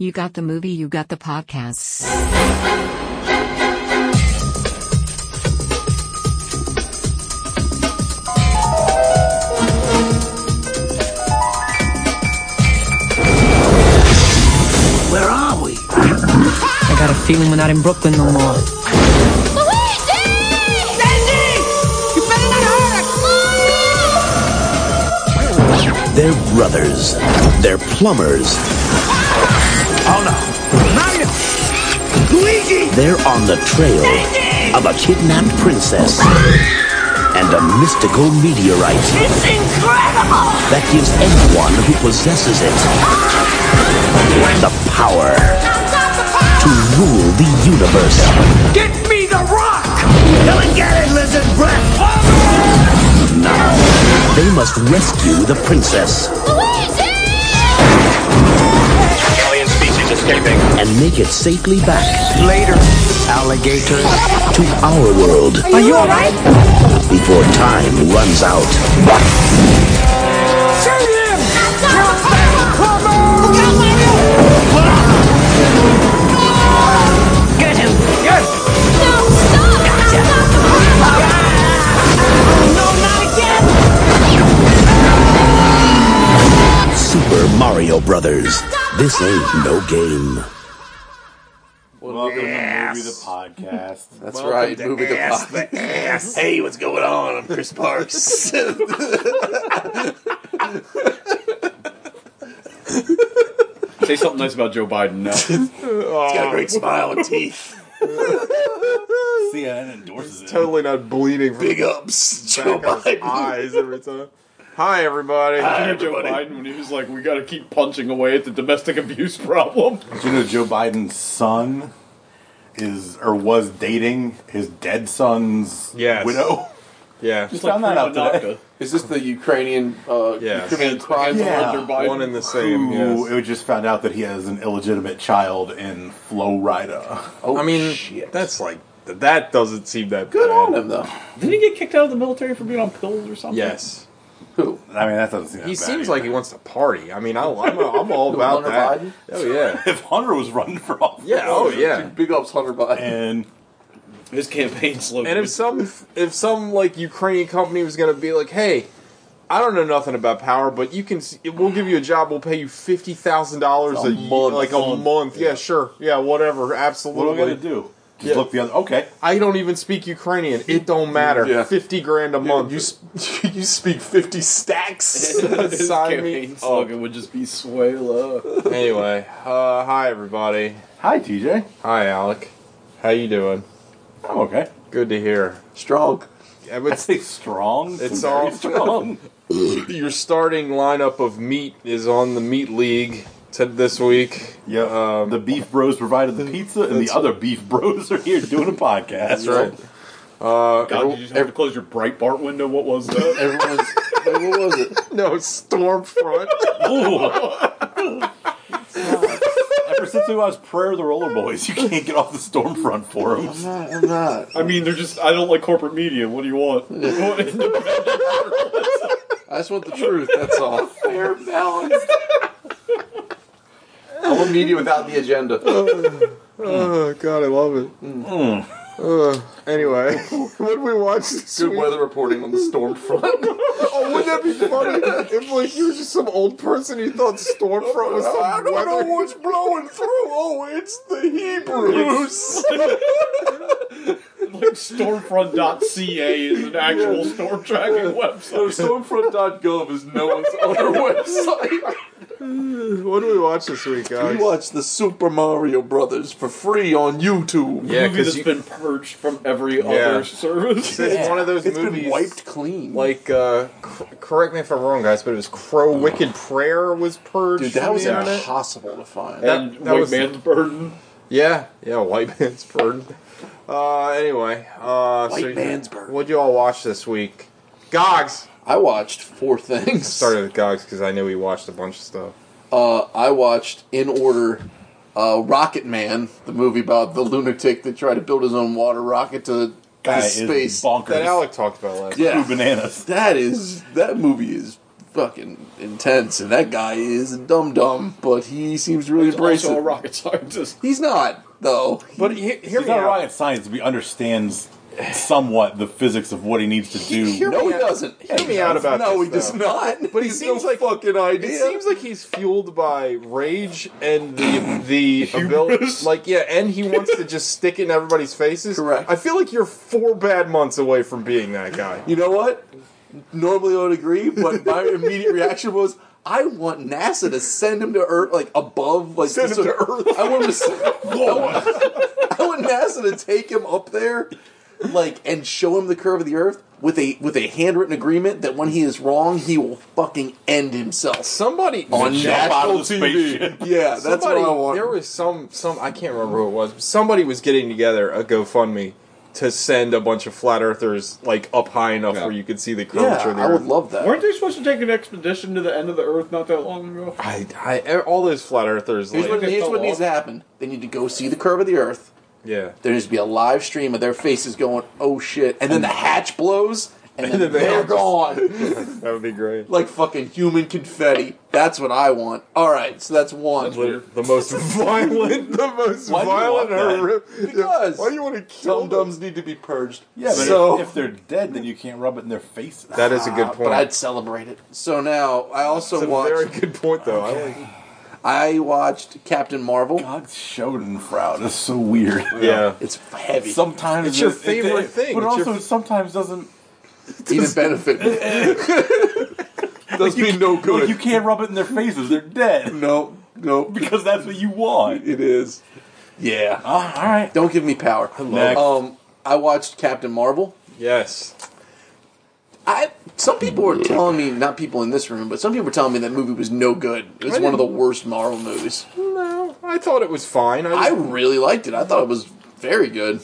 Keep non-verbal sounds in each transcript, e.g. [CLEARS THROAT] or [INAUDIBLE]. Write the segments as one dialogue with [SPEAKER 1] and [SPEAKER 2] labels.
[SPEAKER 1] You got the movie, you got the podcasts.
[SPEAKER 2] Where are we? I got a feeling we're not in Brooklyn no more.
[SPEAKER 3] Luigi! Benji! You better not hurt her!
[SPEAKER 4] They're brothers. They're plumbers.
[SPEAKER 2] Oh no. Mario! Luigi!
[SPEAKER 4] They're on the trail of a kidnapped princess and a mystical meteorite
[SPEAKER 2] It's incredible!
[SPEAKER 4] that gives anyone who possesses it the power to rule the universe.
[SPEAKER 2] Get me the rock! Come and get it, lizard breath!
[SPEAKER 4] Now, they must rescue the princess
[SPEAKER 3] Luigi!
[SPEAKER 5] Alien species escaping.
[SPEAKER 4] and make it safely back
[SPEAKER 2] Later, alligator.
[SPEAKER 4] to our world
[SPEAKER 2] Are you alright?
[SPEAKER 4] before time runs out.
[SPEAKER 2] Shoot him!
[SPEAKER 3] Look out, Mario!
[SPEAKER 2] Get him! Yes!
[SPEAKER 3] No, stop!
[SPEAKER 4] Super Mario Brothers. This ain't no game.
[SPEAKER 6] Welcome to Movie the Podcast.
[SPEAKER 7] [LAUGHS]
[SPEAKER 8] That's right. Movie the podcast.
[SPEAKER 6] Hey, what's going on? I'm Chris Parks.
[SPEAKER 5] Say something nice about Joe Biden now.
[SPEAKER 6] Got a great smile and teeth. CNN endorses it.
[SPEAKER 8] Totally not bleeding from
[SPEAKER 6] Big ups, Joe
[SPEAKER 8] his
[SPEAKER 6] Biden.
[SPEAKER 8] eyes every time. Hi, everybody.
[SPEAKER 6] Hi,
[SPEAKER 5] Joe
[SPEAKER 6] everybody.
[SPEAKER 5] Biden when he was like, we gotta keep punching away at the domestic [LAUGHS] abuse problem.
[SPEAKER 7] Do you know Joe Biden's son is or was dating his dead son's
[SPEAKER 8] Yes.
[SPEAKER 7] widow?
[SPEAKER 8] Yeah.
[SPEAKER 5] Just
[SPEAKER 7] Found that out
[SPEAKER 5] Prima
[SPEAKER 7] today.
[SPEAKER 8] Is this the
[SPEAKER 5] Ukrainian uh,
[SPEAKER 8] Yes.
[SPEAKER 5] Ukrainian crime
[SPEAKER 7] Yeah.
[SPEAKER 5] Hunter Biden.
[SPEAKER 8] one and the same?
[SPEAKER 7] Who
[SPEAKER 8] Yes.
[SPEAKER 7] it was just found out that he has an illegitimate child in Florida.
[SPEAKER 8] Oh, I mean,
[SPEAKER 7] shit.
[SPEAKER 8] that's like that doesn't seem that
[SPEAKER 5] Good
[SPEAKER 8] bad.
[SPEAKER 5] on him though. Didn't he get kicked out of the military for being on pills or something?
[SPEAKER 8] Yes.
[SPEAKER 5] Who?
[SPEAKER 7] I mean, that doesn't seem.
[SPEAKER 8] He
[SPEAKER 7] that bad
[SPEAKER 8] seems
[SPEAKER 7] either.
[SPEAKER 8] like he wants to party. I mean, I, I'm, I'm all about
[SPEAKER 5] Hunter
[SPEAKER 8] that.
[SPEAKER 5] Biden?
[SPEAKER 8] Oh yeah.
[SPEAKER 7] if Hunter was running for office.
[SPEAKER 8] Yeah. Oh yeah.
[SPEAKER 5] Big ups Hunter Biden.
[SPEAKER 7] And
[SPEAKER 5] [LAUGHS] His campaign slogan.
[SPEAKER 8] And if some if some like Ukrainian company was gonna be like, hey. I don't know nothing about power, but you can. s- We'll give you a job. We'll pay you fifty thousand dollars a
[SPEAKER 7] A
[SPEAKER 8] year,
[SPEAKER 7] month.
[SPEAKER 8] like a month. Yeah, sure. Yeah, whatever.
[SPEAKER 7] what
[SPEAKER 8] Absolutely.
[SPEAKER 7] are we gonna do? Just
[SPEAKER 8] Yeah.
[SPEAKER 7] look the other. Okay.
[SPEAKER 8] I don't even speak Ukrainian. It don't matter.
[SPEAKER 5] Yeah.
[SPEAKER 8] Fifty grand a [LAUGHS] month.
[SPEAKER 7] you speak fifty stacks.
[SPEAKER 5] his
[SPEAKER 8] sign me Oh.
[SPEAKER 5] campaign
[SPEAKER 8] up.
[SPEAKER 5] slogan would just be sway low.
[SPEAKER 8] anyway, uh, hi everybody.
[SPEAKER 7] Hi, TJ.
[SPEAKER 8] Hi Alec. How you doing?
[SPEAKER 7] I'm okay.
[SPEAKER 8] Good to hear.
[SPEAKER 5] Strong.
[SPEAKER 8] Yeah,
[SPEAKER 7] I
[SPEAKER 8] but
[SPEAKER 7] say strong.
[SPEAKER 8] It's
[SPEAKER 7] very
[SPEAKER 8] all-
[SPEAKER 7] strong.
[SPEAKER 8] your starting lineup of meat is on the meat league to this week.
[SPEAKER 7] [LAUGHS] Yeah, um, the beef bros provided the pizza, and the other beef bros are here doing [LAUGHS] a podcast.
[SPEAKER 8] That's
[SPEAKER 7] [LAUGHS]
[SPEAKER 8] right.
[SPEAKER 5] God, did you just have to close your Breitbart window? What was that?
[SPEAKER 8] Everyone's
[SPEAKER 5] what was it?
[SPEAKER 8] no Stormfront.
[SPEAKER 7] Ever since we watched Prayer of the Roller Boys, you can't get off the Stormfront forums.
[SPEAKER 6] I'm not.
[SPEAKER 5] [LAUGHS] I mean, they're just. I don't like corporate media. What do you
[SPEAKER 8] [LAUGHS]
[SPEAKER 5] want?
[SPEAKER 8] I just want the truth. That's all.
[SPEAKER 6] Fair balance. I want media without the agenda.
[SPEAKER 8] [SIGHS] Oh God, I love it. Uh, anyway, [LAUGHS] what did we watch this week?
[SPEAKER 6] reporting on the storm front.
[SPEAKER 8] [LAUGHS] Oh, wouldn't that be funny if like you were just some old person who thought Stormfront was some I don't know what's blowing through. Oh, it's the Hebrews. [LAUGHS]
[SPEAKER 5] like stormfront.ca is an actual storm
[SPEAKER 8] [LAUGHS]
[SPEAKER 5] tracking website.
[SPEAKER 6] Stormfront.gov is no one's other website.
[SPEAKER 8] [SIGHS] what do we watch this week, guys?
[SPEAKER 6] You watch the Super Mario Brothers for free on YouTube.
[SPEAKER 8] Yeah,
[SPEAKER 5] movie that's
[SPEAKER 8] because you-
[SPEAKER 5] been purged from every
[SPEAKER 8] Yeah.
[SPEAKER 5] other service.
[SPEAKER 8] it's one of those
[SPEAKER 6] It's
[SPEAKER 8] movies.
[SPEAKER 6] been wiped clean.
[SPEAKER 8] Like, uh, cor- correct me if I'm wrong, guys, but it was Crow Wicked Prayer was purged.
[SPEAKER 6] Dude, that
[SPEAKER 8] from
[SPEAKER 6] was
[SPEAKER 8] the internet.
[SPEAKER 6] impossible to find.
[SPEAKER 5] and
[SPEAKER 8] that
[SPEAKER 5] White
[SPEAKER 8] was-
[SPEAKER 5] Man's Burden.
[SPEAKER 8] Yeah, yeah, White [LAUGHS] Man's Burden. Uh, anyway, uh,
[SPEAKER 6] White
[SPEAKER 8] so
[SPEAKER 6] Man's Burden.
[SPEAKER 8] What'd you all watch this week? Gogs.
[SPEAKER 9] I watched four
[SPEAKER 7] [LAUGHS]
[SPEAKER 9] things.
[SPEAKER 8] Started with Gogs because I knew we watched a bunch of stuff.
[SPEAKER 9] Uh, I watched in order uh, Rocket Man, the movie about the lunatic that tried to build his own water rocket to, to
[SPEAKER 7] Guy is
[SPEAKER 9] space.
[SPEAKER 7] bonkers.
[SPEAKER 8] That Alec talked about last.
[SPEAKER 7] Two
[SPEAKER 9] yeah,
[SPEAKER 7] bananas.
[SPEAKER 9] that is that movie is fucking intense, and that guy is a dumb dumb, but he seems really
[SPEAKER 10] He's
[SPEAKER 9] embrace
[SPEAKER 10] also a
[SPEAKER 9] it.
[SPEAKER 10] rocket scientist.
[SPEAKER 9] He's not though.
[SPEAKER 5] But he, hear
[SPEAKER 7] He's
[SPEAKER 5] me
[SPEAKER 7] not a
[SPEAKER 5] out.
[SPEAKER 7] rocket science, but he understands somewhat the physics of what he needs to do.
[SPEAKER 9] no, he
[SPEAKER 8] out.
[SPEAKER 9] doesn't.
[SPEAKER 8] Hear me out about
[SPEAKER 9] no,
[SPEAKER 8] this,
[SPEAKER 9] he does
[SPEAKER 8] though.
[SPEAKER 9] not.
[SPEAKER 8] But he
[SPEAKER 9] He's
[SPEAKER 8] seems
[SPEAKER 9] no
[SPEAKER 8] like-
[SPEAKER 9] fucking idea.
[SPEAKER 8] It seems like he's fueled by rage and the [LAUGHS] the ability, like yeah, and he wants to just stick it in everybody's faces.
[SPEAKER 9] Correct.
[SPEAKER 8] I feel like you're four bad months away from being that guy.
[SPEAKER 9] You know what? Normally I would agree, but
[SPEAKER 8] [LAUGHS]
[SPEAKER 9] my immediate reaction was, I want NASA to send him to Earth, like above, like
[SPEAKER 8] Send him
[SPEAKER 9] so-
[SPEAKER 8] to Earth.
[SPEAKER 9] I want him
[SPEAKER 8] [LAUGHS]
[SPEAKER 9] to. Send, I, want, I want NASA to take him up there, like, and show him the curve of the Earth with a with a handwritten agreement that when he is wrong, he will fucking end himself
[SPEAKER 8] Somebody
[SPEAKER 9] on
[SPEAKER 7] out
[SPEAKER 9] national
[SPEAKER 7] of the spaceship.
[SPEAKER 9] TV. Yeah, that's
[SPEAKER 8] somebody,
[SPEAKER 9] what I want.
[SPEAKER 8] There was some some I can't remember who it was. But somebody was getting together a GoFundMe to send a bunch of flat earthers like up high enough
[SPEAKER 10] Yeah.
[SPEAKER 8] where you could see the curvature
[SPEAKER 9] yeah,
[SPEAKER 8] of the
[SPEAKER 9] I
[SPEAKER 8] earth.
[SPEAKER 9] would love that.
[SPEAKER 10] Weren't they supposed to take an expedition to the end of the Earth not that long ago?
[SPEAKER 8] I, I, all those flat earthers,
[SPEAKER 9] Here's
[SPEAKER 8] like,
[SPEAKER 9] what, here's
[SPEAKER 10] fell
[SPEAKER 9] what
[SPEAKER 10] off.
[SPEAKER 9] needs to happen. They need to go see the curve of the Earth.
[SPEAKER 8] yeah.
[SPEAKER 9] there needs to be a live stream of their faces going, "Oh shit!" and then the hatch blows, [LAUGHS] and then
[SPEAKER 8] then they
[SPEAKER 9] they're
[SPEAKER 8] have to-
[SPEAKER 9] gone [LAUGHS]
[SPEAKER 8] That would be great.
[SPEAKER 9] like fucking human confetti. That's what I want. All right, so that's one.
[SPEAKER 8] The, the
[SPEAKER 9] [LAUGHS]
[SPEAKER 8] most violent, the most
[SPEAKER 7] Why do you want
[SPEAKER 8] violent, or
[SPEAKER 9] Because
[SPEAKER 8] why do you want to kill
[SPEAKER 9] Dum
[SPEAKER 8] them?
[SPEAKER 9] dums need to be purged.
[SPEAKER 7] [LAUGHS] Yeah, but
[SPEAKER 9] so
[SPEAKER 7] if, if they're dead, then you can't rub it in their faces.
[SPEAKER 8] That is
[SPEAKER 7] [LAUGHS]
[SPEAKER 8] a good point.
[SPEAKER 9] Ah, but I'd celebrate it. So now I also
[SPEAKER 8] That's a
[SPEAKER 9] watched.
[SPEAKER 8] very good point, though. I like-
[SPEAKER 9] I watched Captain Marvel.
[SPEAKER 7] God, Schadenfreude is so weird.
[SPEAKER 8] yeah.
[SPEAKER 9] It's heavy.
[SPEAKER 7] Sometimes
[SPEAKER 8] It's your
[SPEAKER 7] it- it-
[SPEAKER 8] favorite
[SPEAKER 7] it-
[SPEAKER 8] thing.
[SPEAKER 7] but
[SPEAKER 8] It's your
[SPEAKER 7] also
[SPEAKER 8] f-
[SPEAKER 7] sometimes doesn't.
[SPEAKER 9] [LAUGHS] Even benefit me. [LAUGHS] Doesn't mean no
[SPEAKER 7] Like
[SPEAKER 9] good.
[SPEAKER 7] you can't rub it in their faces; they're dead [LAUGHS]
[SPEAKER 9] no, no,
[SPEAKER 7] because that's what you want.
[SPEAKER 9] [LAUGHS] it is. Yeah.
[SPEAKER 7] Ah, all right,
[SPEAKER 9] Don't give me power.
[SPEAKER 7] Next.
[SPEAKER 9] Um, I watched Captain Marvel.
[SPEAKER 8] Yes.
[SPEAKER 9] I some people were telling me not people in this room, but some people were telling me that movie was no good. It was one of the worst Marvel movies.
[SPEAKER 8] No, I thought it was fine. I,
[SPEAKER 9] I really liked it. I thought it was very good.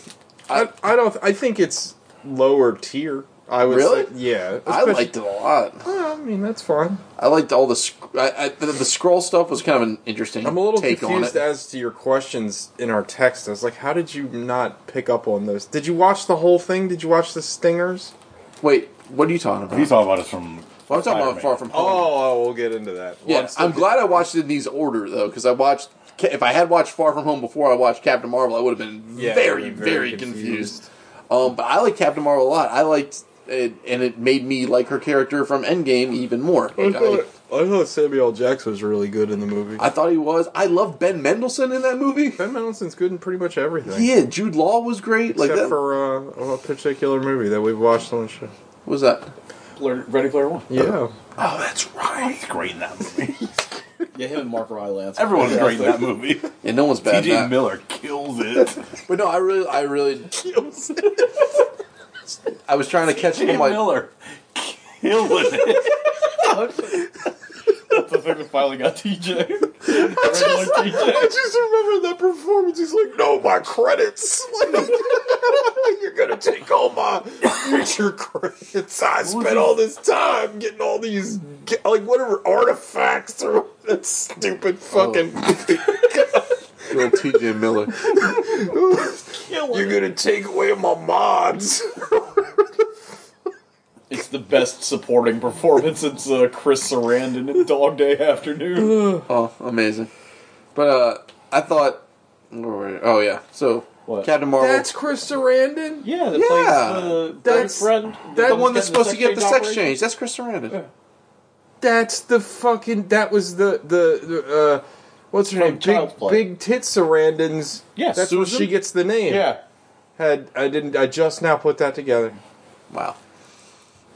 [SPEAKER 8] I, I don't. I think it's lower tier. I would
[SPEAKER 9] Really?
[SPEAKER 8] say, yeah.
[SPEAKER 9] I
[SPEAKER 8] especially-
[SPEAKER 9] liked it a lot.
[SPEAKER 8] Well, I mean, that's fine.
[SPEAKER 9] I liked all the sc- I, I, the, the scroll stuff was kind of an interesting.
[SPEAKER 8] I'm a little
[SPEAKER 9] take on it.
[SPEAKER 8] confused as to your questions in our text. I was like, how did you not pick up on those? Did you watch the whole thing? Did you watch the stingers?
[SPEAKER 9] Wait, what are you talking about?
[SPEAKER 7] he's all about us from.
[SPEAKER 9] Well, I'm talking
[SPEAKER 7] Iron
[SPEAKER 9] about
[SPEAKER 7] Man.
[SPEAKER 9] Far From Home.
[SPEAKER 8] Oh, oh, we'll get into that. Well,
[SPEAKER 9] Yeah,
[SPEAKER 8] still-
[SPEAKER 9] I'm glad I watched it in these order though, because I watched. If I had watched Far From Home before I watched Captain Marvel, I would have been
[SPEAKER 8] Yeah, I
[SPEAKER 9] very,
[SPEAKER 8] would've been
[SPEAKER 9] very,
[SPEAKER 8] very
[SPEAKER 9] confused. Um, but I like Captain Marvel a lot. I liked it, and it made me like her character from Endgame even more.
[SPEAKER 8] I
[SPEAKER 9] Like, I,
[SPEAKER 8] thought, I thought Samuel L. Jackson was really good in the movie.
[SPEAKER 9] I thought he was. I love Ben Mendelsohn in that movie.
[SPEAKER 8] ben Mendelsohn's good in pretty much everything.
[SPEAKER 9] Yeah, Jude Law was great. like
[SPEAKER 8] Except
[SPEAKER 9] that
[SPEAKER 8] for uh, a particular movie that we've watched on the show.
[SPEAKER 9] what was that.
[SPEAKER 5] Blur- Ready Player One.
[SPEAKER 8] Yeah.
[SPEAKER 7] Oh, that's right. He's great in that movie.
[SPEAKER 5] Yeah, him and Mark Rylance.
[SPEAKER 7] Everyone's great in that movie.
[SPEAKER 9] [LAUGHS] And no one's bad. in
[SPEAKER 7] T.J.
[SPEAKER 9] that.
[SPEAKER 7] Miller kills it.
[SPEAKER 9] But no, I really,
[SPEAKER 8] [LAUGHS]
[SPEAKER 9] I really. I was trying to catch up
[SPEAKER 7] T.J.
[SPEAKER 9] on my.
[SPEAKER 7] Miller killing it.
[SPEAKER 5] That's the thing that finally got TJ.
[SPEAKER 8] I just remember that performance. He's like, no, my credits. [LAUGHS] Like, you're going to take all my future credits. I spent all this time getting all these, ge- like, whatever, artifacts or [LAUGHS] that stupid fucking.
[SPEAKER 9] [LAUGHS] Little T.J. Miller.
[SPEAKER 8] You're going to take away my mods.
[SPEAKER 5] It's the best supporting performance since uh, Chris Sarandon in Dog Day Afternoon.
[SPEAKER 9] Oh, amazing. But uh, I thought. where were we? Oh yeah. So
[SPEAKER 5] What?
[SPEAKER 9] Captain Marvel.
[SPEAKER 8] That's Chris Sarandon?
[SPEAKER 5] Yeah, uh, that
[SPEAKER 9] Yeah,
[SPEAKER 5] plays the
[SPEAKER 8] that's-
[SPEAKER 5] friend.
[SPEAKER 9] the one that's supposed to get the sex
[SPEAKER 5] change.
[SPEAKER 9] change. That's Chris Sarandon.
[SPEAKER 8] That's the fucking. That was the the, the uh, what's her name?
[SPEAKER 5] Child's
[SPEAKER 8] Big
[SPEAKER 5] Play.
[SPEAKER 8] Big Tit Sarandon's.
[SPEAKER 5] Yeah,
[SPEAKER 8] that's where
[SPEAKER 5] Susan?
[SPEAKER 8] she gets the name.
[SPEAKER 5] Yeah.
[SPEAKER 8] had I didn't. I just now put that together.
[SPEAKER 9] Wow.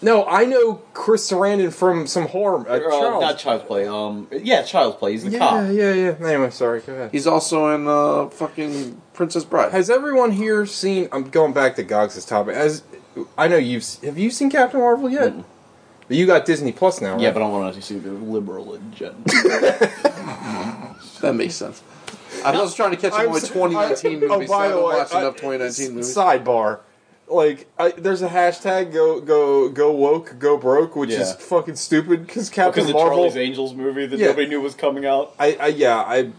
[SPEAKER 8] No, I know Chris Sarandon from some horror. Uh,
[SPEAKER 5] Or, uh,
[SPEAKER 8] Charles.
[SPEAKER 5] not Child's Play. Um, yeah, Child's Play. He's the
[SPEAKER 8] yeah,
[SPEAKER 5] cop.
[SPEAKER 8] yeah, yeah. Anyway, sorry. Go ahead.
[SPEAKER 9] He's also in uh, fucking Princess Bride.
[SPEAKER 8] Has everyone here seen? I'm going back to Gogs' topic. As I know you've have you seen Captain Marvel yet? But you got Disney Plus now, right?
[SPEAKER 5] Yeah, but I want to see the liberal [LAUGHS] agenda.
[SPEAKER 9] that makes sense. I was trying to catch up on
[SPEAKER 8] I'm
[SPEAKER 9] my
[SPEAKER 8] s-
[SPEAKER 9] 2019
[SPEAKER 8] I- oh,
[SPEAKER 9] movies. so I haven't watched
[SPEAKER 8] I-
[SPEAKER 9] enough 2019
[SPEAKER 8] s-
[SPEAKER 9] movies.
[SPEAKER 8] Sidebar. Like, I, there's a hashtag go go go woke go broke, which is
[SPEAKER 5] Yeah.
[SPEAKER 8] fucking stupid because
[SPEAKER 5] Because
[SPEAKER 8] Captain
[SPEAKER 5] the
[SPEAKER 8] Marvel.
[SPEAKER 5] Charlie's Angels movie that
[SPEAKER 8] Yeah.
[SPEAKER 5] nobody knew was coming out.
[SPEAKER 8] I, I yeah I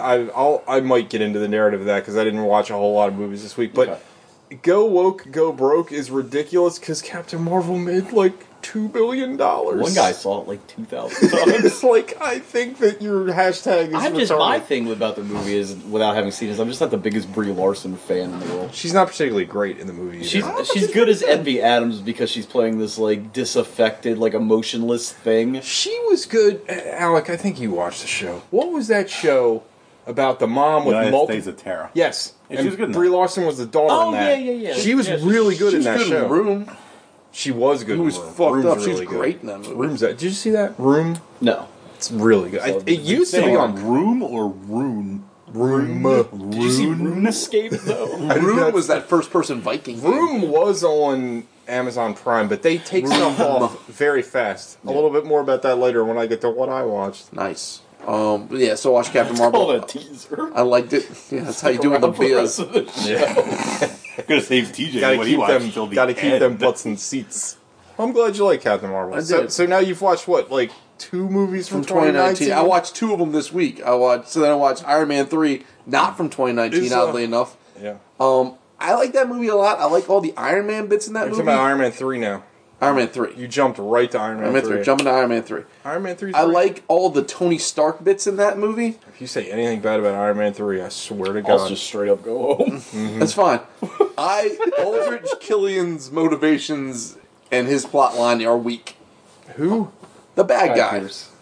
[SPEAKER 8] I I'll, I might get into the narrative of that because I didn't watch a whole lot of movies this week, but
[SPEAKER 5] Okay.
[SPEAKER 8] Go Woke, Go Broke is ridiculous because Captain Marvel made like $2 billion.
[SPEAKER 5] One guy saw it like [LAUGHS] 2,000 times.
[SPEAKER 8] it's like, I think that your hashtag is
[SPEAKER 5] I'm just
[SPEAKER 8] retarded.
[SPEAKER 5] my thing about the movie is without having seen it, I'm just not the biggest Brie Larson fan in the world.
[SPEAKER 8] She's not particularly great in the movie. either.
[SPEAKER 5] She's she's good as Envy Adams because she's playing this like disaffected, like emotionless thing.
[SPEAKER 8] She was good. Uh, Alec, I think you watched the show. What was that show about the mom with
[SPEAKER 7] United
[SPEAKER 8] multiple?
[SPEAKER 7] Stays of Terra.
[SPEAKER 8] Yes,
[SPEAKER 7] Yeah,
[SPEAKER 8] and
[SPEAKER 7] she was good in
[SPEAKER 8] Brie
[SPEAKER 7] that.
[SPEAKER 8] Larson was the daughter.
[SPEAKER 5] Oh,
[SPEAKER 8] in that.
[SPEAKER 5] yeah, yeah, yeah.
[SPEAKER 8] She was
[SPEAKER 5] Yeah, she-
[SPEAKER 8] really good in
[SPEAKER 9] She's
[SPEAKER 8] that
[SPEAKER 9] good in
[SPEAKER 8] show.
[SPEAKER 9] the room.
[SPEAKER 8] She was good.
[SPEAKER 9] It was
[SPEAKER 8] in the room.
[SPEAKER 9] fucked
[SPEAKER 8] Room's
[SPEAKER 9] up. She's
[SPEAKER 8] Really good.
[SPEAKER 9] great in that movie.
[SPEAKER 8] Room's that. Did you see that room?
[SPEAKER 5] No.
[SPEAKER 8] It's really good. I-
[SPEAKER 5] So,
[SPEAKER 8] it used to
[SPEAKER 5] they
[SPEAKER 8] be
[SPEAKER 7] Or
[SPEAKER 8] on
[SPEAKER 7] Room or Rune?
[SPEAKER 8] Room.
[SPEAKER 5] Did you see
[SPEAKER 7] Rune?
[SPEAKER 5] RuneScape though?
[SPEAKER 9] Room was that first person Viking. thing.
[SPEAKER 8] Room was on Amazon Prime, but they take stuff off very fast. A little bit more about that later when I get to what I watched.
[SPEAKER 9] Nice. Um, but yeah, so watch Captain
[SPEAKER 5] Call
[SPEAKER 9] Marvel.
[SPEAKER 5] it a teaser.
[SPEAKER 9] I liked it. [LAUGHS] Yeah, that's how you do it with the
[SPEAKER 5] Around for rest
[SPEAKER 9] beers.
[SPEAKER 5] of the show.
[SPEAKER 7] [LAUGHS] Gonna save TJ.
[SPEAKER 8] Gotta
[SPEAKER 7] what he
[SPEAKER 8] keep
[SPEAKER 7] watched
[SPEAKER 8] them.
[SPEAKER 7] till the
[SPEAKER 8] gotta keep them
[SPEAKER 7] end.
[SPEAKER 8] butts in seats. I'm glad you like Captain Marvel.
[SPEAKER 9] I
[SPEAKER 8] So,
[SPEAKER 9] did.
[SPEAKER 8] so now you've watched what, like two movies from,
[SPEAKER 9] From 2019,
[SPEAKER 8] 2019?
[SPEAKER 9] I watched two of them this week. I watched so then I watched Iron Man three, not from 2019,
[SPEAKER 8] Is, uh,
[SPEAKER 9] oddly enough.
[SPEAKER 8] Yeah,
[SPEAKER 9] Um, I like that movie a lot. I like all the Iron Man bits in that
[SPEAKER 8] we're talking
[SPEAKER 9] movie.
[SPEAKER 8] about Iron Man three now.
[SPEAKER 9] Iron Man three,
[SPEAKER 8] You jumped right to Iron Man
[SPEAKER 9] Iron Man
[SPEAKER 8] three.
[SPEAKER 9] three, jumping to Iron Man three.
[SPEAKER 8] Iron Man three.
[SPEAKER 9] I like all the Tony Stark bits in that movie.
[SPEAKER 8] If you say anything bad about Iron Man three, I swear to
[SPEAKER 5] I'll
[SPEAKER 8] God.
[SPEAKER 5] just straight up go home.
[SPEAKER 8] Mm-hmm. [LAUGHS]
[SPEAKER 9] That's fine. I Aldrich Killian's motivations and his plot line are weak.
[SPEAKER 8] Who?
[SPEAKER 9] The bad guy.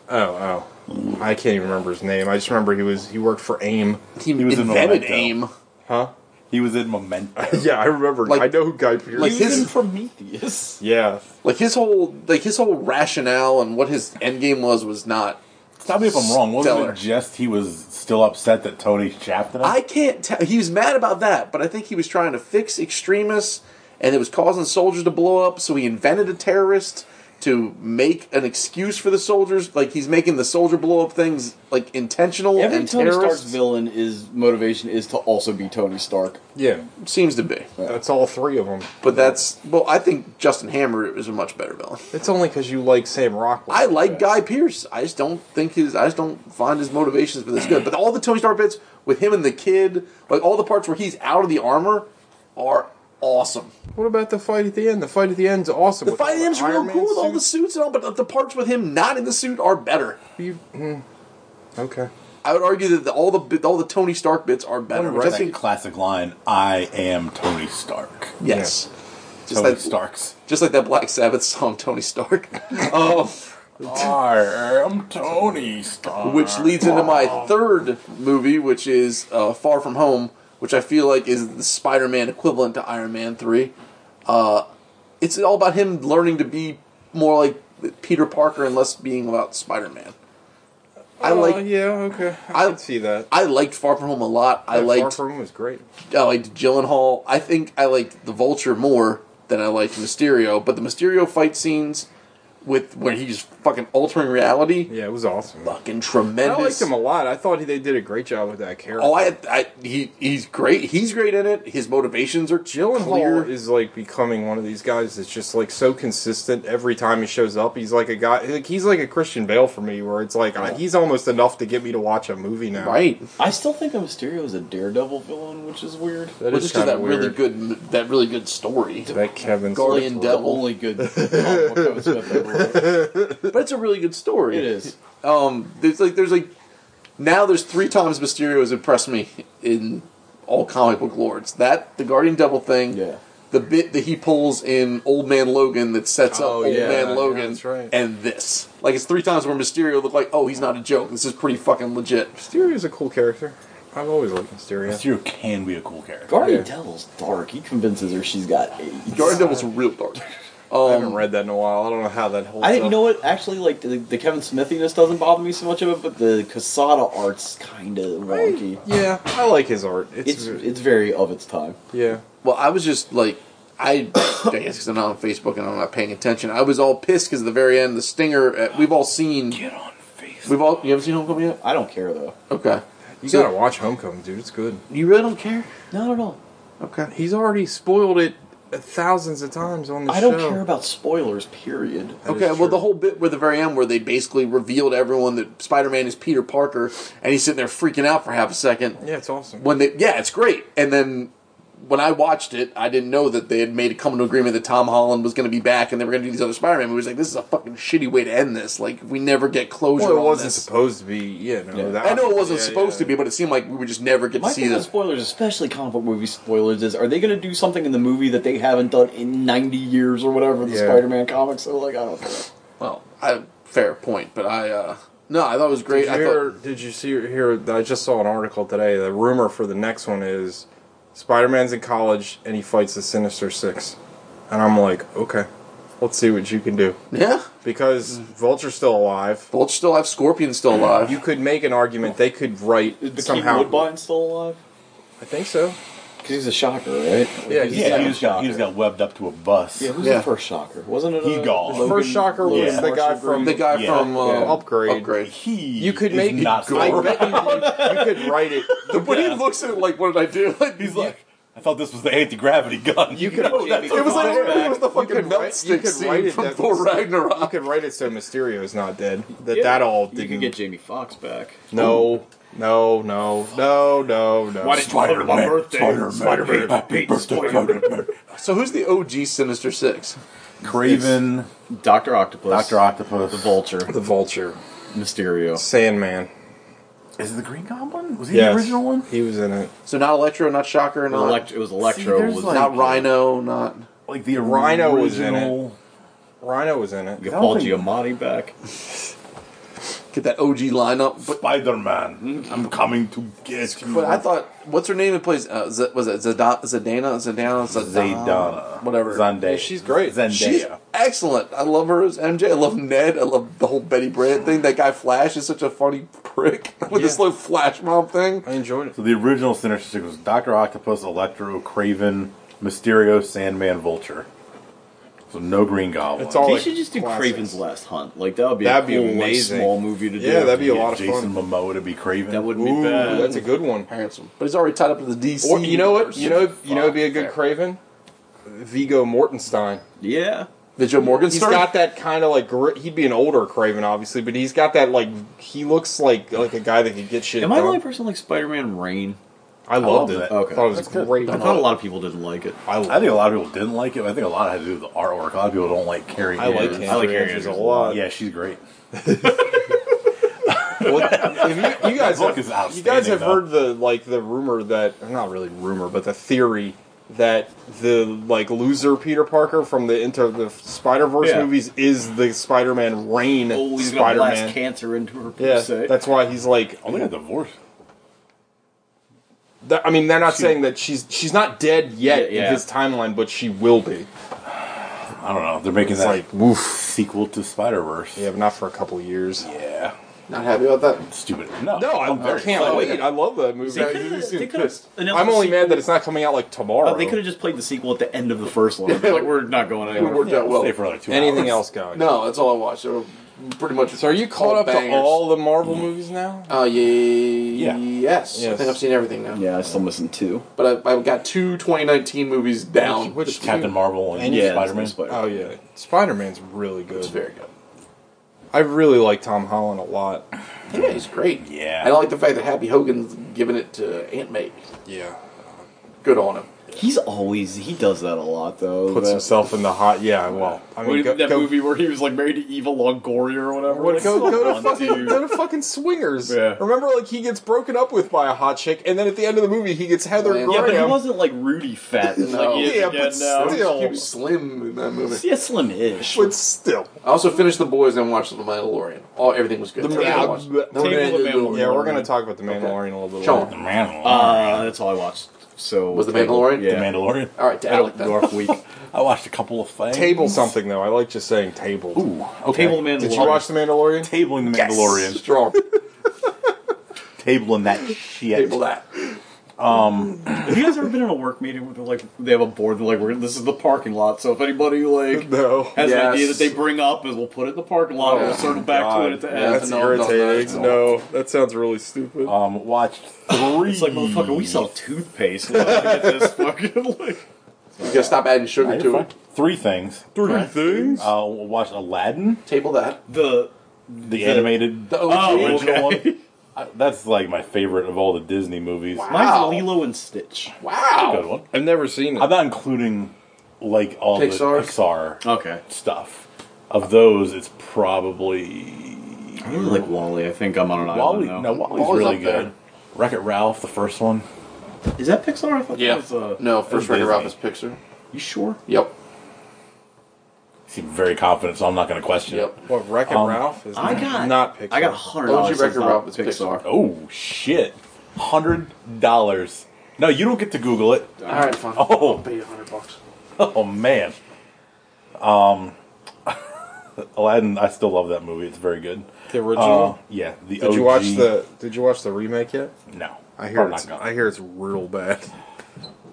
[SPEAKER 8] Oh, oh. I can't even remember his name. I just remember he was he worked for AIM. [LAUGHS]
[SPEAKER 9] He,
[SPEAKER 7] He was in
[SPEAKER 9] invented
[SPEAKER 7] Memento.
[SPEAKER 9] AIM.
[SPEAKER 8] Huh?
[SPEAKER 7] [LAUGHS] He was in Memento.
[SPEAKER 8] Yeah, I remember.
[SPEAKER 9] Like-
[SPEAKER 8] I know who Guy Pearce.
[SPEAKER 9] like
[SPEAKER 8] is.
[SPEAKER 5] He was in
[SPEAKER 9] his-
[SPEAKER 5] Prometheus.
[SPEAKER 8] yeah.
[SPEAKER 9] Like his whole like his whole rationale and what his end game was was not.
[SPEAKER 7] Tell me if I'm wrong. Wasn't
[SPEAKER 9] Stellar.
[SPEAKER 7] it just he was still upset that Tony shafted him?
[SPEAKER 9] I can't tell. He was mad about that, but I think he was trying to fix extremists, and it was causing soldiers to blow up. So he invented a terrorist to make an excuse for the soldiers. Like he's making the soldier blow up things like intentional
[SPEAKER 5] Every
[SPEAKER 9] and
[SPEAKER 5] Tony Stark's
[SPEAKER 9] terrorists
[SPEAKER 5] villain is motivation is to also be Tony Stark.
[SPEAKER 8] Yeah.
[SPEAKER 9] seems to be.
[SPEAKER 8] That's all three of them.
[SPEAKER 9] But that's well, I think Justin Hammer is a much better villain.
[SPEAKER 8] It's only because you like Sam Rockwell.
[SPEAKER 9] I like Guy Pierce. I just don't think his. I just don't find his motivations for this good. But all the Tony Stark bits with him and the kid, like all the parts where he's out of the armor, are awesome.
[SPEAKER 8] What about the fight at the end? The fight at the end's awesome.
[SPEAKER 9] The
[SPEAKER 8] with
[SPEAKER 9] fight
[SPEAKER 8] all
[SPEAKER 9] end's real
[SPEAKER 8] Iron Man
[SPEAKER 9] cool with all the
[SPEAKER 8] suits.
[SPEAKER 9] suits and all, but the, the parts with him not in the suit are better.
[SPEAKER 8] You- mm. Okay.
[SPEAKER 9] I would argue that the, all the bit- all the Tony Stark bits are better.
[SPEAKER 7] Remember
[SPEAKER 9] Which I
[SPEAKER 7] that
[SPEAKER 9] think,
[SPEAKER 7] classic line, I am Tony Stark.
[SPEAKER 9] yes, just
[SPEAKER 7] Tony
[SPEAKER 9] like
[SPEAKER 7] Stark's.
[SPEAKER 9] just like that Black Sabbath song, Tony Stark. um,
[SPEAKER 7] I am Tony Stark.
[SPEAKER 9] which leads into my third movie, which is uh, Far From Home, which I feel like is the Spider-Man equivalent to Iron Man three. Uh, it's all about him learning to be more like Peter Parker and less being about Spider-Man. I
[SPEAKER 8] Oh,
[SPEAKER 9] like
[SPEAKER 8] yeah. Okay.
[SPEAKER 9] I-
[SPEAKER 8] I, can see that.
[SPEAKER 9] I liked Far From Home a lot. I
[SPEAKER 8] That Far
[SPEAKER 9] liked
[SPEAKER 8] from Home was great.
[SPEAKER 9] I liked Gyllenhaal. I think I liked the Vulture more than I liked Mysterio, but the Mysterio fight scenes with where he's fucking altering reality,
[SPEAKER 8] Yeah, it was awesome.
[SPEAKER 9] fucking
[SPEAKER 8] I
[SPEAKER 9] tremendous.
[SPEAKER 8] liked him a lot. I thought they did a great job with that character.
[SPEAKER 9] Oh, I, I he he's great. He's great in it. His motivations are clear.
[SPEAKER 8] Gyllenhaal is like becoming one of these guys that's just like so consistent. Every time he shows up, he's like a guy. Like he's like a Christian Bale for me, where it's like uh, he's almost enough to get me to watch a movie now.
[SPEAKER 9] right.
[SPEAKER 5] I still think of Mysterio as a Daredevil villain, which is weird.
[SPEAKER 8] That
[SPEAKER 9] Well,
[SPEAKER 8] is
[SPEAKER 9] just because
[SPEAKER 8] kinda
[SPEAKER 9] that
[SPEAKER 8] weird.
[SPEAKER 9] really good that really good story.
[SPEAKER 8] That Kevin
[SPEAKER 9] Guardian
[SPEAKER 8] Smith-
[SPEAKER 5] The
[SPEAKER 9] Devil.
[SPEAKER 5] only good comic book I've spent ever read.
[SPEAKER 9] But it's a really good story.
[SPEAKER 5] It is.
[SPEAKER 9] Um, there's like there's like now there's three times Mysterio has impressed me in all comic book lords. That the Guardian Devil thing.
[SPEAKER 5] Yeah.
[SPEAKER 9] The bit that he pulls in Old Man Logan that sets up
[SPEAKER 8] Oh,
[SPEAKER 9] Old
[SPEAKER 8] yeah, yeah,
[SPEAKER 9] Man Logan
[SPEAKER 8] that's right.
[SPEAKER 9] and this. Like it's three times where Mysterio looked like, oh, he's not a joke. This is pretty fucking legit.
[SPEAKER 8] Mysterio's a cool character. I've always liked Mysterio.
[SPEAKER 7] Mysterio can be a cool character.
[SPEAKER 5] Guardian
[SPEAKER 8] Yeah.
[SPEAKER 5] Devil's dark. He convinces her she's got AIDS.
[SPEAKER 9] Guardian Devil's real dark.
[SPEAKER 8] [LAUGHS]
[SPEAKER 9] Um,
[SPEAKER 8] I haven't read that in a while. I don't know how that holds
[SPEAKER 5] I didn't
[SPEAKER 8] up.
[SPEAKER 5] know it actually. Like the, the Kevin Smithiness doesn't bother me so much of it, but the Casada art's kind of wonky.
[SPEAKER 8] Yeah, I like his art. It's,
[SPEAKER 5] It's it's very of its time.
[SPEAKER 8] yeah.
[SPEAKER 9] Well, I was just like, I, [COUGHS] I guess because I'm not on Facebook and I'm not paying attention. I was all pissed because at the very end, the stinger. At, we've all seen.
[SPEAKER 7] Get on face.
[SPEAKER 9] We've all. You haven't seen Homecoming yet?
[SPEAKER 5] I don't care though.
[SPEAKER 9] Okay.
[SPEAKER 8] You
[SPEAKER 9] So-
[SPEAKER 8] gotta watch Homecoming, dude. It's good.
[SPEAKER 9] You really don't care?
[SPEAKER 5] No, no, no.
[SPEAKER 9] Okay.
[SPEAKER 8] He's already spoiled it thousands of times on the show.
[SPEAKER 5] I don't care about spoilers. Period.
[SPEAKER 8] That is
[SPEAKER 9] Okay, well,
[SPEAKER 8] true.
[SPEAKER 9] the whole bit where the very end, where they basically revealed to everyone that Spider Man is Peter Parker, and he's sitting there freaking out for half a second.
[SPEAKER 8] Yeah, it's awesome.
[SPEAKER 9] When they, yeah, it's great. And then when I watched it, I didn't know that they had made a come to agreement that Tom Holland was going to be back and they were going to do these other Spider-Man movies. Like, this is a fucking shitty way to end this. Like, we never get closure.
[SPEAKER 8] Well, it
[SPEAKER 9] on
[SPEAKER 8] wasn't
[SPEAKER 9] this.
[SPEAKER 8] supposed to be. Yeah, no, that-
[SPEAKER 9] I know it wasn't
[SPEAKER 8] yeah,
[SPEAKER 9] supposed
[SPEAKER 8] yeah.
[SPEAKER 9] to be, but it seemed like we would just never get to
[SPEAKER 5] My
[SPEAKER 9] see
[SPEAKER 5] thing with
[SPEAKER 9] this.
[SPEAKER 5] spoilers, especially comic book movie spoilers, is are they going to do something in the movie that they haven't done in 90 years or whatever the
[SPEAKER 8] Yeah.
[SPEAKER 5] Spider-Man comics? So like, I don't care.
[SPEAKER 9] Well, I, fair point, but I uh, no, I thought it was great.
[SPEAKER 8] Did you,
[SPEAKER 9] I
[SPEAKER 8] hear,
[SPEAKER 9] thought
[SPEAKER 8] did you see hear? I just saw an article today. The rumor for the next one is Spider-Man's in college and he fights the Sinister Six, and I'm like, okay, let's see what you can do
[SPEAKER 9] yeah, Mm.
[SPEAKER 8] because Vulture's still alive.
[SPEAKER 9] Vulture's still alive, Scorpion's still alive.
[SPEAKER 8] You could make an argument they could write
[SPEAKER 5] Is the
[SPEAKER 8] somehow.
[SPEAKER 5] Keith Woodbine still alive?
[SPEAKER 8] I think so.
[SPEAKER 5] Because he's a shocker, right?
[SPEAKER 8] Yeah, he's
[SPEAKER 7] Yeah,
[SPEAKER 8] the
[SPEAKER 7] he just, got, he just got webbed up to a bus.
[SPEAKER 5] Yeah, who's
[SPEAKER 9] Yeah.
[SPEAKER 5] the first shocker? Wasn't it?
[SPEAKER 7] He
[SPEAKER 5] uh,
[SPEAKER 7] gone.
[SPEAKER 5] Logan-
[SPEAKER 8] first shocker was
[SPEAKER 7] Yeah.
[SPEAKER 8] the guy
[SPEAKER 5] Marshall
[SPEAKER 8] from
[SPEAKER 9] the guy
[SPEAKER 7] Yeah.
[SPEAKER 9] from uh,
[SPEAKER 8] Yeah. Upgrade.
[SPEAKER 9] Upgrade.
[SPEAKER 7] He
[SPEAKER 8] You could
[SPEAKER 7] is
[SPEAKER 8] make
[SPEAKER 7] not
[SPEAKER 8] I
[SPEAKER 7] Thor.
[SPEAKER 8] bet you, you could write it.
[SPEAKER 9] But he looks at it like, what did I do? [LAUGHS]
[SPEAKER 7] [LAUGHS]
[SPEAKER 9] Like,
[SPEAKER 7] He's like, I thought this was the anti gravity gun.
[SPEAKER 8] You could.
[SPEAKER 9] it was like it was the
[SPEAKER 8] You
[SPEAKER 9] fucking
[SPEAKER 8] could
[SPEAKER 9] melt
[SPEAKER 8] write- you
[SPEAKER 9] stick
[SPEAKER 8] could write
[SPEAKER 9] scene
[SPEAKER 8] it
[SPEAKER 9] from
[SPEAKER 8] that-
[SPEAKER 9] Thor
[SPEAKER 8] You
[SPEAKER 9] Ragnarok.
[SPEAKER 8] could write it so Mysterio's not dead. That
[SPEAKER 5] Yeah.
[SPEAKER 8] that all
[SPEAKER 5] You
[SPEAKER 8] didn't
[SPEAKER 5] could get Jamie Fox back.
[SPEAKER 8] No, no, no, no, no, no.
[SPEAKER 7] Spider-Man, Spider-Man, Spider-Man, happy birthday, Spider-Man.
[SPEAKER 9] So who's the OG Sinister Six?
[SPEAKER 7] Craven,
[SPEAKER 5] Doctor Octopus.
[SPEAKER 7] Doctor Octopus,
[SPEAKER 5] The Vulture.
[SPEAKER 8] The Vulture,
[SPEAKER 5] Mysterio.
[SPEAKER 8] Sandman.
[SPEAKER 7] Is it the Green Goblin? Was he
[SPEAKER 8] Yes.
[SPEAKER 7] the original one?
[SPEAKER 8] He was in it.
[SPEAKER 9] So not Electro, not Shocker,
[SPEAKER 5] It
[SPEAKER 9] not
[SPEAKER 5] was, elect- it was Electro.
[SPEAKER 7] See, there's
[SPEAKER 5] was
[SPEAKER 7] like-
[SPEAKER 9] not Rhino, not
[SPEAKER 7] Like the
[SPEAKER 8] Rhino was in it.
[SPEAKER 7] original-
[SPEAKER 8] Rhino was in it.
[SPEAKER 5] you got Paul
[SPEAKER 7] Something-
[SPEAKER 5] Giamatti back.
[SPEAKER 9] get that OG lineup. But
[SPEAKER 7] Spider-Man,
[SPEAKER 8] Mm-hmm.
[SPEAKER 7] I'm coming to get you.
[SPEAKER 9] but I thought what's her name? It plays uh, Z- was it Zada- Zadana Zadana
[SPEAKER 7] Zaydana,
[SPEAKER 9] whatever.
[SPEAKER 7] Zendaya.
[SPEAKER 8] She's great.
[SPEAKER 7] Zendaya.
[SPEAKER 9] She's excellent. I love her as MJ. I love Ned. I love the whole Betty Brant thing. That guy Flash is such a funny prick [LAUGHS] with this
[SPEAKER 8] Yeah.
[SPEAKER 9] little flash mob thing.
[SPEAKER 8] I enjoyed it.
[SPEAKER 7] so the original Sinister Six was Doctor Octopus, Electro, Craven, Mysterio, Sandman, Vulture. So no Green Goblin.
[SPEAKER 8] It's all-
[SPEAKER 5] They
[SPEAKER 8] like
[SPEAKER 5] should just do
[SPEAKER 8] classics.
[SPEAKER 5] Craven's Last Hunt. Like that would be
[SPEAKER 8] That'd
[SPEAKER 5] a
[SPEAKER 8] be
[SPEAKER 5] cool, like,
[SPEAKER 8] amazing.
[SPEAKER 5] small movie to do.
[SPEAKER 8] Yeah, that'd be a
[SPEAKER 7] Get
[SPEAKER 8] lot of
[SPEAKER 7] Jason
[SPEAKER 8] fun.
[SPEAKER 7] Momoa to be Craven.
[SPEAKER 5] That wouldn't
[SPEAKER 8] Ooh,
[SPEAKER 5] be bad.
[SPEAKER 8] that's a good one.
[SPEAKER 9] Handsome, but he's already tied up to the DC.
[SPEAKER 8] Or you know what?
[SPEAKER 9] universe.
[SPEAKER 8] You know you know it'd be a good
[SPEAKER 9] Fair.
[SPEAKER 8] Craven. Vigo Mortenstein.
[SPEAKER 5] Yeah.
[SPEAKER 9] the Joe
[SPEAKER 8] He's
[SPEAKER 9] Morgenstern.
[SPEAKER 8] got that kind of like grit. He'd be an older Craven, obviously, but he's got that like he looks like like a guy that could get shit
[SPEAKER 5] Am
[SPEAKER 8] done.
[SPEAKER 5] I the only person who likes Spider-Man Rain?
[SPEAKER 8] I loved
[SPEAKER 7] love
[SPEAKER 8] it.
[SPEAKER 7] that.
[SPEAKER 5] Okay.
[SPEAKER 8] thought it was
[SPEAKER 7] That's good.
[SPEAKER 8] great.
[SPEAKER 5] I thought a lot of people didn't like it.
[SPEAKER 8] I,
[SPEAKER 7] I think a lot of people didn't like it. but I think a lot had to do with the artwork. A lot of people don't like Carrie.
[SPEAKER 8] I like
[SPEAKER 7] Ann.
[SPEAKER 8] him.
[SPEAKER 5] I like Harry
[SPEAKER 8] Andrews a
[SPEAKER 5] Andrews a
[SPEAKER 8] lot.
[SPEAKER 7] Yeah, she's great.
[SPEAKER 5] [LAUGHS]
[SPEAKER 8] Well, if you, you guys
[SPEAKER 7] That book
[SPEAKER 8] have,
[SPEAKER 7] is
[SPEAKER 8] you guys
[SPEAKER 7] outstanding,
[SPEAKER 8] have
[SPEAKER 7] though.
[SPEAKER 8] heard the like the rumor that or not really rumor but the theory that the like loser Peter Parker from the Into the Spider Verse
[SPEAKER 5] Yeah.
[SPEAKER 8] movies is the Spider Man Rain
[SPEAKER 5] Oh, he's gonna
[SPEAKER 8] Spider
[SPEAKER 5] blast
[SPEAKER 8] Man.
[SPEAKER 5] cancer into her.
[SPEAKER 8] Yeah,
[SPEAKER 5] say.
[SPEAKER 8] that's why he's like.
[SPEAKER 7] Oh, they got divorced.
[SPEAKER 8] th- I mean, they're not
[SPEAKER 7] She-
[SPEAKER 8] saying that she's she's not dead yet
[SPEAKER 5] Yeah, yeah.
[SPEAKER 8] in his timeline, but she will be.
[SPEAKER 7] I don't know. They're making
[SPEAKER 8] It's
[SPEAKER 7] that
[SPEAKER 8] like woof.
[SPEAKER 7] sequel to Spider Verse.
[SPEAKER 8] Yeah, but not for a couple of years.
[SPEAKER 7] Yeah.
[SPEAKER 9] Not happy about that.
[SPEAKER 7] Stupid. No.
[SPEAKER 8] No,
[SPEAKER 7] I'm
[SPEAKER 8] I, I
[SPEAKER 7] Oh, very
[SPEAKER 8] can't
[SPEAKER 7] excited.
[SPEAKER 8] wait. I love that movie.
[SPEAKER 5] They could've- they could've announced
[SPEAKER 8] I'm only
[SPEAKER 5] the
[SPEAKER 8] mad that
[SPEAKER 5] sequel-
[SPEAKER 8] it's not coming out like tomorrow.
[SPEAKER 5] Uh, they could have just played the sequel at the end of the first one. Like we're not going
[SPEAKER 9] It
[SPEAKER 5] anywhere.
[SPEAKER 9] worked out well.
[SPEAKER 7] Stay for another two
[SPEAKER 8] anything
[SPEAKER 7] hours.
[SPEAKER 8] else, guys.
[SPEAKER 9] No, that's all I watched. They were pretty much.
[SPEAKER 8] So are you caught
[SPEAKER 9] all
[SPEAKER 8] up to
[SPEAKER 9] bangers.
[SPEAKER 8] all the Marvel movies now?
[SPEAKER 9] Uh, yeah,
[SPEAKER 7] Yeah.
[SPEAKER 9] Yes. I
[SPEAKER 8] Yes.
[SPEAKER 9] think I've seen everything now.
[SPEAKER 5] Yeah, I still missing two.
[SPEAKER 9] But I, I've got two 2019 movies down.
[SPEAKER 8] Which
[SPEAKER 7] Captain Marvel and
[SPEAKER 8] And yeah,
[SPEAKER 7] Spider Man.
[SPEAKER 5] Spider.
[SPEAKER 8] Oh yeah, Spider Man's really good.
[SPEAKER 9] It's very good.
[SPEAKER 8] I really like Tom Holland a lot.
[SPEAKER 9] Yeah, he's great.
[SPEAKER 7] Yeah.
[SPEAKER 9] And I like the fact that Happy Hogan's giving it to Aunt May.
[SPEAKER 8] Yeah,
[SPEAKER 9] Good on him.
[SPEAKER 5] He's always he does that a lot though.
[SPEAKER 8] puts
[SPEAKER 5] that,
[SPEAKER 8] himself in the hot. Yeah, well, I mean,
[SPEAKER 5] What,
[SPEAKER 8] go,
[SPEAKER 5] that
[SPEAKER 8] go,
[SPEAKER 5] movie where he was like married to Eva Longoria or whatever.
[SPEAKER 8] What,
[SPEAKER 5] Like,
[SPEAKER 8] go,
[SPEAKER 5] come
[SPEAKER 8] go, to
[SPEAKER 5] on,
[SPEAKER 8] fucking,
[SPEAKER 5] dude.
[SPEAKER 8] go to fucking swingers.
[SPEAKER 5] Yeah.
[SPEAKER 8] Remember, like he gets broken up with by a hot chick, and then at the end of the movie, he gets Heather
[SPEAKER 9] Yeah,
[SPEAKER 8] Graham. Oh.
[SPEAKER 5] Yeah, but he wasn't like
[SPEAKER 8] [LAUGHS]
[SPEAKER 5] Rudy fat. It's
[SPEAKER 9] No.
[SPEAKER 5] Like, he is
[SPEAKER 8] Yeah,
[SPEAKER 5] again
[SPEAKER 8] but
[SPEAKER 5] now.
[SPEAKER 8] still.
[SPEAKER 9] He was slim in that movie.
[SPEAKER 5] Yeah, slim-ish.
[SPEAKER 8] But still,
[SPEAKER 9] I also finished The Boys and watched The Mandalorian. All everything was good.
[SPEAKER 8] The
[SPEAKER 9] Everything I
[SPEAKER 8] Mandal-
[SPEAKER 9] watched.
[SPEAKER 8] the-
[SPEAKER 9] Then we're
[SPEAKER 5] Table
[SPEAKER 9] gonna
[SPEAKER 5] of
[SPEAKER 9] do-
[SPEAKER 5] Mandalorian.
[SPEAKER 8] yeah, we're gonna talk about the Mandalorian a little bit.
[SPEAKER 9] Sean.
[SPEAKER 7] The
[SPEAKER 8] later.
[SPEAKER 7] Mandalorian.
[SPEAKER 5] Uh, that's all I watched. So
[SPEAKER 9] Was The Mandalorian?
[SPEAKER 7] The
[SPEAKER 5] Yeah.
[SPEAKER 7] Mandalorian.
[SPEAKER 9] All right, to
[SPEAKER 5] Had a
[SPEAKER 9] Alec then.
[SPEAKER 5] rough week.
[SPEAKER 7] I watched a couple of things.
[SPEAKER 8] Table something though. I like just saying table.
[SPEAKER 7] Ooh. Okay.
[SPEAKER 5] Table Man.
[SPEAKER 8] Did you watch the Mandalorian?
[SPEAKER 7] Tabling the Mandalorian.
[SPEAKER 9] Strong.
[SPEAKER 7] Tabling that shit.
[SPEAKER 9] Table that.
[SPEAKER 5] Have you guys ever been in a work meeting where they're like they have a board? They're like, we're, "This is the parking lot." So if anybody
[SPEAKER 8] [LAUGHS]
[SPEAKER 5] like
[SPEAKER 8] No.
[SPEAKER 5] has an idea
[SPEAKER 9] Yes.
[SPEAKER 5] that they bring up, is we'll put it in the parking lot.
[SPEAKER 8] Oh
[SPEAKER 5] and we'll circle back to it at the
[SPEAKER 9] Yeah,
[SPEAKER 5] end.
[SPEAKER 8] That's
[SPEAKER 9] no, no, no,
[SPEAKER 8] irritating. No, that sounds really stupid.
[SPEAKER 7] Um, watched three.
[SPEAKER 5] It's like, motherfucker, we sell toothpaste. [LAUGHS] Like, look at this fucking like.
[SPEAKER 9] You gotta stop adding sugar to it.
[SPEAKER 7] Three things.
[SPEAKER 8] Three things.
[SPEAKER 7] Uh, watched Aladdin,
[SPEAKER 9] Table that.
[SPEAKER 5] The
[SPEAKER 7] the animated
[SPEAKER 9] The OG.
[SPEAKER 5] oh,
[SPEAKER 7] original
[SPEAKER 5] okay.
[SPEAKER 7] one. That's like my favorite of all the Disney movies.
[SPEAKER 5] Mine's Lilo and Stitch.
[SPEAKER 7] Good one.
[SPEAKER 8] I've never seen
[SPEAKER 7] I'm
[SPEAKER 8] it.
[SPEAKER 7] not including like all
[SPEAKER 9] Pixar?
[SPEAKER 7] the Pixar
[SPEAKER 5] Okay.
[SPEAKER 7] stuff. Of those, it's probably
[SPEAKER 5] I really like Wally. I think I'm on an
[SPEAKER 7] Wally.
[SPEAKER 5] island
[SPEAKER 7] No,
[SPEAKER 5] now.
[SPEAKER 7] Wally's
[SPEAKER 9] Wally's
[SPEAKER 7] really
[SPEAKER 9] up there.
[SPEAKER 7] good. Wreck It Ralph, the first one.
[SPEAKER 5] Is that Pixar? I thought
[SPEAKER 11] Yeah.
[SPEAKER 5] that was uh,
[SPEAKER 9] No, first
[SPEAKER 7] Disney.
[SPEAKER 9] record off is Pixar.
[SPEAKER 5] You sure?
[SPEAKER 9] Yep.
[SPEAKER 7] Seemed very confident, so I'm not going to question
[SPEAKER 9] Yep.
[SPEAKER 7] it.
[SPEAKER 8] What, Wreck It
[SPEAKER 7] Um,
[SPEAKER 8] Ralph? Is
[SPEAKER 5] I
[SPEAKER 8] not-
[SPEAKER 5] got
[SPEAKER 8] not Pixar.
[SPEAKER 5] I got a hundred
[SPEAKER 9] Oh,
[SPEAKER 5] dollars.
[SPEAKER 9] did you
[SPEAKER 5] it's not
[SPEAKER 9] record off? It's
[SPEAKER 5] Pixar.
[SPEAKER 7] Oh shit! Hundred dollars. No, you don't get to Google it.
[SPEAKER 9] All right, fine.
[SPEAKER 7] Oh.
[SPEAKER 9] I'll pay you a hundred bucks.
[SPEAKER 7] Oh man. Um, [LAUGHS] Aladdin. I still love that movie. It's very good.
[SPEAKER 8] The
[SPEAKER 7] Uh,
[SPEAKER 8] original.
[SPEAKER 7] yeah. The
[SPEAKER 8] did
[SPEAKER 7] OG.
[SPEAKER 8] you watch the Did you watch the remake yet?
[SPEAKER 7] No.
[SPEAKER 8] I hear
[SPEAKER 7] Probably
[SPEAKER 8] it's,
[SPEAKER 7] not
[SPEAKER 8] I
[SPEAKER 7] gonna.
[SPEAKER 8] hear it's real bad.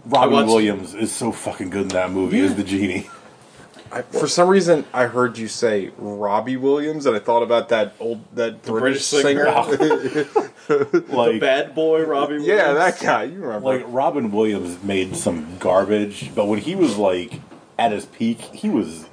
[SPEAKER 7] Robin
[SPEAKER 5] I watched-
[SPEAKER 7] Williams is so fucking good in that movie as the
[SPEAKER 8] [LAUGHS]
[SPEAKER 7] genie. [LAUGHS]
[SPEAKER 8] I, for some reason, I heard you say Robbie Williams, and I thought about that old that
[SPEAKER 5] British
[SPEAKER 8] British, singer.
[SPEAKER 7] Like
[SPEAKER 5] Bad boy Robbie.
[SPEAKER 8] yeah,
[SPEAKER 5] Williams.
[SPEAKER 8] that guy. You remember?
[SPEAKER 7] like Robin Williams made some garbage, but when he was like at his peak, he was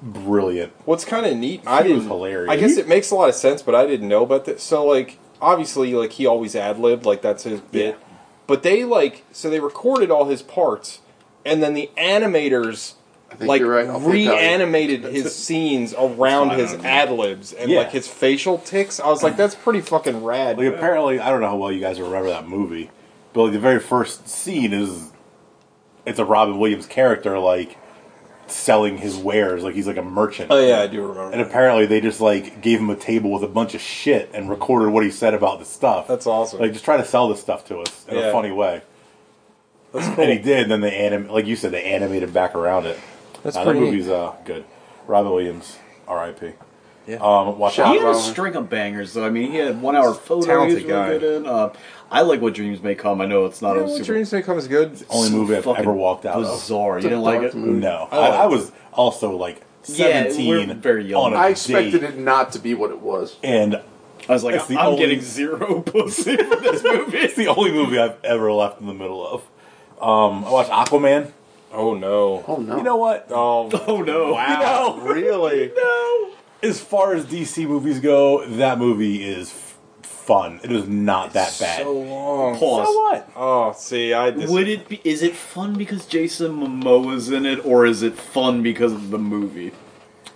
[SPEAKER 7] brilliant.
[SPEAKER 8] What's kind of neat? I
[SPEAKER 7] He
[SPEAKER 8] didn't.
[SPEAKER 7] was hilarious.
[SPEAKER 8] I guess it makes a lot of sense, but I didn't know about that. So like, obviously, like he always ad libbed, like that's his bit.
[SPEAKER 7] Yeah.
[SPEAKER 8] But they like, so they recorded all his parts, and then the animators.
[SPEAKER 9] think
[SPEAKER 8] Like
[SPEAKER 9] you're right. I'll take that.
[SPEAKER 8] reanimated his scenes around his ad libs and
[SPEAKER 7] Yeah.
[SPEAKER 8] like his facial ticks. I was like, that's pretty fucking rad.
[SPEAKER 7] Like apparently, I don't know how well you guys remember that movie, but like the very first scene is it's a Robin Williams character like selling his wares, like he's like a merchant.
[SPEAKER 8] oh yeah, I do remember.
[SPEAKER 7] And apparently, they just like gave him a table with a bunch of shit and recorded what he said about the stuff.
[SPEAKER 8] That's awesome.
[SPEAKER 7] Like just try to sell this stuff to us in a
[SPEAKER 8] Yeah.
[SPEAKER 7] funny way.
[SPEAKER 8] That's
[SPEAKER 7] And he did. And then they anim, like you said, they animated back around it.
[SPEAKER 8] That's
[SPEAKER 7] Uh, that
[SPEAKER 8] pretty neat.
[SPEAKER 7] movie's uh, good. Robin Williams, R.I.P.
[SPEAKER 8] Yeah.
[SPEAKER 7] Um, watch
[SPEAKER 9] Shout
[SPEAKER 7] out.
[SPEAKER 5] He had a
[SPEAKER 9] Robin.
[SPEAKER 5] string of bangers, though. I mean, he had one hour photo.
[SPEAKER 8] Talented
[SPEAKER 5] he was really
[SPEAKER 8] guy.
[SPEAKER 5] good in. Uh, I like what dreams may come. I know it's not
[SPEAKER 8] You know
[SPEAKER 5] a
[SPEAKER 8] what
[SPEAKER 5] super
[SPEAKER 8] Dreams May Come is good.
[SPEAKER 7] Only movie I've
[SPEAKER 5] fucking
[SPEAKER 7] ever walked out of.
[SPEAKER 5] bizarre. You didn't like it?
[SPEAKER 7] No, I,
[SPEAKER 8] I like
[SPEAKER 7] I was also like
[SPEAKER 5] Yeah, we're
[SPEAKER 7] seventeen.
[SPEAKER 5] very young.
[SPEAKER 7] On a
[SPEAKER 9] I expected
[SPEAKER 7] date,
[SPEAKER 9] it not to be what it was.
[SPEAKER 7] and [LAUGHS]
[SPEAKER 5] I was like,
[SPEAKER 7] It's the
[SPEAKER 5] I'm
[SPEAKER 7] only-
[SPEAKER 5] getting zero [LAUGHS] pussy for this
[SPEAKER 7] it's
[SPEAKER 5] movie.
[SPEAKER 7] the only movie I've ever left in the middle of. Um, I watched Aquaman.
[SPEAKER 8] Oh no!
[SPEAKER 9] Oh no!
[SPEAKER 7] You know what?
[SPEAKER 8] Oh,
[SPEAKER 7] [LAUGHS]
[SPEAKER 5] Oh no!
[SPEAKER 7] Wow.
[SPEAKER 5] [LAUGHS]
[SPEAKER 8] really?
[SPEAKER 7] As far as DC movies go, that movie is f- fun. It is not that bad.
[SPEAKER 8] So long.
[SPEAKER 5] Pause.
[SPEAKER 7] So what?
[SPEAKER 8] Oh, see, I dis-
[SPEAKER 5] Would it be? Is it fun because Jason Momoa's in it, or is it fun because of the movie?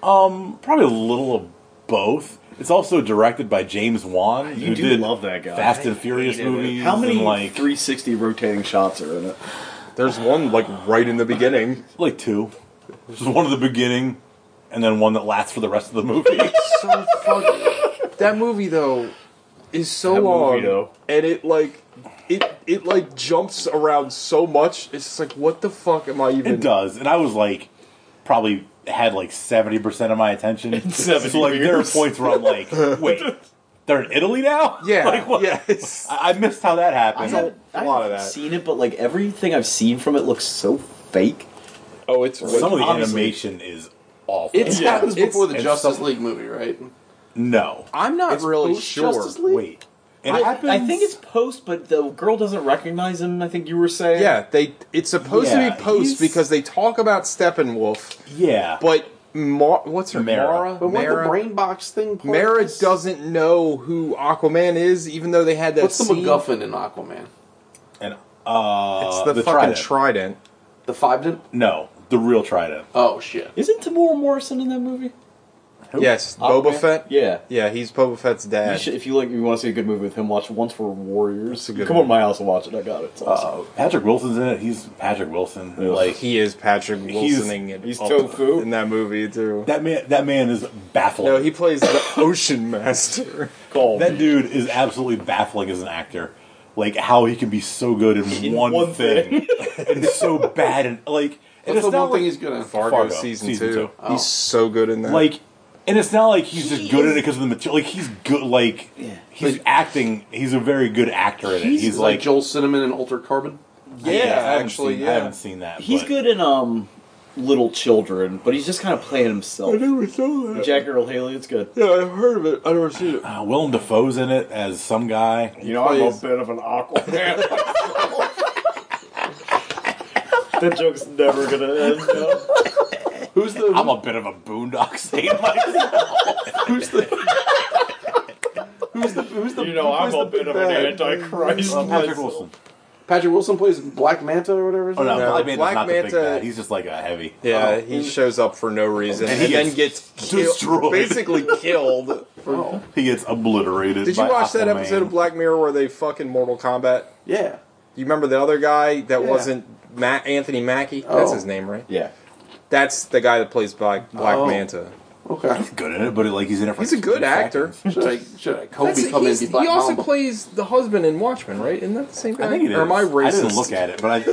[SPEAKER 7] Probably a little of both. It's also directed by James Wan.
[SPEAKER 5] You
[SPEAKER 7] who
[SPEAKER 5] do
[SPEAKER 7] did
[SPEAKER 5] love that guy.
[SPEAKER 7] Fast and
[SPEAKER 5] I
[SPEAKER 7] Furious
[SPEAKER 8] hated it.
[SPEAKER 7] movies.
[SPEAKER 5] How many
[SPEAKER 7] and, like
[SPEAKER 5] 360 rotating shots are in it?
[SPEAKER 8] There's one like right in the beginning.
[SPEAKER 7] Like two. There's one at the beginning, and then one that lasts for the rest of the movie.
[SPEAKER 5] [LAUGHS]
[SPEAKER 8] so fuck. That movie though is so
[SPEAKER 5] That movie,
[SPEAKER 8] long,
[SPEAKER 5] though.
[SPEAKER 8] and it like it it like jumps around so much. It's just like, what the fuck am I even?
[SPEAKER 7] it does, and I was like, probably had like seventy percent of my [LAUGHS] attention. so
[SPEAKER 5] 70
[SPEAKER 7] like there are
[SPEAKER 5] years.
[SPEAKER 7] points where I'm like, wait, they're in Italy now? [LAUGHS]
[SPEAKER 8] Yeah,
[SPEAKER 7] like what?
[SPEAKER 8] yeah.
[SPEAKER 7] I, I missed how that happened.
[SPEAKER 8] a lot of
[SPEAKER 5] haven't
[SPEAKER 8] that.
[SPEAKER 5] Seen it, but like everything I've seen from it looks so fake.
[SPEAKER 8] oh, it's
[SPEAKER 7] Some of the
[SPEAKER 8] obviously-
[SPEAKER 7] animation is awful.
[SPEAKER 9] It happens
[SPEAKER 8] it's-
[SPEAKER 9] before the
[SPEAKER 7] it's
[SPEAKER 9] Justice
[SPEAKER 7] some-
[SPEAKER 9] League movie, right?
[SPEAKER 7] no,
[SPEAKER 8] I'm not
[SPEAKER 9] It's
[SPEAKER 8] really
[SPEAKER 9] post
[SPEAKER 8] sure.
[SPEAKER 9] Justice League?
[SPEAKER 7] wait. It happens.
[SPEAKER 5] I think it's post, but the girl doesn't recognize him. I think you were saying.
[SPEAKER 8] Yeah, they. It's supposed
[SPEAKER 7] Yeah,
[SPEAKER 8] to be post
[SPEAKER 7] he's-
[SPEAKER 8] because they talk about Steppenwolf,
[SPEAKER 7] yeah,
[SPEAKER 8] but Mar- what's her
[SPEAKER 7] Mara.
[SPEAKER 8] Mara?
[SPEAKER 9] But when the
[SPEAKER 8] Mara?
[SPEAKER 9] brain box thing, part
[SPEAKER 8] Mara
[SPEAKER 9] is-
[SPEAKER 8] doesn't know who Aquaman is, even though they had that.
[SPEAKER 9] What's the
[SPEAKER 8] scene.
[SPEAKER 9] MacGuffin in Aquaman?
[SPEAKER 7] and uh,
[SPEAKER 8] It's the, fucking
[SPEAKER 7] trident.
[SPEAKER 8] trident.
[SPEAKER 9] The five didn't.
[SPEAKER 7] no, the real trident.
[SPEAKER 9] Oh shit!
[SPEAKER 5] Isn't Tamora Morrison in that movie?
[SPEAKER 8] Yes, Boba
[SPEAKER 5] Aquaman?
[SPEAKER 8] Fett.
[SPEAKER 5] Yeah.
[SPEAKER 8] yeah, he's Boba Fett's
[SPEAKER 5] You
[SPEAKER 8] dad.
[SPEAKER 5] should, if you like, you want to see a good movie with him, watch Once for Warriors.
[SPEAKER 8] a good
[SPEAKER 5] Come
[SPEAKER 8] one.
[SPEAKER 5] over to my house and watch it. I got it. It's awesome.
[SPEAKER 7] Uh, Patrick Wilson's in it. He's Patrick Wilson. Like
[SPEAKER 8] he is Patrick Wilsoning it.
[SPEAKER 5] he's
[SPEAKER 8] up
[SPEAKER 5] tofu.
[SPEAKER 8] in that movie too.
[SPEAKER 7] that man. That man is baffling.
[SPEAKER 8] No, he plays the [LAUGHS] Ocean Master.
[SPEAKER 5] Called
[SPEAKER 7] that dude is absolutely baffling as an actor. Like how he can be so good in,
[SPEAKER 5] In
[SPEAKER 7] one,
[SPEAKER 5] one
[SPEAKER 7] thing, [LAUGHS] and so bad and like. And
[SPEAKER 9] What's the
[SPEAKER 7] not
[SPEAKER 9] one
[SPEAKER 7] like,
[SPEAKER 9] thing he's good at?
[SPEAKER 8] Fargo,
[SPEAKER 7] Fargo,
[SPEAKER 8] season,
[SPEAKER 7] season
[SPEAKER 8] two.
[SPEAKER 7] two.
[SPEAKER 9] Oh.
[SPEAKER 8] He's so good in that.
[SPEAKER 7] like and it's not like he's just good at it because of the material like he's good like he's acting he's a very good actor in it he's,
[SPEAKER 9] He's like,
[SPEAKER 7] like,
[SPEAKER 9] Joel Cinnamon and Altered Carbon.
[SPEAKER 7] I
[SPEAKER 8] yeah,
[SPEAKER 7] guess. I haven't
[SPEAKER 8] actually,
[SPEAKER 7] seen,
[SPEAKER 8] yeah.
[SPEAKER 7] I haven't seen that
[SPEAKER 5] He's
[SPEAKER 7] but-
[SPEAKER 5] good in um Little Children, but he's just kind of playing himself.
[SPEAKER 8] never saw that.
[SPEAKER 5] Jack Earl Haley, it's good.
[SPEAKER 8] Yeah, I've heard of it. I never seen it.
[SPEAKER 7] uh, Willem Dafoe's in it as some guy
[SPEAKER 5] You know, I'm
[SPEAKER 8] Please.
[SPEAKER 5] a bit of an Aquaman. that joke's never gonna end. No.
[SPEAKER 9] Who's the
[SPEAKER 7] I'm a [LAUGHS] bit of a boondock saint myself
[SPEAKER 9] who's the who's the who's the
[SPEAKER 5] You know,
[SPEAKER 9] who plays
[SPEAKER 5] I'm
[SPEAKER 9] the
[SPEAKER 5] a bit
[SPEAKER 9] big
[SPEAKER 5] of an
[SPEAKER 9] bad?
[SPEAKER 5] antichrist.
[SPEAKER 7] Uh, Patrick Wilson.
[SPEAKER 9] Patrick Wilson plays Black Manta or whatever. his
[SPEAKER 7] Oh no,
[SPEAKER 9] name is?
[SPEAKER 7] Black Manta's
[SPEAKER 8] Black
[SPEAKER 7] not the big
[SPEAKER 8] Manta-
[SPEAKER 7] bad. He's just like a heavy.
[SPEAKER 8] Yeah,
[SPEAKER 7] Oh.
[SPEAKER 8] he shows up for no reason and,
[SPEAKER 7] And he
[SPEAKER 8] then gets kill-
[SPEAKER 7] destroyed.
[SPEAKER 8] basically killed.
[SPEAKER 7] He gets obliterated.
[SPEAKER 8] [LAUGHS] Did you
[SPEAKER 7] by
[SPEAKER 8] watch that
[SPEAKER 7] Aquaman.
[SPEAKER 8] episode of Black Mirror where they fucking Mortal Kombat?
[SPEAKER 9] Yeah.
[SPEAKER 8] You remember the other guy that
[SPEAKER 9] Yeah.
[SPEAKER 8] wasn't Ma- Anthony Mackie? That's
[SPEAKER 9] Oh.
[SPEAKER 8] his name, right?
[SPEAKER 12] Yeah.
[SPEAKER 8] That's the guy that plays Black Black
[SPEAKER 9] Oh.
[SPEAKER 8] Manta.
[SPEAKER 9] Okay.
[SPEAKER 7] Good in it, but like he's in it. For
[SPEAKER 8] He's a good
[SPEAKER 7] two
[SPEAKER 8] actor.
[SPEAKER 7] seconds.
[SPEAKER 9] [LAUGHS] Should I should I Kobe
[SPEAKER 8] That's-
[SPEAKER 9] come in
[SPEAKER 8] he's-
[SPEAKER 9] and be Black
[SPEAKER 8] he also
[SPEAKER 9] Mamba?
[SPEAKER 8] plays the husband in Watchmen, right? Isn't that the same guy?
[SPEAKER 7] I think it is.
[SPEAKER 8] Or am I racist?
[SPEAKER 7] I didn't look at it, but I.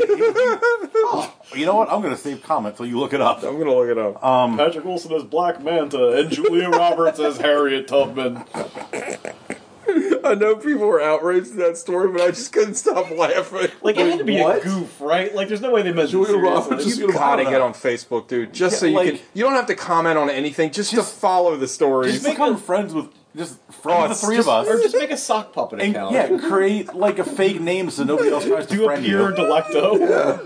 [SPEAKER 7] [LAUGHS] Oh, you know what? I'm going to save comment till you look it Uh, up. Um,
[SPEAKER 8] I'm gonna look it up.
[SPEAKER 5] Patrick Wilson as Black Manta and Julia Roberts as Harriet Tubman.
[SPEAKER 8] I know people were outraged at that story, but I just couldn't stop laughing.
[SPEAKER 5] Like it had to be a
[SPEAKER 9] what?
[SPEAKER 5] goof, right? Like there's no way they meant
[SPEAKER 9] Julia
[SPEAKER 5] seriously.
[SPEAKER 9] Roberts is
[SPEAKER 8] You
[SPEAKER 9] gonna
[SPEAKER 8] gotta
[SPEAKER 9] comment
[SPEAKER 8] get
[SPEAKER 9] on
[SPEAKER 8] on Facebook, dude. Just
[SPEAKER 7] Yeah,
[SPEAKER 8] so you
[SPEAKER 7] like-
[SPEAKER 8] can. You don't have to comment on anything. Just, to follow the
[SPEAKER 7] [LAUGHS]
[SPEAKER 8] stories.
[SPEAKER 7] Just become friends with Oh, just friends with the three
[SPEAKER 5] Just-
[SPEAKER 7] of us.
[SPEAKER 5] or just make a sock puppet
[SPEAKER 7] and
[SPEAKER 5] account.
[SPEAKER 7] yeah, create like a fake name so nobody else tries to
[SPEAKER 5] do a
[SPEAKER 7] friend
[SPEAKER 5] pure
[SPEAKER 7] you.
[SPEAKER 5] delecto.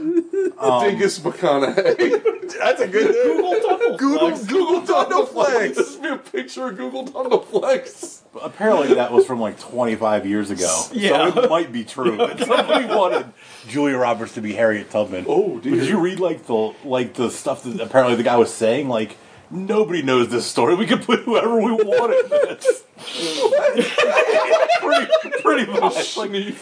[SPEAKER 9] Dingus McConaughey.
[SPEAKER 8] That's a good
[SPEAKER 5] Google double
[SPEAKER 8] Google
[SPEAKER 5] flex.
[SPEAKER 8] Google Thunderflex.
[SPEAKER 9] Just be a picture of Google Thunderflex.
[SPEAKER 7] Apparently, that was from like 25 years [LAUGHS] ago.
[SPEAKER 5] Yeah.
[SPEAKER 7] so it might be true. But [LAUGHS] somebody wanted Julia Roberts to be Harriet Tubman.
[SPEAKER 9] Oh, dear.
[SPEAKER 7] But Did you read like the like the stuff that apparently the guy was saying? Like nobody knows this story. We could put whoever we wanted. in this. [LAUGHS] pretty, pretty much. Like, dude,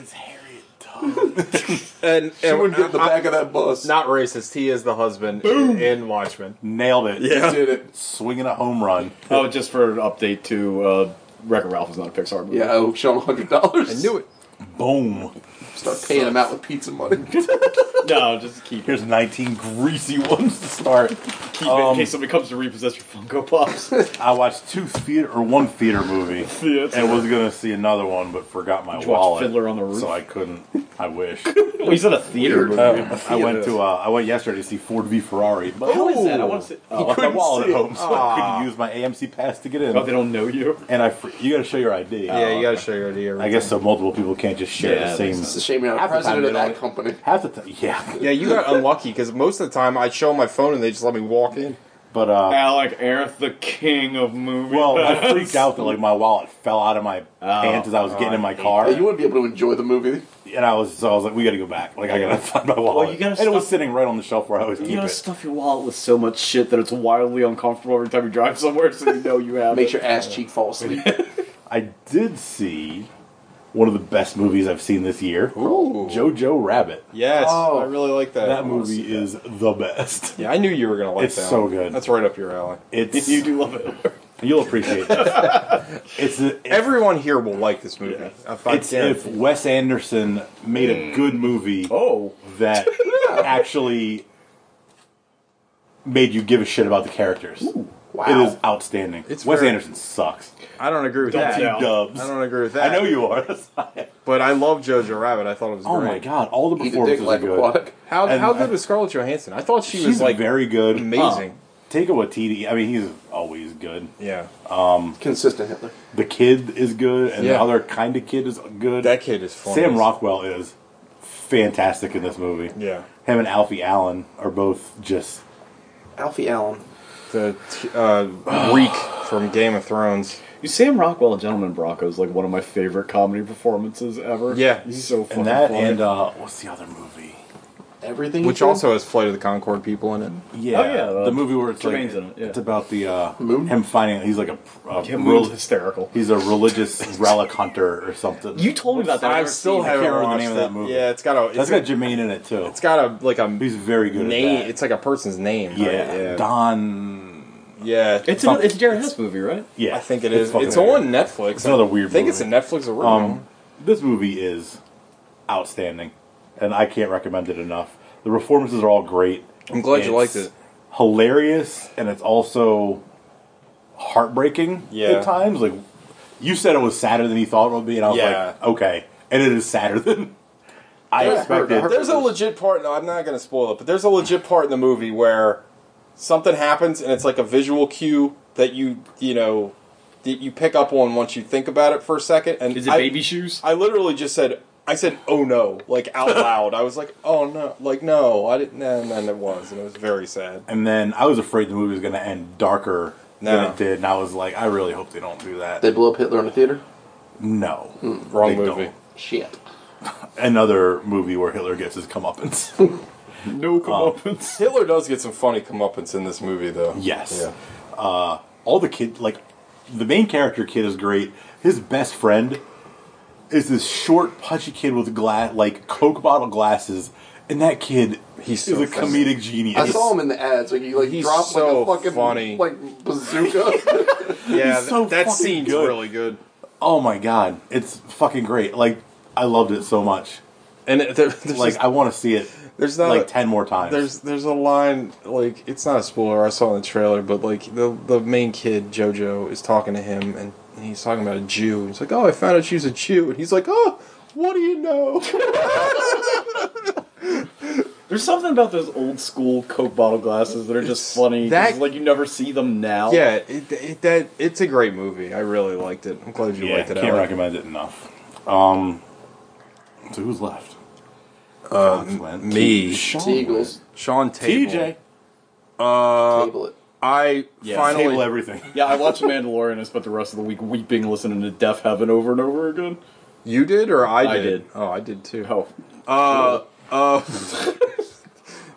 [SPEAKER 7] it's Harriet Tubman.
[SPEAKER 8] [LAUGHS] And,
[SPEAKER 9] She
[SPEAKER 8] and
[SPEAKER 9] wouldn't get in the
[SPEAKER 8] I-
[SPEAKER 9] back of that bus.
[SPEAKER 8] Not racist. He is the husband in, in Watchmen.
[SPEAKER 7] Nailed it.
[SPEAKER 9] She did it.
[SPEAKER 7] Swinging a home run.
[SPEAKER 12] Oh, just for an update to uh, Wreck Ralph is not a Pixar movie.
[SPEAKER 9] Yeah, I owe Sean hundred dollars.
[SPEAKER 8] I knew it.
[SPEAKER 7] Boom.
[SPEAKER 9] Start paying him out with pizza money.
[SPEAKER 5] [LAUGHS]
[SPEAKER 9] [LAUGHS]
[SPEAKER 5] No, just keep it.
[SPEAKER 7] Here's 19 greasy ones to start.
[SPEAKER 5] Keep it
[SPEAKER 7] Um,
[SPEAKER 5] in case somebody comes to repossess your Funko
[SPEAKER 7] [LAUGHS]
[SPEAKER 5] Pops.
[SPEAKER 7] I watched two theater or one theater
[SPEAKER 5] [LAUGHS]
[SPEAKER 7] movie.
[SPEAKER 5] Theater.
[SPEAKER 7] And was gonna see another one, but forgot my
[SPEAKER 5] you watch
[SPEAKER 7] wallet.
[SPEAKER 5] Fiddler on the Roof?
[SPEAKER 7] So I couldn't. I wish.
[SPEAKER 5] [LAUGHS] well, he's in a theater movie.
[SPEAKER 7] Uh, I went to. Uh, I went yesterday to see Ford v Ferrari, but
[SPEAKER 5] How is that? I want to say.
[SPEAKER 7] I
[SPEAKER 5] Oh,
[SPEAKER 7] left my wallet
[SPEAKER 9] see
[SPEAKER 7] at
[SPEAKER 9] it.
[SPEAKER 7] home, so
[SPEAKER 5] Ah.
[SPEAKER 7] I couldn't use my AMC pass to get in.
[SPEAKER 5] oh, they don't know you.
[SPEAKER 7] and I, fr- you got to show your ID.
[SPEAKER 8] Yeah, you gotta show your idea.
[SPEAKER 7] I guess so. Multiple people can't just share
[SPEAKER 5] Yeah,
[SPEAKER 7] the
[SPEAKER 5] that
[SPEAKER 7] same.
[SPEAKER 5] makes
[SPEAKER 9] It's a shame you're not
[SPEAKER 7] Half the time
[SPEAKER 9] president
[SPEAKER 7] they
[SPEAKER 9] of that
[SPEAKER 7] don't-
[SPEAKER 9] company.
[SPEAKER 7] Half the time, yeah.
[SPEAKER 8] Yeah, you got unlucky because most of the time I'd show 'em my phone and they just let me walk in.
[SPEAKER 7] But uh,
[SPEAKER 5] Alec Erith, the king of movies.
[SPEAKER 7] well,
[SPEAKER 5] [LAUGHS]
[SPEAKER 7] I freaked out that like my wallet fell out of my
[SPEAKER 5] Oh,
[SPEAKER 7] pants as I was getting in my car,
[SPEAKER 9] Yeah, you wouldn't be able to enjoy the movie.
[SPEAKER 7] and I was so I was like, we got to go back. Like I got to [LAUGHS] find my wallet.
[SPEAKER 5] Well, you gotta
[SPEAKER 7] and it was
[SPEAKER 5] stop-
[SPEAKER 7] sitting right on the shelf where I always keep
[SPEAKER 5] You know,
[SPEAKER 7] it.
[SPEAKER 5] stuff your wallet with so much shit that it's wildly uncomfortable every time you drive somewhere, so you know
[SPEAKER 7] [LAUGHS]
[SPEAKER 5] you have
[SPEAKER 9] Makes
[SPEAKER 5] it.
[SPEAKER 9] your ass cheek fall asleep. [LAUGHS]
[SPEAKER 7] I did see one of the best movies I've seen this year.
[SPEAKER 8] Ooh.
[SPEAKER 7] Jojo Rabbit.
[SPEAKER 8] Yes,
[SPEAKER 9] Oh.
[SPEAKER 8] I really like that.
[SPEAKER 7] That movie is the best.
[SPEAKER 8] Yeah, I knew you were gonna like
[SPEAKER 7] It's
[SPEAKER 8] that.
[SPEAKER 7] so
[SPEAKER 8] one.
[SPEAKER 7] good.
[SPEAKER 8] That's right up your alley.
[SPEAKER 7] [LAUGHS]
[SPEAKER 8] [LAUGHS]
[SPEAKER 7] It's
[SPEAKER 5] You do love it.
[SPEAKER 7] you'll appreciate this. it's a, it's,
[SPEAKER 8] Everyone here will like this movie. If I
[SPEAKER 7] it's if
[SPEAKER 8] guarantee.
[SPEAKER 7] Wes Anderson made a good movie
[SPEAKER 5] Oh.
[SPEAKER 7] that actually made you give a shit about the characters. It is outstanding.
[SPEAKER 8] It's
[SPEAKER 7] Wes
[SPEAKER 8] very-
[SPEAKER 7] Anderson sucks.
[SPEAKER 8] I don't agree with
[SPEAKER 5] Don't
[SPEAKER 8] that.
[SPEAKER 5] you
[SPEAKER 7] He dubs.
[SPEAKER 8] I don't agree with
[SPEAKER 7] I
[SPEAKER 8] that.
[SPEAKER 7] know you are. That's not-
[SPEAKER 8] But I love Jojo Rabbit. I thought it was
[SPEAKER 7] oh
[SPEAKER 8] great.
[SPEAKER 7] my god! All the
[SPEAKER 9] Eat a dick
[SPEAKER 7] performances are
[SPEAKER 9] like
[SPEAKER 7] good.
[SPEAKER 9] [LAUGHS] aquatic.
[SPEAKER 8] How,
[SPEAKER 7] And
[SPEAKER 8] how
[SPEAKER 7] I-
[SPEAKER 8] good was Scarlett Johansson? I thought she
[SPEAKER 7] She's
[SPEAKER 8] was like
[SPEAKER 7] very good.
[SPEAKER 8] amazing.
[SPEAKER 7] Take a Watiti. I mean, he's always good.
[SPEAKER 8] Yeah,
[SPEAKER 9] Consistent Hitler.
[SPEAKER 7] The kid is good, and the
[SPEAKER 8] Yeah.
[SPEAKER 7] other kind of kid is good.
[SPEAKER 8] that kid is funny.
[SPEAKER 7] Sam Rockwell is fantastic in this movie.
[SPEAKER 8] Yeah,
[SPEAKER 7] Him and Alfie Allen are both just
[SPEAKER 9] Alfie Allen.
[SPEAKER 8] the t- uh, Reek from Game of Thrones.
[SPEAKER 12] You Sam Rockwell and Gentleman Bracco is like one of my favorite comedy performances ever.
[SPEAKER 8] Yeah.
[SPEAKER 12] he's so fucking
[SPEAKER 7] and that
[SPEAKER 12] funny.
[SPEAKER 7] and uh, what's the other movie?
[SPEAKER 9] Everything.
[SPEAKER 8] Which
[SPEAKER 9] you do?
[SPEAKER 8] also has Flight of the Concord people in it.
[SPEAKER 7] Yeah,
[SPEAKER 12] Oh, yeah,
[SPEAKER 7] the,
[SPEAKER 12] uh,
[SPEAKER 7] movie where it's
[SPEAKER 12] Jermaine's
[SPEAKER 7] like
[SPEAKER 12] in it, yeah.
[SPEAKER 7] it's about the uh,
[SPEAKER 9] Moon?
[SPEAKER 7] him finding he's like a, a
[SPEAKER 12] Him
[SPEAKER 7] rel-
[SPEAKER 12] was hysterical.
[SPEAKER 7] he's a religious relic hunter or something.
[SPEAKER 12] You told me about that.
[SPEAKER 8] I
[SPEAKER 12] I've
[SPEAKER 8] still
[SPEAKER 12] never seen
[SPEAKER 8] haven't
[SPEAKER 7] can't remember
[SPEAKER 8] watched
[SPEAKER 7] the name of
[SPEAKER 8] it.
[SPEAKER 7] that movie.
[SPEAKER 8] Yeah, it's got a. It's,
[SPEAKER 7] that's
[SPEAKER 8] a,
[SPEAKER 7] got Jermaine in it too.
[SPEAKER 8] it's got a like a
[SPEAKER 7] he's very good.
[SPEAKER 8] name.
[SPEAKER 7] at that.
[SPEAKER 8] It's like a person's name. right?
[SPEAKER 7] yeah, Don.
[SPEAKER 8] yeah,
[SPEAKER 12] it. It's an, it's a Jared Hess movie, right?
[SPEAKER 7] Yeah,
[SPEAKER 8] I think it is. It's,
[SPEAKER 7] fucking weird.
[SPEAKER 8] on Netflix.
[SPEAKER 7] It's another weird
[SPEAKER 8] I think
[SPEAKER 7] movie.
[SPEAKER 8] it's a Netflix original.
[SPEAKER 7] Um, this movie is outstanding, and I can't recommend it enough. The performances are all great.
[SPEAKER 8] I'm glad you liked
[SPEAKER 7] It's
[SPEAKER 8] it.
[SPEAKER 7] Hilarious, and it's also heartbreaking
[SPEAKER 8] Yeah.
[SPEAKER 7] at times. Like you said, it was sadder than you thought it would be, and I was
[SPEAKER 8] Yeah.
[SPEAKER 7] like, okay, and it is sadder than
[SPEAKER 8] [LAUGHS]
[SPEAKER 7] I
[SPEAKER 9] Yeah.
[SPEAKER 7] expected.
[SPEAKER 9] Heard- heard-
[SPEAKER 8] There's a legit part. No, I'm not going to spoil it, but there's a legit part in the movie where something happens and it's like a visual cue that you you know that you pick up on once you think about it for a second. And
[SPEAKER 12] Is it
[SPEAKER 8] I,
[SPEAKER 12] Baby Shoes?
[SPEAKER 8] I literally just said I said oh no like
[SPEAKER 12] [LAUGHS]
[SPEAKER 8] out loud. I was like oh no like no I didn't and then it was and it was very sad.
[SPEAKER 7] And then I was afraid the movie was going to end darker
[SPEAKER 8] No.
[SPEAKER 7] than it did, and I was like, I really hope they don't do that.
[SPEAKER 9] They blew up Hitler in the theater.
[SPEAKER 7] No. They
[SPEAKER 8] wrong movie.
[SPEAKER 7] don't.
[SPEAKER 9] Shit.
[SPEAKER 7] Another movie where Hitler gets his comeuppance.
[SPEAKER 8] [LAUGHS] No comeuppance. Hitler does get some funny comeuppance in this movie, though.
[SPEAKER 7] Yes.
[SPEAKER 8] Yeah.
[SPEAKER 7] Uh, all the kid, like the main character kid, is great. His best friend is this short, pudgy kid with glass, like Coke bottle glasses, and that kid he's
[SPEAKER 8] so
[SPEAKER 7] is a
[SPEAKER 8] funny.
[SPEAKER 7] comedic genius.
[SPEAKER 9] I saw him in the ads. Like he like
[SPEAKER 8] He's
[SPEAKER 9] dropped
[SPEAKER 8] so
[SPEAKER 9] like a fucking
[SPEAKER 8] funny.
[SPEAKER 9] like [LAUGHS] bazooka.
[SPEAKER 8] Yeah,
[SPEAKER 7] He's so
[SPEAKER 8] th- that
[SPEAKER 7] fucking
[SPEAKER 8] scene's
[SPEAKER 7] good.
[SPEAKER 8] really good.
[SPEAKER 7] Oh my god, it's fucking great! Like I loved it so much.
[SPEAKER 8] And it- there, there's
[SPEAKER 7] Like
[SPEAKER 8] just-
[SPEAKER 7] I want to see it.
[SPEAKER 8] There's not
[SPEAKER 7] like
[SPEAKER 8] a-
[SPEAKER 7] ten more times.
[SPEAKER 8] There's there's a line like it's not a spoiler. I saw it in the trailer, but like the the main kid Jojo is talking to him, and he's talking about a Jew. And he's like, "Oh, I found out she's a Jew," and he's like, "Oh, what do
[SPEAKER 7] [LAUGHS]
[SPEAKER 8] you know?"
[SPEAKER 5] There's something about those old school Coke bottle glasses that are just funny.
[SPEAKER 8] that-
[SPEAKER 5] 'cause, like you never see them now.
[SPEAKER 8] yeah, it, it, that it's a great movie. I really liked it. I'm glad you
[SPEAKER 7] yeah,
[SPEAKER 8] liked it.
[SPEAKER 7] can't
[SPEAKER 8] Alec.
[SPEAKER 7] recommend it enough. Um, so who's left? Fox went.
[SPEAKER 8] Uh, me.
[SPEAKER 7] Sean went.
[SPEAKER 9] Eagles.
[SPEAKER 8] Sean Table.
[SPEAKER 7] TJ.
[SPEAKER 8] Uh,
[SPEAKER 9] Table it.
[SPEAKER 8] I finally
[SPEAKER 7] Table everything.
[SPEAKER 5] Yeah, I watched The Mandalorian. I spent the rest of the week weeping, listening to Deaf Heaven over and over again.
[SPEAKER 8] you did or I did?
[SPEAKER 5] I did.
[SPEAKER 8] Oh, I did too.
[SPEAKER 5] Oh,
[SPEAKER 8] Uh, uh,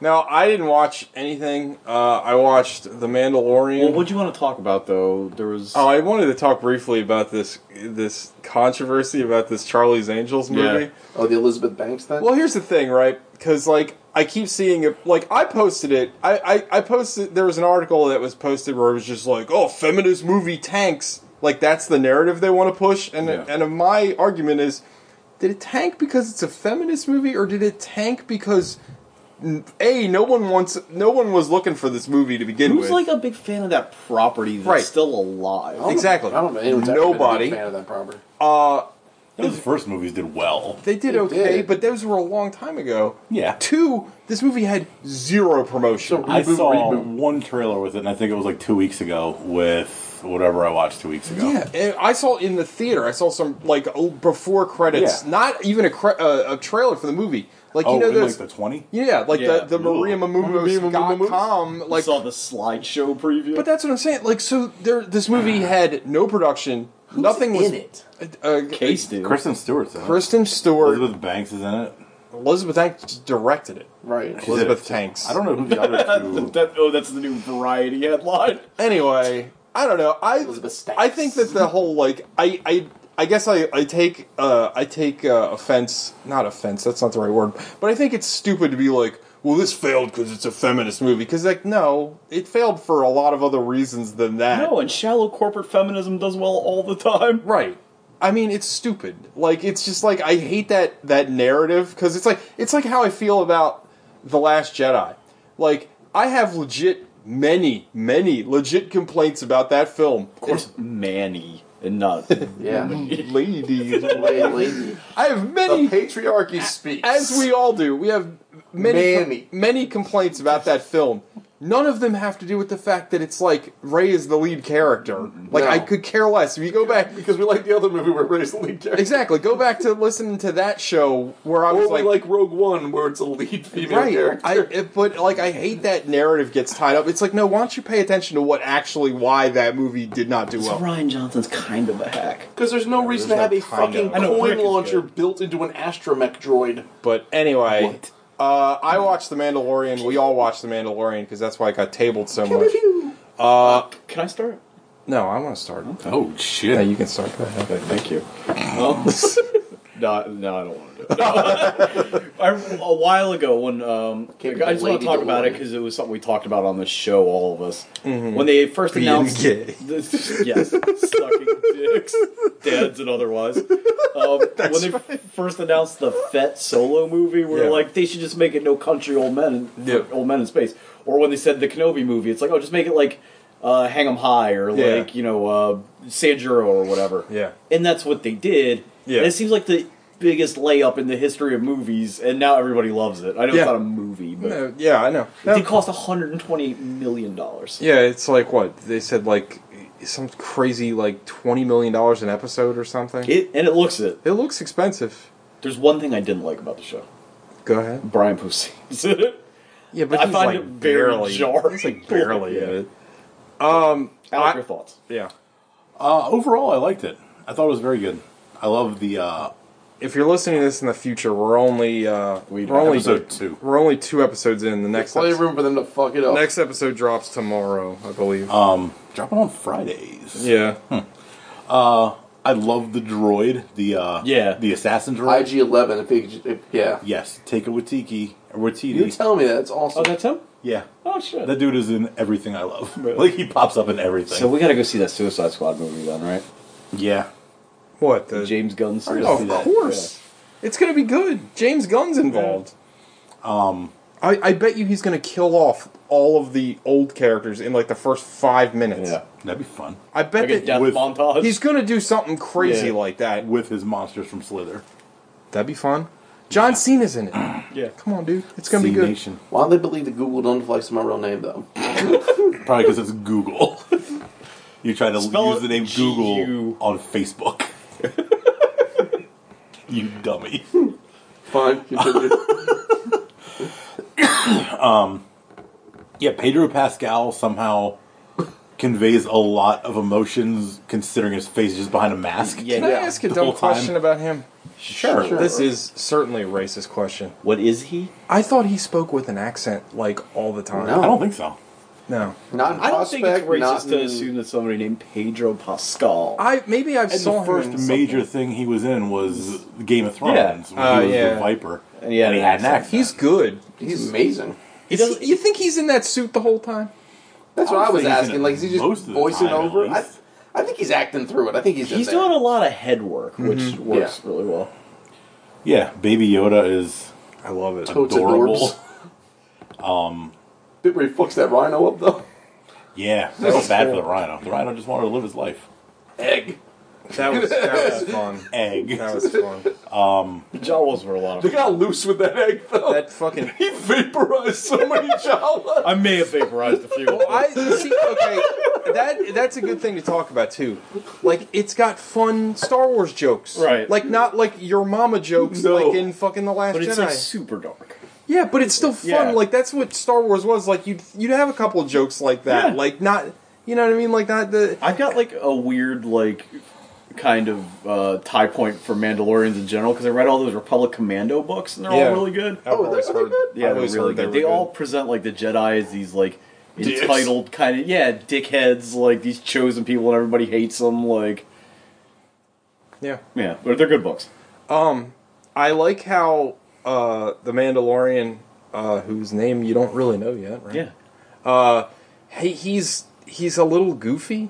[SPEAKER 8] now I didn't watch anything. Uh, I watched The Mandalorian.
[SPEAKER 5] well, what do you want to talk about though? There was
[SPEAKER 8] Oh, I wanted to talk briefly about this this controversy about this Charlie's Angels movie.
[SPEAKER 5] Yeah.
[SPEAKER 9] Oh, the Elizabeth Banks thing.
[SPEAKER 8] Well, here's the thing, right? Because like I keep seeing it. Like I posted it. I, I I posted. There was an article that was posted where it was just like, oh, feminist movie tanks. Like that's the narrative they want to push. And
[SPEAKER 7] Yeah.
[SPEAKER 8] and my argument is, did it tank because it's a feminist movie, or did it tank because? n- A, no one wants. No one was looking for this movie to begin
[SPEAKER 5] who's
[SPEAKER 8] with.
[SPEAKER 5] like a big fan of that property that's
[SPEAKER 8] Right.
[SPEAKER 5] still alive?
[SPEAKER 9] I don't know-
[SPEAKER 8] exactly.
[SPEAKER 9] I don't know. Anyone's actually been a big
[SPEAKER 8] Nobody.
[SPEAKER 9] fan of that property.
[SPEAKER 7] Those first movies did well.
[SPEAKER 8] They did
[SPEAKER 9] They
[SPEAKER 8] okay,
[SPEAKER 9] did.
[SPEAKER 8] but those were a long time ago.
[SPEAKER 7] Yeah.
[SPEAKER 8] Two, this movie had zero promotion.
[SPEAKER 7] I saw one trailer with it, and I think it was like two weeks ago with whatever I watched two weeks ago.
[SPEAKER 8] yeah, and I saw in the theater. I saw some like oh, before credits,
[SPEAKER 7] Yeah.
[SPEAKER 8] not even a cre- uh, a trailer for the movie. Like
[SPEAKER 7] Oh,
[SPEAKER 8] you know
[SPEAKER 7] in like
[SPEAKER 8] those.
[SPEAKER 7] the twenty.
[SPEAKER 8] yeah, like
[SPEAKER 5] Yeah.
[SPEAKER 8] the, the Maria
[SPEAKER 7] Ooh.
[SPEAKER 8] Mamumos.com.
[SPEAKER 5] I
[SPEAKER 8] Like,
[SPEAKER 5] saw the slideshow preview.
[SPEAKER 8] but that's what I'm saying. Like, so there, this movie
[SPEAKER 5] Ah.
[SPEAKER 8] had no production. nothing was
[SPEAKER 9] in it.
[SPEAKER 8] Uh,
[SPEAKER 5] case dude.
[SPEAKER 7] Kristen Stewart's in it.
[SPEAKER 8] Kristen Stewart, Elizabeth,
[SPEAKER 7] Elizabeth Banks is in it.
[SPEAKER 8] Banks directed it.
[SPEAKER 9] Right.
[SPEAKER 8] [LAUGHS]
[SPEAKER 7] She's in
[SPEAKER 8] Elizabeth
[SPEAKER 7] it.
[SPEAKER 8] Tanks.
[SPEAKER 7] I don't know who the other
[SPEAKER 8] [LAUGHS]
[SPEAKER 7] two.
[SPEAKER 5] That- oh, that's the new variety headline.
[SPEAKER 8] anyway, I don't know. I
[SPEAKER 9] Elizabeth Stanks.
[SPEAKER 8] I think that the whole like I I I guess I I take uh I take uh, offense. Not offense. That's not the right word. But I think it's stupid to be like, well, this failed because it's a feminist movie. Because like, no, it failed for a lot of other reasons than that.
[SPEAKER 5] No, and shallow corporate feminism does well all the time.
[SPEAKER 8] Right. I mean, it's stupid. Like it's just like I hate that that narrative because it's like it's like how I feel about the Last Jedi. Like I have legit many many legit complaints about that film. Of
[SPEAKER 5] It's Manny and not [LAUGHS]
[SPEAKER 9] [LAUGHS] Yeah.
[SPEAKER 8] ladies.
[SPEAKER 9] Lately,
[SPEAKER 8] [LAUGHS] I have
[SPEAKER 9] the
[SPEAKER 8] many,
[SPEAKER 9] patriarchy speaks.
[SPEAKER 8] as we all do. We have many com-
[SPEAKER 9] Manny.
[SPEAKER 8] many complaints about that film. None of them have to do with the fact that it's like Ray is the lead character. Like
[SPEAKER 9] No.
[SPEAKER 8] I could care less. If you go back,
[SPEAKER 9] [LAUGHS] because we like the other movie where Ray's the lead character.
[SPEAKER 8] exactly, go back to listening to that show where I
[SPEAKER 9] Or
[SPEAKER 8] was
[SPEAKER 9] we
[SPEAKER 8] like,
[SPEAKER 9] like Rogue One where it's a lead female
[SPEAKER 8] right.
[SPEAKER 9] character.
[SPEAKER 8] I it, but like I hate that narrative gets tied up. It's like no, why don't you pay attention to what actually why that movie did not do well?
[SPEAKER 5] Ryan Johnson's kind of a hack.
[SPEAKER 9] Because there's no reason
[SPEAKER 8] there's
[SPEAKER 9] to have a
[SPEAKER 8] no kind
[SPEAKER 9] fucking
[SPEAKER 8] of- I know,
[SPEAKER 9] coin
[SPEAKER 5] Rick is
[SPEAKER 9] launcher
[SPEAKER 5] good.
[SPEAKER 9] built into an astromech droid.
[SPEAKER 8] But anyway. Uh, I watched The Mandalorian. We all watched The Mandalorian because that's why I got tabled so much.
[SPEAKER 5] Can I start?
[SPEAKER 8] No, I want to start.
[SPEAKER 7] Oh shit!
[SPEAKER 8] Yeah, you can start. Go ahead.
[SPEAKER 5] Thank you. no, no, I don't want to do it. [LAUGHS] I, a while ago, when um,
[SPEAKER 9] Can't be
[SPEAKER 5] I just want
[SPEAKER 9] the
[SPEAKER 5] to talk
[SPEAKER 9] lady
[SPEAKER 5] about it
[SPEAKER 9] DeLorean.
[SPEAKER 5] because it was something we talked about on the show, all of us. When they first announced,
[SPEAKER 8] Mm-hmm. gay.
[SPEAKER 5] This- yes, sucking dicks, dads and otherwise. Um,
[SPEAKER 8] [LAUGHS]
[SPEAKER 5] when they first announced the Fett Solo movie, we were
[SPEAKER 8] Yeah.
[SPEAKER 5] like, they should just make it no country, old men, in, old men in space. Or when they said the Kenobi movie, it's like, oh, just make it like uh, Hang 'Em High or
[SPEAKER 8] Yeah.
[SPEAKER 5] like you know uh, Sanjuro or whatever.
[SPEAKER 8] Yeah.
[SPEAKER 5] and that's what they did.
[SPEAKER 8] Yeah.
[SPEAKER 5] And it seems like the biggest layup in the history of movies, and now everybody loves it. I know
[SPEAKER 8] Yeah.
[SPEAKER 5] it's not a movie, but
[SPEAKER 8] No, yeah, I know.
[SPEAKER 5] it did cost 120 million dollars.
[SPEAKER 8] Yeah, it's like what they said, like some crazy like twenty million dollars an episode or something. It,
[SPEAKER 5] It and it looks it.
[SPEAKER 8] looks expensive.
[SPEAKER 5] There's one thing I didn't like about the show.
[SPEAKER 8] Go ahead.
[SPEAKER 5] Brian Posehn [LAUGHS] is in it.
[SPEAKER 8] Yeah, but
[SPEAKER 5] I
[SPEAKER 8] he's
[SPEAKER 5] find
[SPEAKER 8] like
[SPEAKER 5] it very
[SPEAKER 8] barely,
[SPEAKER 5] jarring.
[SPEAKER 8] He's like barely in it.
[SPEAKER 5] Alec,
[SPEAKER 8] I-
[SPEAKER 5] your thoughts?
[SPEAKER 8] Yeah,
[SPEAKER 7] Uh, overall, I liked it. I thought it was very good. I love the. Uh,
[SPEAKER 8] if you're listening to this in the future, we're only uh, we are only
[SPEAKER 7] Episode two.
[SPEAKER 8] We're only two episodes in. The next
[SPEAKER 9] Plenty of
[SPEAKER 8] episode,
[SPEAKER 9] room for them to fuck it up.
[SPEAKER 8] next episode drops tomorrow, I believe.
[SPEAKER 7] um, drop it on Fridays.
[SPEAKER 8] yeah,
[SPEAKER 7] Uh, I love the droid. The uh,
[SPEAKER 5] Yeah.
[SPEAKER 7] the assassin droid.
[SPEAKER 9] IG Eleven. If he, could ju- if, yeah.
[SPEAKER 7] yes, take a Watiki or Watiti.
[SPEAKER 9] You tell me that's awesome.
[SPEAKER 5] Oh, that's him.
[SPEAKER 7] yeah,
[SPEAKER 5] Oh shit.
[SPEAKER 7] that dude is in everything I love. Like he pops up in everything.
[SPEAKER 5] so we gotta go see that Suicide Squad movie then, right?
[SPEAKER 7] yeah,
[SPEAKER 8] what the?
[SPEAKER 5] James Gunn. Suicide
[SPEAKER 8] oh,
[SPEAKER 7] see
[SPEAKER 8] of
[SPEAKER 7] that.
[SPEAKER 8] course, it's gonna be good. James Gunn's involved.
[SPEAKER 7] um,
[SPEAKER 8] I, I bet you he's gonna kill off all of the old characters in like the first five minutes.
[SPEAKER 5] Yeah.
[SPEAKER 7] that'd be fun
[SPEAKER 8] I bet
[SPEAKER 5] Like a
[SPEAKER 8] that
[SPEAKER 5] death
[SPEAKER 7] with-
[SPEAKER 5] montage.
[SPEAKER 8] he's gonna do something crazy
[SPEAKER 5] Yeah.
[SPEAKER 8] like that.
[SPEAKER 7] with his monsters from Slither.
[SPEAKER 8] That'd be fun. John Cena's in it. yeah, come on, dude. It's gonna be good.
[SPEAKER 7] Nation.
[SPEAKER 9] Why do they believe that Google don't flex my real name though?
[SPEAKER 7] Probably because it's Google. [LAUGHS] you try to
[SPEAKER 5] Spell
[SPEAKER 7] use the
[SPEAKER 5] it
[SPEAKER 7] name
[SPEAKER 5] G-U.
[SPEAKER 7] Google on Facebook. [LAUGHS] you dummy.
[SPEAKER 9] Fine. [LAUGHS] Continue.
[SPEAKER 7] Yeah, Pedro Pascal somehow conveys a lot of emotions considering his face is just behind a mask.
[SPEAKER 5] Yeah.
[SPEAKER 8] Can I ask a dumb
[SPEAKER 7] whole time.
[SPEAKER 8] question about him?
[SPEAKER 7] sure.
[SPEAKER 8] This is certainly a racist question.
[SPEAKER 5] What is he?
[SPEAKER 8] I thought he spoke with an accent like all the time.
[SPEAKER 7] I
[SPEAKER 9] No.
[SPEAKER 7] don't think so.
[SPEAKER 8] No.
[SPEAKER 9] Not in
[SPEAKER 5] I don't think it's
[SPEAKER 9] prospect, not
[SPEAKER 5] racist to
[SPEAKER 9] in-
[SPEAKER 5] assume that somebody named Pedro Pascal.
[SPEAKER 8] I maybe I've
[SPEAKER 7] And
[SPEAKER 8] saw
[SPEAKER 7] the first
[SPEAKER 8] him in
[SPEAKER 7] major
[SPEAKER 8] something.
[SPEAKER 7] thing he was in was Game of Thrones,
[SPEAKER 5] Yeah.
[SPEAKER 7] when
[SPEAKER 8] Oh,
[SPEAKER 7] he was
[SPEAKER 8] yeah.
[SPEAKER 7] the Viper.
[SPEAKER 5] And he had an accent.
[SPEAKER 8] He's good.
[SPEAKER 9] He's amazing.
[SPEAKER 5] He
[SPEAKER 8] Is
[SPEAKER 5] doesn't-
[SPEAKER 8] he, you think he's in that suit the whole time?
[SPEAKER 9] That's what
[SPEAKER 7] I
[SPEAKER 9] I
[SPEAKER 7] would
[SPEAKER 9] was
[SPEAKER 7] say he's in it
[SPEAKER 9] asking. Like, is he
[SPEAKER 7] most
[SPEAKER 9] just
[SPEAKER 7] of the
[SPEAKER 9] voicing
[SPEAKER 7] time, at
[SPEAKER 9] over? it? I,
[SPEAKER 7] least.
[SPEAKER 9] I think he's acting through it. I think he's.
[SPEAKER 5] He's
[SPEAKER 9] in there.
[SPEAKER 5] doing a lot of head work, which works really well.
[SPEAKER 7] Yeah, Baby Yoda is
[SPEAKER 8] I love it.
[SPEAKER 9] Totes
[SPEAKER 7] adorable.
[SPEAKER 9] adorbs. bit where he fucks that rhino up though.
[SPEAKER 8] [LAUGHS]
[SPEAKER 7] Yeah, that was bad for the rhino. The rhino just wanted to live his life.
[SPEAKER 9] Egg.
[SPEAKER 8] That was that was fun.
[SPEAKER 7] Egg.
[SPEAKER 8] That was fun.
[SPEAKER 5] Jawas were a lot
[SPEAKER 9] They
[SPEAKER 5] of.
[SPEAKER 9] got loose with that egg though.
[SPEAKER 8] That fucking
[SPEAKER 9] he vaporized
[SPEAKER 8] [LAUGHS]
[SPEAKER 9] so many Jawas.
[SPEAKER 5] I may have vaporized a few.
[SPEAKER 8] I see. Okay, that that's a good thing to talk about too. Like it's got fun Star Wars jokes,
[SPEAKER 5] Right.
[SPEAKER 8] Like not like your mama jokes,
[SPEAKER 9] No.
[SPEAKER 8] like in fucking the Last
[SPEAKER 5] but it's
[SPEAKER 8] Jedi.
[SPEAKER 5] like super dark.
[SPEAKER 8] yeah, but it's still fun.
[SPEAKER 5] Yeah.
[SPEAKER 8] Like that's what Star Wars was. Like you'd you'd have a couple of jokes like that.
[SPEAKER 5] Yeah.
[SPEAKER 8] Like not, you know what I mean? Like not the.
[SPEAKER 5] I've got like a weird like kind of uh, tie point for Mandalorians in general because I read all those Republic Commando books and they're
[SPEAKER 8] Yeah.
[SPEAKER 5] all Oh, really good.
[SPEAKER 8] I've always heard.
[SPEAKER 5] Yeah,
[SPEAKER 8] I've
[SPEAKER 5] they're
[SPEAKER 8] always
[SPEAKER 5] really
[SPEAKER 8] heard they
[SPEAKER 5] good.
[SPEAKER 8] were
[SPEAKER 5] They
[SPEAKER 8] good.
[SPEAKER 5] all present like the Jedi as these like entitled kind of yeah dickheads, like these chosen people, and everybody hates them. Like
[SPEAKER 8] Yeah.
[SPEAKER 5] yeah, but they're good books.
[SPEAKER 8] I like how uh, the Mandalorian, uh, whose name you don't really know yet, right?
[SPEAKER 5] Yeah,
[SPEAKER 8] Hey, he's he's a little goofy.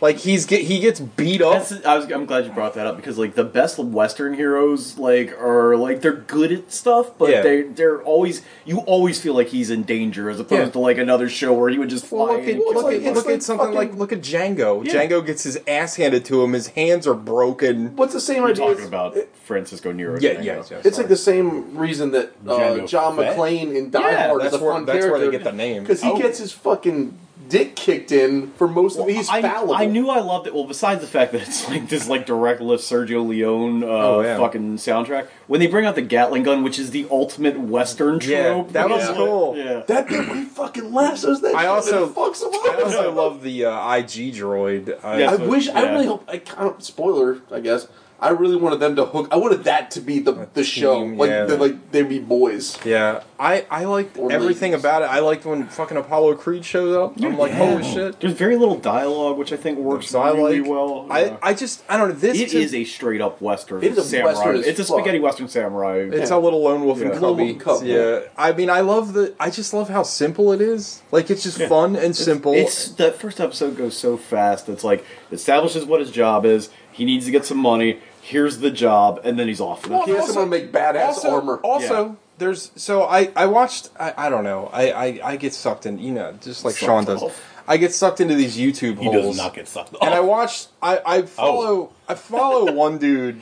[SPEAKER 8] Like he's get he gets beat up.
[SPEAKER 5] That's, I was, I'm glad you brought that up because like the best Western heroes like are like they're good at stuff, but
[SPEAKER 8] Yeah.
[SPEAKER 5] they they're always you always feel like he's in danger as opposed
[SPEAKER 8] Yeah.
[SPEAKER 5] to like another show where he would just fly.
[SPEAKER 8] Well, look
[SPEAKER 5] in
[SPEAKER 8] at,
[SPEAKER 5] and kill
[SPEAKER 8] look, at,
[SPEAKER 5] everybody.
[SPEAKER 8] look at something like look at Django.
[SPEAKER 5] Yeah.
[SPEAKER 8] Django gets his ass handed to him. His hands are broken.
[SPEAKER 9] What's the same
[SPEAKER 5] We're
[SPEAKER 9] idea?
[SPEAKER 5] talking
[SPEAKER 9] as-
[SPEAKER 5] about Francisco Nero.
[SPEAKER 8] Yeah,
[SPEAKER 5] Django.
[SPEAKER 8] yeah, yeah.
[SPEAKER 9] It's like the same reason that uh,
[SPEAKER 7] Django
[SPEAKER 9] John
[SPEAKER 7] Fett?
[SPEAKER 9] McClane in Die
[SPEAKER 5] Yeah,
[SPEAKER 9] Hard is
[SPEAKER 8] that's
[SPEAKER 9] a
[SPEAKER 8] where-
[SPEAKER 9] fun
[SPEAKER 8] that's
[SPEAKER 9] character.
[SPEAKER 8] where they get the name.
[SPEAKER 9] because he
[SPEAKER 7] Oh.
[SPEAKER 9] gets his fucking dick kicked in for most of it. He's
[SPEAKER 5] I,
[SPEAKER 9] fallible.
[SPEAKER 5] I knew I loved it. Well, besides the fact that it's like this, like direct lift Sergio Leone, uh,
[SPEAKER 8] Oh, yeah.
[SPEAKER 5] fucking soundtrack. When they bring out the Gatling gun, which is the ultimate Western
[SPEAKER 8] Yeah,
[SPEAKER 5] trope,
[SPEAKER 8] that
[SPEAKER 5] like,
[SPEAKER 8] was
[SPEAKER 5] yeah.
[SPEAKER 8] cool.
[SPEAKER 5] Yeah,
[SPEAKER 9] that bit where he fucking lassos that.
[SPEAKER 8] I
[SPEAKER 9] shit
[SPEAKER 8] also-
[SPEAKER 9] and fucks him
[SPEAKER 8] I
[SPEAKER 9] up. [LAUGHS]
[SPEAKER 8] also love the uh, IG droid. I,
[SPEAKER 5] Yeah.
[SPEAKER 9] I wish. I
[SPEAKER 5] Yeah.
[SPEAKER 9] really hope. I kind of spoiler. I guess. I really wanted them to hook. I wanted that to be the the show.
[SPEAKER 8] team,
[SPEAKER 9] Like
[SPEAKER 8] yeah.
[SPEAKER 9] they like they be boys.
[SPEAKER 8] yeah. I, I liked
[SPEAKER 9] Or
[SPEAKER 8] everything
[SPEAKER 9] ladies.
[SPEAKER 8] about it. I liked when fucking Apollo Creed shows up. I'm like, holy shit.
[SPEAKER 5] There's very little dialogue, which I think works
[SPEAKER 8] So I
[SPEAKER 5] really
[SPEAKER 8] like.
[SPEAKER 5] well. Yeah.
[SPEAKER 8] I, I just I don't know this.
[SPEAKER 5] It
[SPEAKER 8] to-
[SPEAKER 5] is a straight up western.
[SPEAKER 9] It is a
[SPEAKER 5] samurai.
[SPEAKER 9] Western as
[SPEAKER 5] it's a
[SPEAKER 9] fuck.
[SPEAKER 5] spaghetti western samurai.
[SPEAKER 8] It's a little lone wolf
[SPEAKER 5] Yeah.
[SPEAKER 8] and
[SPEAKER 5] Lone
[SPEAKER 8] cubby.
[SPEAKER 9] Wolf and Cub,
[SPEAKER 8] yeah. I mean, I love the. I just love how simple it is. Like it's just fun and simple.
[SPEAKER 5] It's that first episode goes so fast. It's like establishes what his job is. He needs to get some money. Here's the job, and then he's off. [LAUGHS]
[SPEAKER 8] Well,
[SPEAKER 9] He has
[SPEAKER 8] Also-
[SPEAKER 9] someone make badass
[SPEAKER 8] also,
[SPEAKER 9] armor.
[SPEAKER 8] Also,
[SPEAKER 5] Yeah.
[SPEAKER 8] there's so I I watched I, I don't know I, I I get sucked in you know just like Sean does
[SPEAKER 5] off.
[SPEAKER 8] I get sucked into these YouTube
[SPEAKER 7] He does
[SPEAKER 8] holes
[SPEAKER 7] not get sucked Oh, off.
[SPEAKER 8] and I watched I I follow I [LAUGHS] follow one dude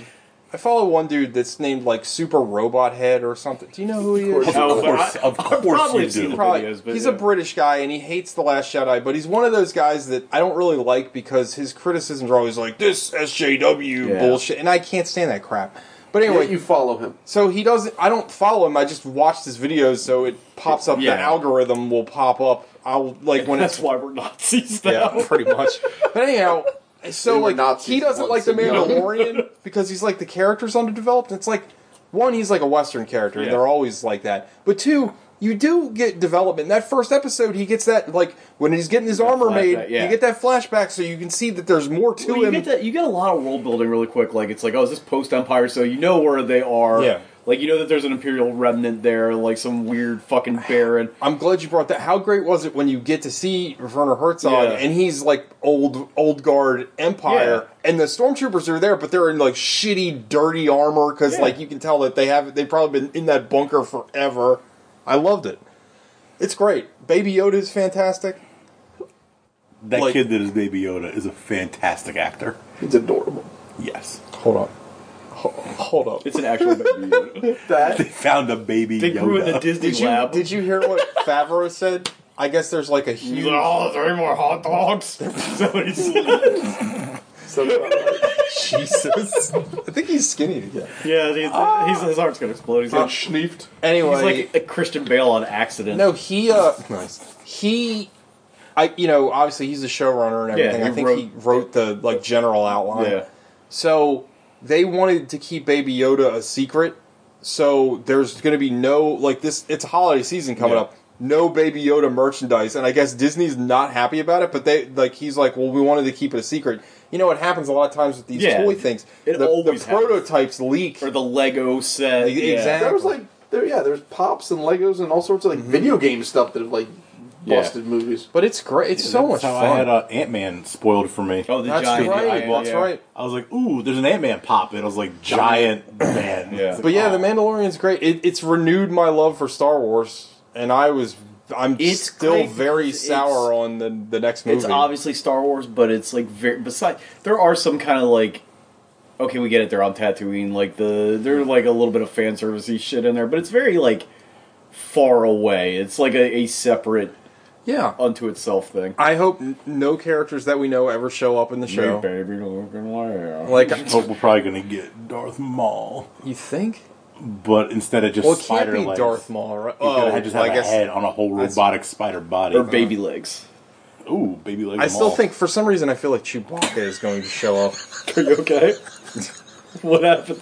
[SPEAKER 8] I follow one dude that's named like Super Robot Head or something. Do you know who he is?
[SPEAKER 9] course.
[SPEAKER 7] of course,
[SPEAKER 5] I-
[SPEAKER 7] of
[SPEAKER 5] I've
[SPEAKER 7] course
[SPEAKER 5] probably
[SPEAKER 7] you
[SPEAKER 5] seen
[SPEAKER 7] do.
[SPEAKER 5] the-
[SPEAKER 8] Probably,
[SPEAKER 5] videos, but
[SPEAKER 8] he's a
[SPEAKER 5] yeah.
[SPEAKER 8] British guy and he hates The Last Jedi, but he's one of those guys that I don't really like because his criticisms are always like this SJW
[SPEAKER 5] Yeah.
[SPEAKER 8] bullshit, and I can't stand that crap. But
[SPEAKER 9] Yeah,
[SPEAKER 8] anyway,
[SPEAKER 9] you follow him.
[SPEAKER 8] so he doesn't. I don't follow him. I just watch his videos, so it pops up. That
[SPEAKER 5] Yeah.
[SPEAKER 8] algorithm will pop up. I'll like when [LAUGHS]
[SPEAKER 5] [LAUGHS] That's
[SPEAKER 8] it's [LAUGHS]
[SPEAKER 5] why we're Nazis now.
[SPEAKER 8] yeah, pretty much. But anyhow, so
[SPEAKER 9] They were
[SPEAKER 8] like
[SPEAKER 9] Nazis
[SPEAKER 8] he doesn't like
[SPEAKER 9] once
[SPEAKER 8] the
[SPEAKER 9] in Rome.
[SPEAKER 8] Mandalorian because he's like the character's underdeveloped. It's like one, he's like a Western character, and
[SPEAKER 9] Yeah.
[SPEAKER 8] they're always like that. But two, you do get development. That first episode, he gets that like when he's getting his armor made,
[SPEAKER 5] flashback, yeah.
[SPEAKER 8] you get that flashback, so you can see that there's more to
[SPEAKER 5] [LAUGHS] Well, you
[SPEAKER 8] him.
[SPEAKER 5] get that. You get a lot of world building really quick. Like it's like, oh, is this post Empire? So you know where they are.
[SPEAKER 8] Yeah.
[SPEAKER 5] Like you know that there's an Imperial remnant there, like some weird fucking Baron.
[SPEAKER 8] I'm glad you brought that. How great was it when you get to see Werner Herzog
[SPEAKER 5] Yeah.
[SPEAKER 8] and he's like old old guard Empire, and the stormtroopers are there, but they're in like shitty, dirty armor because
[SPEAKER 5] Yeah.
[SPEAKER 8] like you can tell that they have they've probably been in that bunker forever. I loved it. It's great. Baby Yoda is fantastic.
[SPEAKER 7] That
[SPEAKER 8] Like-
[SPEAKER 7] kid that is Baby Yoda is a fantastic actor.
[SPEAKER 9] He's adorable.
[SPEAKER 7] Yes.
[SPEAKER 8] Hold on. Hold up.
[SPEAKER 5] It's an actual baby.
[SPEAKER 8] That
[SPEAKER 7] They found a baby
[SPEAKER 8] They
[SPEAKER 7] Yoda.
[SPEAKER 8] grew in the Disney Did you- lab. did you hear what Favreau said? I guess there's like a huge.
[SPEAKER 13] Oh, three more hot
[SPEAKER 5] [LAUGHS]
[SPEAKER 13] dogs.
[SPEAKER 8] [LAUGHS] Jesus. I think he's skinny Uh, again.
[SPEAKER 5] Yeah, he's, he's, his heart's gonna explode. He's
[SPEAKER 8] Got
[SPEAKER 5] got
[SPEAKER 8] schneefed. Anyway.
[SPEAKER 5] he's Ah. like a Christian Bale on accident.
[SPEAKER 8] No, he
[SPEAKER 5] [LAUGHS]
[SPEAKER 8] uh he I you know, obviously he's a showrunner and
[SPEAKER 5] Yeah,
[SPEAKER 8] everything.
[SPEAKER 5] he
[SPEAKER 8] I think
[SPEAKER 5] wrote-
[SPEAKER 8] he wrote the like general outline.
[SPEAKER 5] Yeah.
[SPEAKER 8] So they wanted to keep Baby Yoda a secret. So there's going to be no like this it's holiday season coming
[SPEAKER 7] Yeah.
[SPEAKER 8] up. No Baby Yoda merchandise and I guess Disney's not happy about it, but they like he's like, "Well, we wanted to keep it a secret." You know what happens a lot of times with these
[SPEAKER 5] Yeah.
[SPEAKER 8] toy things.
[SPEAKER 5] It
[SPEAKER 8] the,
[SPEAKER 5] always
[SPEAKER 8] the prototypes leak
[SPEAKER 5] or the Lego set.
[SPEAKER 8] Like, exactly.
[SPEAKER 9] There was like there yeah, there's pops and Legos and all sorts of like video game stuff that have like
[SPEAKER 7] Yeah.
[SPEAKER 9] busted movies.
[SPEAKER 8] But it's great. It's so much
[SPEAKER 7] That's how
[SPEAKER 8] fun.
[SPEAKER 7] I had uh, Ant Man spoiled for me.
[SPEAKER 5] Oh, the That's giant right,
[SPEAKER 7] I, uh,
[SPEAKER 5] giant, that's yeah. right.
[SPEAKER 7] I was like, ooh, there's an Ant Man pop, and I was like, giant man. oh, yeah.
[SPEAKER 8] But yeah, The Mandalorian's great. It, it's renewed my love for Star Wars, and I was I'm
[SPEAKER 5] It's
[SPEAKER 8] still
[SPEAKER 5] great
[SPEAKER 8] very
[SPEAKER 5] because
[SPEAKER 8] sour
[SPEAKER 5] it's-
[SPEAKER 8] on the the next movie.
[SPEAKER 5] It's obviously Star Wars, but it's like very. Besides, there are some kind of like, okay, we get it. They're on Tatooine. Like the there's like a little bit of fan servicey shit in there, but it's very like far away. It's like a, a separate
[SPEAKER 8] yeah
[SPEAKER 5] unto itself thing.
[SPEAKER 8] I hope n- no characters that we know ever show up in the show. Like-
[SPEAKER 7] I hope we're probably gonna get Darth Maul.
[SPEAKER 8] You think?
[SPEAKER 7] But instead of just
[SPEAKER 8] Well, it can't
[SPEAKER 7] spider
[SPEAKER 8] be
[SPEAKER 7] legs,
[SPEAKER 8] Darth Maul, right?
[SPEAKER 7] He's gonna
[SPEAKER 8] Oh,
[SPEAKER 7] have- just have
[SPEAKER 8] I
[SPEAKER 7] a
[SPEAKER 8] guess-
[SPEAKER 7] head on a whole
[SPEAKER 8] that's-
[SPEAKER 7] robotic spider body
[SPEAKER 5] Or baby legs.
[SPEAKER 7] Ooh, baby legs.
[SPEAKER 8] I still
[SPEAKER 7] Maul. [LAUGHS]
[SPEAKER 8] think for some reason I feel like Chewbacca is going to show up. [LAUGHS]
[SPEAKER 5] Are you okay? what happened?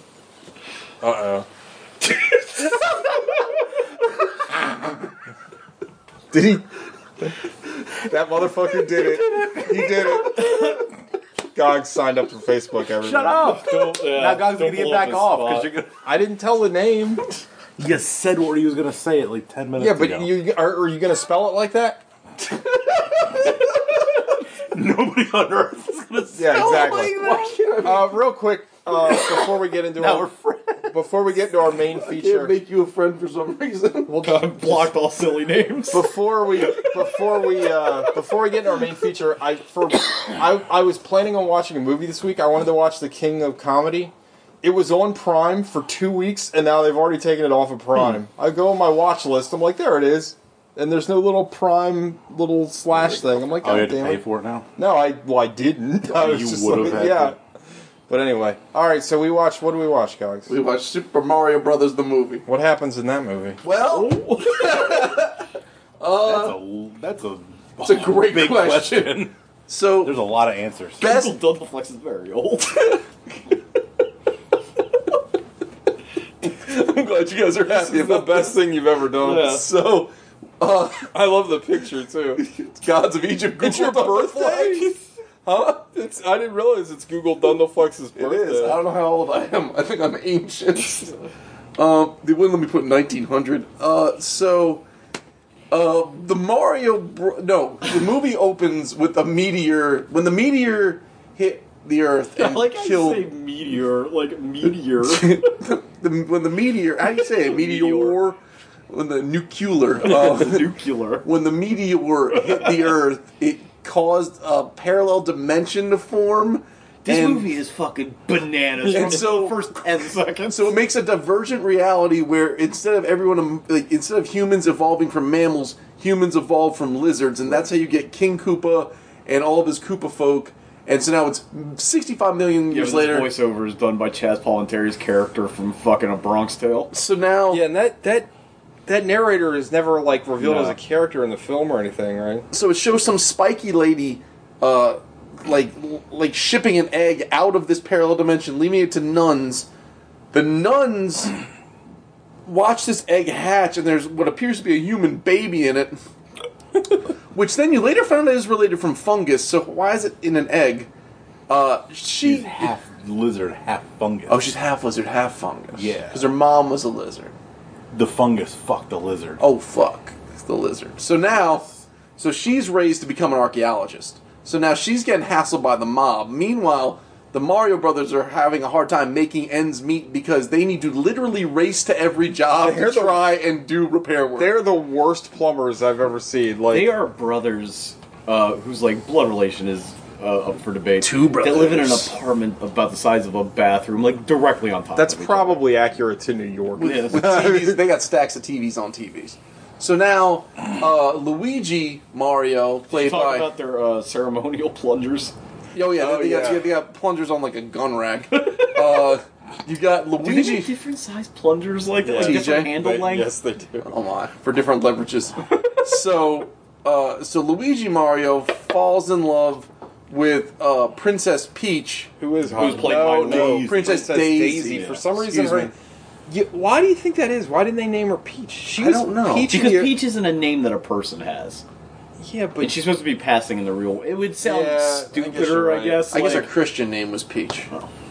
[SPEAKER 8] Uh oh. did he? That motherfucker did it. He did
[SPEAKER 7] [LAUGHS]
[SPEAKER 8] it. Gog signed up for Facebook. Everybody.
[SPEAKER 7] Shut up! now God's gonna get back off because you're gonna.
[SPEAKER 8] I didn't tell the name.
[SPEAKER 7] You said what he was gonna say it like ten minutes.
[SPEAKER 8] Yeah, but
[SPEAKER 7] ago.
[SPEAKER 8] you are, are you gonna spell it like that?
[SPEAKER 7] nobody on earth is gonna. Say
[SPEAKER 8] Yeah, exactly. Uh, real quick, uh, before we get into
[SPEAKER 7] Now
[SPEAKER 8] our before we get into our main feature,
[SPEAKER 9] Can't make you a friend for some reason. [LAUGHS]
[SPEAKER 8] we'll
[SPEAKER 5] Blocked all silly names.
[SPEAKER 8] before we before we uh, before we get into our main feature, I for I, I was planning on watching a movie this week. I wanted to watch The King of Comedy. It was on Prime for two weeks, and now they've already taken it off of Prime.
[SPEAKER 11] Hmm.
[SPEAKER 8] I go on my watch list. I'm like, there it is, and there's no little Prime little slash thing. I'm like,
[SPEAKER 7] Oh,
[SPEAKER 8] God
[SPEAKER 7] you had to
[SPEAKER 8] damn
[SPEAKER 7] pay
[SPEAKER 8] it.
[SPEAKER 7] for it now.
[SPEAKER 8] No, I well, I didn't. [LAUGHS] I was
[SPEAKER 7] you
[SPEAKER 8] just
[SPEAKER 7] would've
[SPEAKER 8] like,
[SPEAKER 7] had
[SPEAKER 8] yeah.
[SPEAKER 7] to.
[SPEAKER 8] But anyway, all right. So we watched. What do we watch, guys?
[SPEAKER 9] We watched Super Mario Brothers the movie.
[SPEAKER 8] What happens in that movie?
[SPEAKER 9] Well,
[SPEAKER 7] that's a that's
[SPEAKER 9] it's a great
[SPEAKER 7] big
[SPEAKER 9] question.
[SPEAKER 7] question.
[SPEAKER 9] [LAUGHS] So
[SPEAKER 7] There's a lot of answers.
[SPEAKER 9] best
[SPEAKER 5] Uncle Dundleflex is very old.
[SPEAKER 11] I'm glad you guys are happy.
[SPEAKER 9] the best thing you've ever done.
[SPEAKER 5] Yeah.
[SPEAKER 9] So
[SPEAKER 11] I love the picture
[SPEAKER 8] [LAUGHS]
[SPEAKER 11] too. Gods of Egypt. Google
[SPEAKER 9] it's your
[SPEAKER 11] Dundle-
[SPEAKER 9] birthday.
[SPEAKER 11] Huh? It's, I didn't realize it's Google Dundleflex's
[SPEAKER 9] It
[SPEAKER 11] birthday.
[SPEAKER 9] is. I don't know how old I am. I think I'm ancient.
[SPEAKER 5] [LAUGHS]
[SPEAKER 9] um, they wouldn't let me put 1900. Uh, so, uh, the Mario. Bro- no, the movie opens with a meteor. When the meteor hit
[SPEAKER 5] [LAUGHS]
[SPEAKER 9] the Earth and
[SPEAKER 5] like I
[SPEAKER 9] killed.
[SPEAKER 5] say, meteor, like [LAUGHS] meteor.
[SPEAKER 9] the, when the meteor. How do you say it? Meteor.
[SPEAKER 5] Meteor.
[SPEAKER 9] When the nuclear.
[SPEAKER 5] [LAUGHS]
[SPEAKER 9] Uh,
[SPEAKER 5] Nuclear.
[SPEAKER 9] when the meteor hit the Earth, it caused a parallel dimension to form.
[SPEAKER 5] This
[SPEAKER 9] and-
[SPEAKER 5] movie is fucking bananas.
[SPEAKER 9] And
[SPEAKER 5] from
[SPEAKER 9] so-
[SPEAKER 5] the first [LAUGHS] ten seconds.
[SPEAKER 9] So it makes a divergent reality where instead of everyone, like, instead of humans evolving from mammals, humans evolve from lizards, and that's how you get King Koopa and all of his Koopa folk. And so now it's 65 million
[SPEAKER 5] Yeah,
[SPEAKER 9] years
[SPEAKER 5] but
[SPEAKER 9] later.
[SPEAKER 5] this voiceover is done by Chaz Palminteri's character from fucking A Bronx Tale.
[SPEAKER 9] So now,
[SPEAKER 8] Yeah, and that that that narrator is never like revealed
[SPEAKER 5] No.
[SPEAKER 8] as a character in the film or anything, right?
[SPEAKER 9] so it shows some spiky lady uh, like like shipping an egg out of this parallel dimension, leaving it to nuns. The nuns watch this egg hatch, and there's what appears to be a human baby in it, [LAUGHS] which then you later found out is related from fungus. So why is it in an egg? Uh, she
[SPEAKER 7] half lizard, half fungus.
[SPEAKER 9] Oh, she's half lizard, half fungus.
[SPEAKER 7] Yeah.
[SPEAKER 9] because her mom was a lizard.
[SPEAKER 7] The fungus fucked the lizard.
[SPEAKER 9] Oh fuck, it's the lizard. So now, so she's raised to become an archaeologist. So now she's getting hassled by the mob. Meanwhile, the Mario Brothers are having a hard time making ends meet because they need to literally race to every job
[SPEAKER 8] They're
[SPEAKER 9] to
[SPEAKER 8] the-
[SPEAKER 9] try and do repair work.
[SPEAKER 8] They're the worst plumbers I've ever seen. Like
[SPEAKER 5] They are brothers uh, whose like blood relation is uh, up for debate.
[SPEAKER 9] Two
[SPEAKER 5] They live in an
[SPEAKER 9] brothers.
[SPEAKER 5] apartment about the size of a bathroom, like directly on top.
[SPEAKER 8] That's
[SPEAKER 5] of each
[SPEAKER 8] probably accurate to New York.
[SPEAKER 5] other. Yeah.
[SPEAKER 9] with TVs. They got stacks of TVs on TVs. So now, uh, Luigi Mario, played
[SPEAKER 5] Talk
[SPEAKER 9] by
[SPEAKER 5] about their uh, ceremonial plungers.
[SPEAKER 9] oh yeah, they, Got,
[SPEAKER 8] yeah.
[SPEAKER 9] they got plungers on like a gun rack. uh, you got
[SPEAKER 5] Do they
[SPEAKER 9] Luigi.
[SPEAKER 5] make different size plungers like that? Like
[SPEAKER 9] TJ?
[SPEAKER 5] different handle
[SPEAKER 8] They- [LAUGHS]
[SPEAKER 5] length?
[SPEAKER 8] yes, they do.
[SPEAKER 9] Oh my, for different leverages. so, uh, so Luigi Mario falls in love with uh, Princess Peach.
[SPEAKER 8] Who is
[SPEAKER 5] Who's played
[SPEAKER 8] no,
[SPEAKER 5] by
[SPEAKER 8] no,
[SPEAKER 7] Daisy.
[SPEAKER 9] Princess Daisy.
[SPEAKER 8] For some
[SPEAKER 9] Excuse
[SPEAKER 8] reason, her,
[SPEAKER 9] me.
[SPEAKER 8] Yeah, why do you think that is? Why didn't they name her Peach? She
[SPEAKER 9] I
[SPEAKER 8] was
[SPEAKER 9] don't know.
[SPEAKER 8] Peach in
[SPEAKER 5] Because
[SPEAKER 8] the-
[SPEAKER 5] Peach isn't a name that a person has.
[SPEAKER 8] Yeah,
[SPEAKER 5] And
[SPEAKER 8] but
[SPEAKER 5] she's supposed to be passing in the real It would sound
[SPEAKER 8] Yeah, I guess
[SPEAKER 5] stupider,
[SPEAKER 8] you're
[SPEAKER 5] I
[SPEAKER 8] right.
[SPEAKER 5] guess.
[SPEAKER 9] I guess her
[SPEAKER 5] like,
[SPEAKER 9] Christian name was Peach.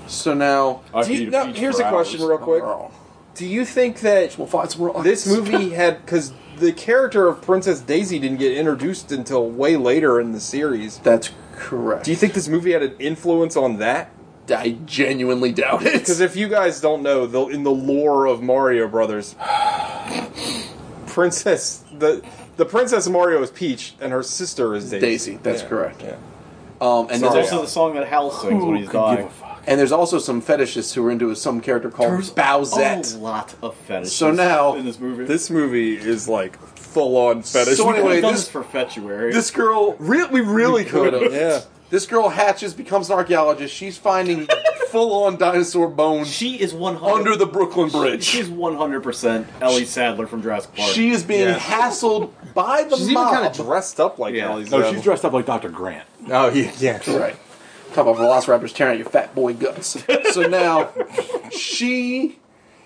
[SPEAKER 9] So now,
[SPEAKER 7] I
[SPEAKER 8] Do you-
[SPEAKER 7] could eat
[SPEAKER 8] now,
[SPEAKER 7] peach
[SPEAKER 8] here's
[SPEAKER 7] for
[SPEAKER 8] a question,
[SPEAKER 7] hours.
[SPEAKER 8] real quick.
[SPEAKER 9] Girl.
[SPEAKER 8] Do you think that
[SPEAKER 9] We'll find some real- [LAUGHS]
[SPEAKER 8] this [LAUGHS] movie had because the character of Princess Daisy didn't get introduced until way later in the series?
[SPEAKER 9] That's correct.
[SPEAKER 8] Do you think this movie had an influence on that?
[SPEAKER 9] I genuinely doubt it.
[SPEAKER 8] Because if you guys don't know, the, in the lore of Mario [SIGHS] Brothers, Princess the the Princess Mario is Peach, and her sister is Daisy.
[SPEAKER 9] Daisy, that's
[SPEAKER 8] Yeah,
[SPEAKER 9] correct.
[SPEAKER 8] yeah.
[SPEAKER 9] Um, and,
[SPEAKER 5] There's
[SPEAKER 9] there's
[SPEAKER 5] also
[SPEAKER 9] also,
[SPEAKER 5] the song that Hal sings when he's
[SPEAKER 7] Could give
[SPEAKER 5] dying.
[SPEAKER 7] a fuck.
[SPEAKER 9] and there's also some fetishists who are into some character called Bowsette.
[SPEAKER 5] a lot of fetishes
[SPEAKER 9] So now-
[SPEAKER 5] in this movie.
[SPEAKER 8] This movie is like full on fetish. [LAUGHS]
[SPEAKER 9] So anyway-
[SPEAKER 5] We've done
[SPEAKER 9] this-
[SPEAKER 5] this for February.
[SPEAKER 9] This girl
[SPEAKER 8] Re- we really could have.
[SPEAKER 9] could've.
[SPEAKER 8] Yeah.
[SPEAKER 9] This girl hatches, becomes an archaeologist. She's
[SPEAKER 8] [LAUGHS]
[SPEAKER 9] finding full-on dinosaur bones
[SPEAKER 5] she is 100
[SPEAKER 9] under the Brooklyn
[SPEAKER 5] She
[SPEAKER 9] Bridge.
[SPEAKER 5] is 100% Ellie Sadler from Jurassic Park.
[SPEAKER 9] She is being
[SPEAKER 8] Yeah.
[SPEAKER 9] hassled by the
[SPEAKER 8] She's even
[SPEAKER 9] mob.
[SPEAKER 8] kind of dressed up like
[SPEAKER 5] Yeah.
[SPEAKER 8] Ali's.
[SPEAKER 7] No, she's dressed up like Dr. Grant.
[SPEAKER 8] Oh, yeah. yeah.
[SPEAKER 9] right. Talk about velociraptors tearing out your fat boy guts. So now she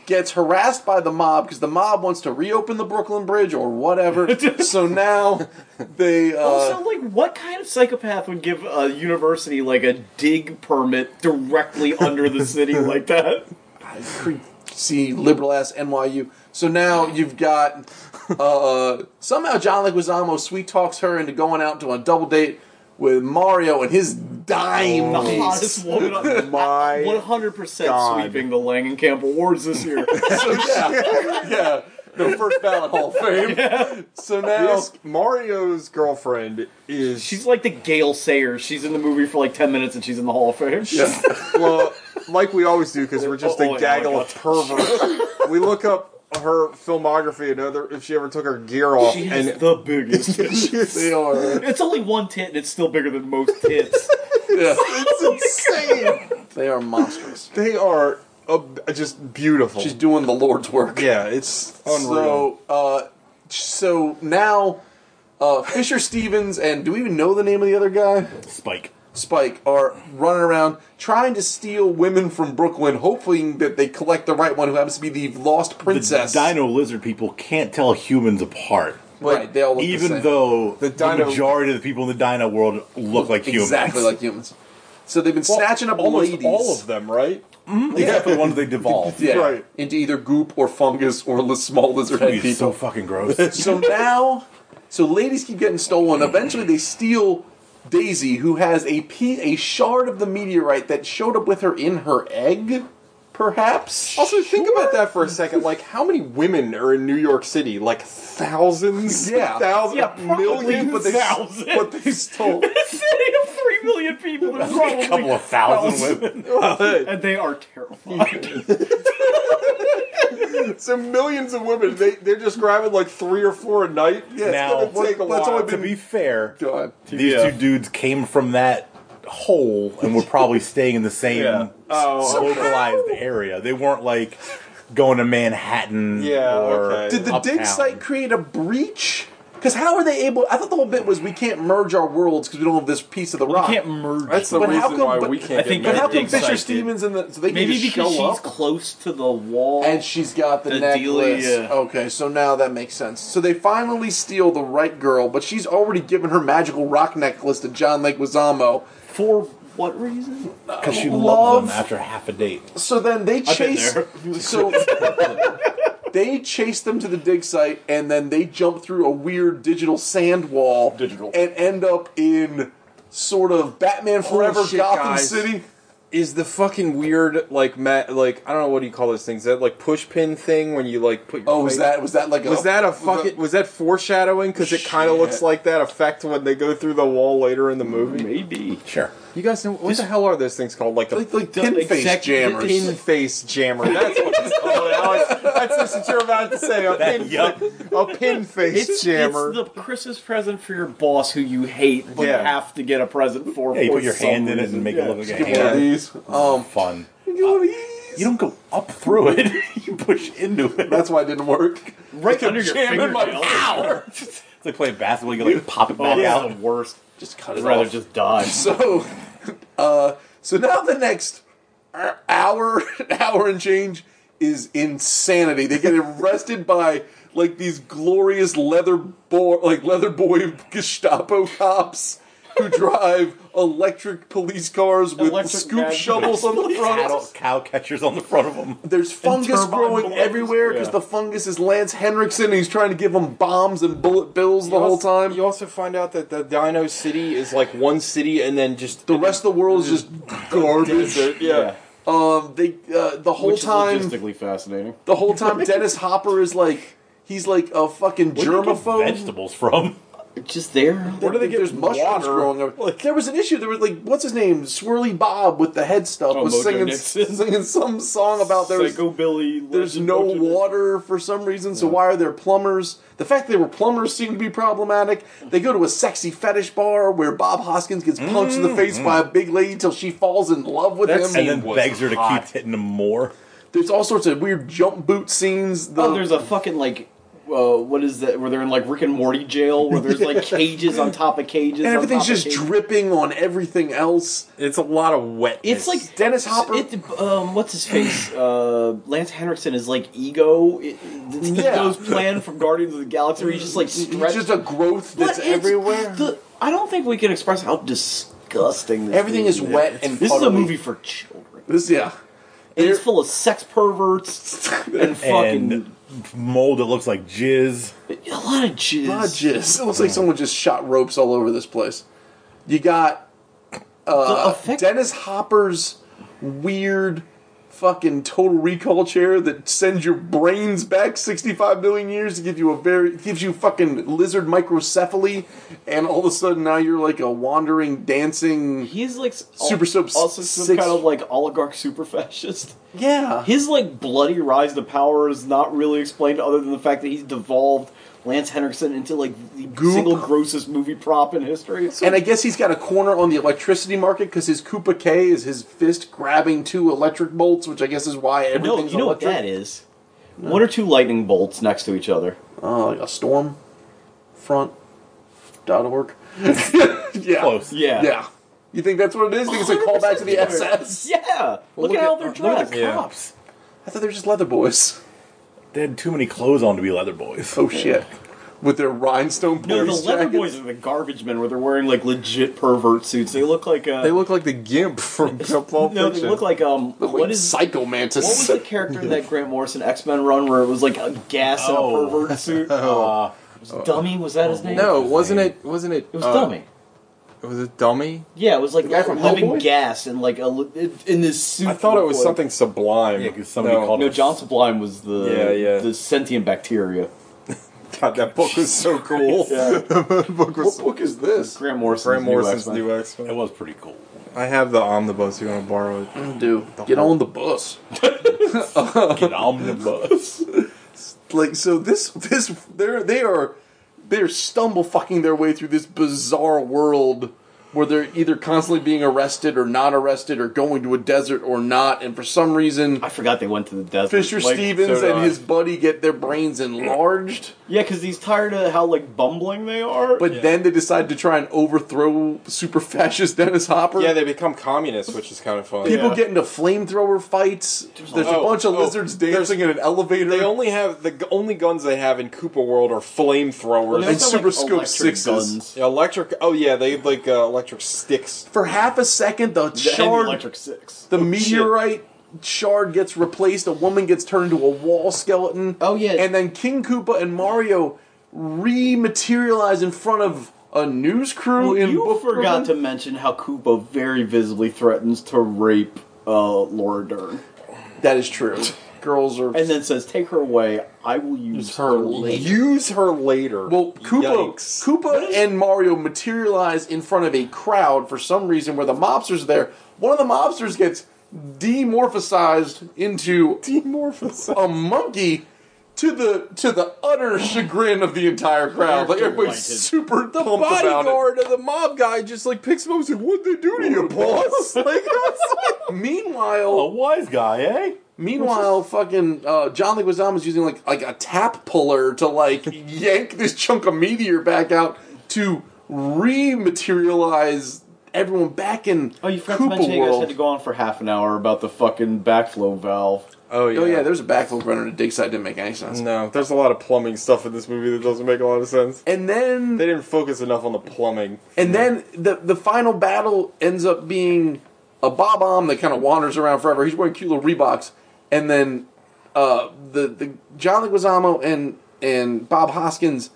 [SPEAKER 9] gets harassed by the mob because the mob wants to reopen the Brooklyn Bridge
[SPEAKER 8] [LAUGHS]
[SPEAKER 9] or whatever. so now they uh,
[SPEAKER 5] also, like, what kind of psychopath would give a university, like, a dig permit directly under the
[SPEAKER 9] [LAUGHS]
[SPEAKER 5] city like that?
[SPEAKER 9] see liberal ass NYU. So now
[SPEAKER 8] [LAUGHS]
[SPEAKER 9] you've got uh, somehow John Leguizamo sweet talks her into going out to a double date with Mario and his dime.
[SPEAKER 8] Oh.
[SPEAKER 5] The
[SPEAKER 9] piece.
[SPEAKER 5] hottest woman on
[SPEAKER 8] My
[SPEAKER 5] 100%
[SPEAKER 8] God.
[SPEAKER 5] sweeping the Langenkamp Awards this
[SPEAKER 9] [LAUGHS]
[SPEAKER 5] year.
[SPEAKER 9] So yeah, yeah, the first ballot Hall of
[SPEAKER 8] [LAUGHS]
[SPEAKER 9] Fame. So now
[SPEAKER 8] This- Mario's girlfriend is
[SPEAKER 5] she's [LAUGHS] like the Gail Sayers. She's in the movie for like 10 minutes and she's in the Hall of Fame.
[SPEAKER 9] Yeah.
[SPEAKER 8] well, like we always do because we're just
[SPEAKER 5] Oh,
[SPEAKER 8] a
[SPEAKER 5] wait,
[SPEAKER 8] gaggle
[SPEAKER 5] oh,
[SPEAKER 8] of perverts. we look up her filmography and other if she ever took her gear
[SPEAKER 7] Oh,
[SPEAKER 8] off
[SPEAKER 5] She has
[SPEAKER 8] and
[SPEAKER 5] the
[SPEAKER 7] [LAUGHS]
[SPEAKER 5] biggest.
[SPEAKER 8] She is-
[SPEAKER 9] they are
[SPEAKER 5] it's only one tit and it's still bigger than most [LAUGHS] tits.
[SPEAKER 9] yeah,
[SPEAKER 8] [LAUGHS] it's insane.
[SPEAKER 9] they are monstrous.
[SPEAKER 8] they are ob- just beautiful.
[SPEAKER 9] She's doing the Lord's work.
[SPEAKER 8] yeah, it's unreal.
[SPEAKER 9] So uh, so now uh, Fisher Stevens and do we even know the name of the other guy?
[SPEAKER 7] Spike.
[SPEAKER 9] Spike are running around trying to steal women from Brooklyn, hoping that they collect the right one who happens to be the lost princess.
[SPEAKER 7] The dino lizard people can't tell humans apart.
[SPEAKER 9] right, they all look the
[SPEAKER 7] even
[SPEAKER 9] same.
[SPEAKER 7] though the,
[SPEAKER 8] dino-
[SPEAKER 7] majority of the people in the dino world look like humans.
[SPEAKER 9] exactly like humans. So they've been snatching up
[SPEAKER 8] almost
[SPEAKER 9] ladies,
[SPEAKER 8] all of them, right?
[SPEAKER 7] Except for the ones they
[SPEAKER 8] [LAUGHS]
[SPEAKER 7] devolve.
[SPEAKER 9] [LAUGHS] yeah,
[SPEAKER 8] Right.
[SPEAKER 9] into either goop or fungus or li- small lizard head
[SPEAKER 7] It's so
[SPEAKER 9] people. [LAUGHS]
[SPEAKER 7] fucking gross.
[SPEAKER 9] So now, so ladies keep getting stolen. Eventually, they steal Daisy, who has a pe- a shard of the meteorite that showed up with her in her egg, perhaps.
[SPEAKER 8] Also, think about that for a second. Like, how many women are in New York City? Like thousands,
[SPEAKER 9] Yeah.
[SPEAKER 8] thousands,
[SPEAKER 5] Yeah, probably
[SPEAKER 8] millions,
[SPEAKER 9] but they,
[SPEAKER 5] Thousands.
[SPEAKER 9] but
[SPEAKER 8] [LAUGHS]
[SPEAKER 9] they stole.
[SPEAKER 5] a city of three million people. There's
[SPEAKER 7] [LAUGHS]
[SPEAKER 5] probably
[SPEAKER 7] a couple of thousand women.
[SPEAKER 5] and they are terrified.
[SPEAKER 8] So millions of women, they they're just grabbing like three or four a night. Yeah,
[SPEAKER 7] now,
[SPEAKER 8] it's gonna take a
[SPEAKER 7] let's
[SPEAKER 8] while.
[SPEAKER 7] only to be fair,
[SPEAKER 9] God.
[SPEAKER 7] these
[SPEAKER 5] Yeah.
[SPEAKER 7] two dudes came from that hole and were probably staying in the same
[SPEAKER 8] Yeah. Oh,
[SPEAKER 7] localized area. They weren't like going to Manhattan.
[SPEAKER 8] Yeah,
[SPEAKER 7] or
[SPEAKER 8] okay.
[SPEAKER 9] Did the dig
[SPEAKER 7] uptown.
[SPEAKER 9] site create a breach? Because how are they able? I thought the whole bit was we can't merge our worlds because we don't have this piece of the rock.
[SPEAKER 5] can't merge.
[SPEAKER 8] That's the reason why we can't
[SPEAKER 9] I
[SPEAKER 8] I
[SPEAKER 9] think,
[SPEAKER 8] think
[SPEAKER 9] but
[SPEAKER 8] get
[SPEAKER 9] how come
[SPEAKER 8] married.
[SPEAKER 9] Fisher
[SPEAKER 8] Excited.
[SPEAKER 9] Stevens and the so they can
[SPEAKER 5] Maybe
[SPEAKER 9] just
[SPEAKER 5] because
[SPEAKER 9] show
[SPEAKER 5] she's
[SPEAKER 9] up
[SPEAKER 5] close to the wall.
[SPEAKER 9] and she's got the,
[SPEAKER 5] The
[SPEAKER 9] necklace.
[SPEAKER 5] dealie, yeah.
[SPEAKER 9] Okay, so now that makes sense. So they finally steal the right girl, but she's already given her magical rock necklace to John Leguizamo.
[SPEAKER 5] for what reason?
[SPEAKER 7] Because she
[SPEAKER 9] Love-
[SPEAKER 7] loved him after half a date.
[SPEAKER 9] So then they
[SPEAKER 5] I've been
[SPEAKER 9] chase.
[SPEAKER 5] there.
[SPEAKER 9] [LAUGHS]
[SPEAKER 5] [LAUGHS]
[SPEAKER 9] So they chase them to the dig site, and then they jump through a weird digital sand wall,
[SPEAKER 13] Digital.
[SPEAKER 9] and end up in sort of Batman Forever
[SPEAKER 8] shit,
[SPEAKER 9] Gotham
[SPEAKER 8] guys.
[SPEAKER 9] City.
[SPEAKER 8] Is the fucking weird like ma- like I don't know what do you call those things? Is that like push pin thing when you like put your
[SPEAKER 9] Oh, was
[SPEAKER 8] face-
[SPEAKER 9] that was that like a,
[SPEAKER 8] was that a fucking was that foreshadowing? Because it kind of looks
[SPEAKER 9] Shit.
[SPEAKER 8] like that effect when they go through the wall later in the movie.
[SPEAKER 5] Maybe.
[SPEAKER 7] Sure.
[SPEAKER 8] You guys know what the hell are those things called? Like the
[SPEAKER 9] like like pin face
[SPEAKER 5] exact-
[SPEAKER 9] jammers?
[SPEAKER 8] pin face jammer. That's what it's called, Alex. That's what you're about to say. A pin,
[SPEAKER 7] yup.
[SPEAKER 8] a pin face
[SPEAKER 5] It's, it's
[SPEAKER 8] jammer.
[SPEAKER 5] the Christmas present for your boss who you hate but
[SPEAKER 8] Yeah.
[SPEAKER 5] have to get a present for.
[SPEAKER 7] Yeah, you
[SPEAKER 5] for
[SPEAKER 7] put your
[SPEAKER 5] some
[SPEAKER 7] hand in it
[SPEAKER 5] reason.
[SPEAKER 7] and make
[SPEAKER 5] Yeah.
[SPEAKER 7] it look like a
[SPEAKER 9] Give me one of
[SPEAKER 7] hand.
[SPEAKER 9] these. Um,
[SPEAKER 7] Fun.
[SPEAKER 9] give me one of these.
[SPEAKER 7] You don't go up through it. [LAUGHS] you push into it.
[SPEAKER 9] That's why it didn't work.
[SPEAKER 5] right under your
[SPEAKER 7] Jamming my-
[SPEAKER 5] fingernail.
[SPEAKER 7] [LAUGHS] Ow! it's like playing basketball. You like pop it
[SPEAKER 5] Oh,
[SPEAKER 7] back
[SPEAKER 5] that's
[SPEAKER 7] out.
[SPEAKER 5] the worst.
[SPEAKER 9] Just cut
[SPEAKER 5] I'd
[SPEAKER 9] it
[SPEAKER 5] rather
[SPEAKER 9] off.
[SPEAKER 5] just die.
[SPEAKER 9] So, uh, so now the next hour, [LAUGHS] hour and change is insanity. They get arrested by like these glorious leather boy, like leather boy [LAUGHS] Gestapo cops who drive electric police cars with
[SPEAKER 5] Electric
[SPEAKER 9] scoop
[SPEAKER 5] mag-
[SPEAKER 9] shovels on the
[SPEAKER 7] Cattle,
[SPEAKER 9] front.
[SPEAKER 7] cow catchers on the front of them.
[SPEAKER 9] There's fungus
[SPEAKER 5] turbine
[SPEAKER 9] growing
[SPEAKER 5] blades.
[SPEAKER 9] everywhere because
[SPEAKER 5] Yeah.
[SPEAKER 9] the fungus is Lance Henriksen and he's trying to give them bombs and bullet bills the whole time.
[SPEAKER 8] You also find out that the Dino City is like one city, and then just
[SPEAKER 9] The rest of the world is just garbage.
[SPEAKER 8] yeah.
[SPEAKER 9] Um, they uh, the whole
[SPEAKER 5] Which is
[SPEAKER 9] time
[SPEAKER 5] logistically fascinating.
[SPEAKER 9] The whole time Dennis Hopper is like he's like a fucking germaphobe.
[SPEAKER 7] Vegetables from.
[SPEAKER 5] Just there.
[SPEAKER 9] Where do they get there's mushrooms
[SPEAKER 8] water?
[SPEAKER 9] growing up? there was an issue. There was like what's his name? Swirly Bob with the head stuff
[SPEAKER 5] Oh,
[SPEAKER 9] was
[SPEAKER 5] Mojo
[SPEAKER 9] singing
[SPEAKER 5] Nixon.
[SPEAKER 9] [LAUGHS] singing some song about there was
[SPEAKER 5] Psycho Billy.
[SPEAKER 9] there's no water for some reason. So why are there plumbers? The fact they were plumbers seemed to be problematic. They go to a sexy fetish bar where Bob Hoskins gets punched in the face by a big lady till she falls in love with
[SPEAKER 8] That's-
[SPEAKER 9] him.
[SPEAKER 7] And then
[SPEAKER 8] was
[SPEAKER 7] begs her to
[SPEAKER 8] hot.
[SPEAKER 7] keep hitting them more.
[SPEAKER 9] There's all sorts of weird jump boot scenes. The,
[SPEAKER 5] Oh, there's a fucking like. Uh, what is that? Where they're in like Rick and Morty jail, where there's
[SPEAKER 9] [LAUGHS]
[SPEAKER 5] like cages on top of cages,
[SPEAKER 9] and
[SPEAKER 5] on
[SPEAKER 9] everything's
[SPEAKER 5] top of
[SPEAKER 9] just
[SPEAKER 5] cages.
[SPEAKER 9] dripping on everything else.
[SPEAKER 8] It's a lot of wetness.
[SPEAKER 5] It's like
[SPEAKER 9] Dennis Hopper-
[SPEAKER 5] It, um, what's his
[SPEAKER 9] [CLEARS THROAT]
[SPEAKER 5] face? Uh, Lance Henriksen is like ego. It, it's
[SPEAKER 9] Yeah.
[SPEAKER 5] ego's plan from Guardians of the Galaxy, where he's just like
[SPEAKER 9] It's
[SPEAKER 5] stretched.
[SPEAKER 9] just a growth
[SPEAKER 5] But
[SPEAKER 9] that's
[SPEAKER 5] it's-
[SPEAKER 9] everywhere.
[SPEAKER 5] the- I don't think we can express how disgusting this.
[SPEAKER 9] Everything is wet
[SPEAKER 5] It's-
[SPEAKER 9] and
[SPEAKER 5] This is a
[SPEAKER 9] puddly.
[SPEAKER 5] movie for children.
[SPEAKER 9] This yeah.
[SPEAKER 5] And
[SPEAKER 9] There-
[SPEAKER 5] it's
[SPEAKER 9] [LAUGHS]
[SPEAKER 5] full of sex perverts and fucking
[SPEAKER 7] And mold that looks like jizz.
[SPEAKER 5] a lot of jizz.
[SPEAKER 9] Ah, jizz. It looks like someone just shot ropes all over this place. You got uh,
[SPEAKER 5] The effect-
[SPEAKER 9] Dennis Hopper's weird fucking total recall chair that sends your brains back 65 million years to give you a very gives you fucking lizard microcephaly and all of a sudden now you're like a wandering dancing
[SPEAKER 5] He's like s-
[SPEAKER 9] Super sub-
[SPEAKER 5] also some
[SPEAKER 9] six- Uh-huh.
[SPEAKER 5] kind of like oligarch super fascist.
[SPEAKER 9] yeah
[SPEAKER 5] His like bloody rise to power is not really explained other than the fact that he's devolved Lance Henriksen into like the
[SPEAKER 9] Goop.
[SPEAKER 5] single grossest movie prop in history.
[SPEAKER 9] And I guess he's got a corner on the electricity market because his Koopa K is his fist grabbing two electric bolts, which I guess is why
[SPEAKER 5] no,
[SPEAKER 9] everything's
[SPEAKER 5] you know what that
[SPEAKER 9] electric.
[SPEAKER 5] is? One or two lightning bolts next to each other.
[SPEAKER 9] Uh, like a storm front dot org. [LAUGHS] yeah.
[SPEAKER 7] Close.
[SPEAKER 5] Yeah.
[SPEAKER 9] Yeah. You think that's what it is? You think it's a callback
[SPEAKER 5] [LAUGHS]
[SPEAKER 9] to the
[SPEAKER 5] 100%
[SPEAKER 9] SS?
[SPEAKER 5] Yeah. Look,
[SPEAKER 9] look
[SPEAKER 5] at how
[SPEAKER 9] at-
[SPEAKER 5] they're
[SPEAKER 9] look at
[SPEAKER 5] dressed.
[SPEAKER 8] Yeah.
[SPEAKER 7] Cops.
[SPEAKER 9] I thought they were just leather boys.
[SPEAKER 7] They had too many clothes on to be leather boys.
[SPEAKER 9] Oh shit. With their rhinestone
[SPEAKER 5] No, the
[SPEAKER 9] police
[SPEAKER 5] leather
[SPEAKER 9] jackets.
[SPEAKER 5] boys are the garbage men where they're wearing like legit pervert suits. They look like uh,
[SPEAKER 8] they look like the Gimp from Pulp
[SPEAKER 5] no, they
[SPEAKER 8] Fiction.
[SPEAKER 5] look like um.
[SPEAKER 9] Look
[SPEAKER 5] what
[SPEAKER 9] like
[SPEAKER 5] is
[SPEAKER 9] Psycho
[SPEAKER 5] what was the
[SPEAKER 9] Mantis?
[SPEAKER 5] character in that Grant Morrison X Men run where it was like a gas
[SPEAKER 7] Oh.
[SPEAKER 5] and
[SPEAKER 8] [LAUGHS]
[SPEAKER 5] a pervert suit?
[SPEAKER 7] Uh,
[SPEAKER 5] Was Dummy was that his name?
[SPEAKER 8] Oh. no, wasn't it? Wasn't it?
[SPEAKER 5] it was
[SPEAKER 8] uh,
[SPEAKER 5] Dummy.
[SPEAKER 8] It was it dummy.
[SPEAKER 5] Yeah, it was like
[SPEAKER 9] guy from
[SPEAKER 5] living
[SPEAKER 9] Hellboy?
[SPEAKER 5] gas and like a, li- in this suit.
[SPEAKER 8] I thought it was
[SPEAKER 5] like-
[SPEAKER 8] something sublime.
[SPEAKER 7] Yeah, 'cause somebody
[SPEAKER 8] No.
[SPEAKER 7] called
[SPEAKER 5] No, John Sublime was the
[SPEAKER 8] Yeah, yeah.
[SPEAKER 5] the sentient bacteria.
[SPEAKER 8] God, that book was so cool. that book was.
[SPEAKER 9] [LAUGHS] What book is
[SPEAKER 5] [LAUGHS]
[SPEAKER 9] this?
[SPEAKER 5] Grant Morrison's,
[SPEAKER 8] Grant Morrison's
[SPEAKER 5] new X-Men.
[SPEAKER 8] new X Men.
[SPEAKER 7] that was pretty cool.
[SPEAKER 8] I have the omnibus. You want to borrow it?
[SPEAKER 9] Dude, get on the bus.
[SPEAKER 7] Get on the bus.
[SPEAKER 9] like so this this they're they are they're stumble fucking their way through this bizarre world where they're either constantly being arrested or not arrested or going to a desert or not, and for some reason,
[SPEAKER 5] I forgot they went to the desert.
[SPEAKER 9] Fisher
[SPEAKER 5] Like,
[SPEAKER 9] Stevens
[SPEAKER 5] so did
[SPEAKER 9] and
[SPEAKER 5] I.
[SPEAKER 9] his buddy get their brains enlarged.
[SPEAKER 5] Yeah, because he's tired of how like bumbling they are.
[SPEAKER 9] But then they decide to try and overthrow super fascist [LAUGHS] Dennis Hopper.
[SPEAKER 8] Yeah, they become communists, which is kind of fun.
[SPEAKER 9] People
[SPEAKER 8] Yeah.
[SPEAKER 9] get into flamethrower fights. There's a
[SPEAKER 8] Oh,
[SPEAKER 9] bunch of
[SPEAKER 8] oh,
[SPEAKER 9] lizards dancing in an elevator.
[SPEAKER 8] They only have the g- only guns they have in Koopa World are flamethrowers
[SPEAKER 9] And Super Scope Sixes.
[SPEAKER 8] Yeah, electric. Oh yeah, they had, like uh, electric sticks.
[SPEAKER 9] For half a second, the shard,
[SPEAKER 5] Electric Six.
[SPEAKER 9] the meteorite shard gets replaced. A woman gets turned into a wall skeleton. Oh yeah, and then King Koopa and Mario rematerialize in front of a news crew
[SPEAKER 5] Well,
[SPEAKER 9] in
[SPEAKER 5] you
[SPEAKER 9] Book
[SPEAKER 5] forgot
[SPEAKER 9] Ribbon.
[SPEAKER 5] to mention how Koopa very visibly threatens to rape uh, Laura Dern.
[SPEAKER 9] That is true. Girls are.
[SPEAKER 5] And then says, "Take her away. I will use, her later."
[SPEAKER 8] Use her later.
[SPEAKER 9] Well, Koopa,
[SPEAKER 8] Yikes.
[SPEAKER 9] Koopa and Mario materialize in front of a crowd for some reason where the mobsters are there. One of the mobsters gets demorphosized into
[SPEAKER 8] Demorphous.
[SPEAKER 9] a monkey to the to the utter chagrin of the entire crowd. Like everybody's
[SPEAKER 5] Delighted.
[SPEAKER 9] super
[SPEAKER 8] The
[SPEAKER 9] pumped about
[SPEAKER 8] bodyguard of the mob guy just like picks him up and says, "What'd they do to you,
[SPEAKER 9] it.
[SPEAKER 8] boss?"
[SPEAKER 9] [LAUGHS] Like, it's like-
[SPEAKER 7] A
[SPEAKER 9] meanwhile,
[SPEAKER 7] wise guy, eh?
[SPEAKER 9] meanwhile, fucking uh, John Leguizamo's using like like a tap puller
[SPEAKER 5] [LAUGHS]
[SPEAKER 9] to like yank this chunk of meteor back out to rematerialize everyone back in
[SPEAKER 5] Oh, you forgot
[SPEAKER 9] Koopa
[SPEAKER 5] to mention you guys
[SPEAKER 9] world.
[SPEAKER 5] had to go on for half an hour about the fucking backflow valve.
[SPEAKER 8] Oh yeah.
[SPEAKER 9] Oh yeah, there's a backflip runner to dig side didn't make any
[SPEAKER 5] Mm.
[SPEAKER 9] sense.
[SPEAKER 8] no, there's a lot of plumbing stuff in this movie that doesn't make a lot of sense.
[SPEAKER 9] And then
[SPEAKER 8] They didn't focus enough on the plumbing.
[SPEAKER 9] And then the the final battle ends up being a Bob Omb that kind of wanders around forever. He's wearing cute little Reeboks, and then uh, the the John Leguizamo and and Bob Hoskins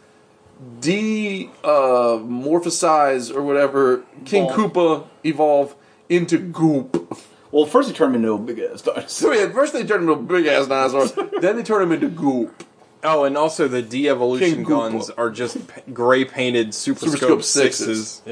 [SPEAKER 9] de uh, morphosize or whatever King
[SPEAKER 5] Evolve.
[SPEAKER 9] Koopa evolve into goop. [LAUGHS]
[SPEAKER 5] Well, first he turned him into a big ass dinosaur.
[SPEAKER 9] So yeah, first they turn him into big ass dinosaurs, then they turn him into goop.
[SPEAKER 8] Oh, and also the de-evolution
[SPEAKER 9] King Koopa.
[SPEAKER 8] guns are just p- gray painted Super,
[SPEAKER 9] Super
[SPEAKER 8] Scope
[SPEAKER 9] Scope sixes.
[SPEAKER 8] sixes.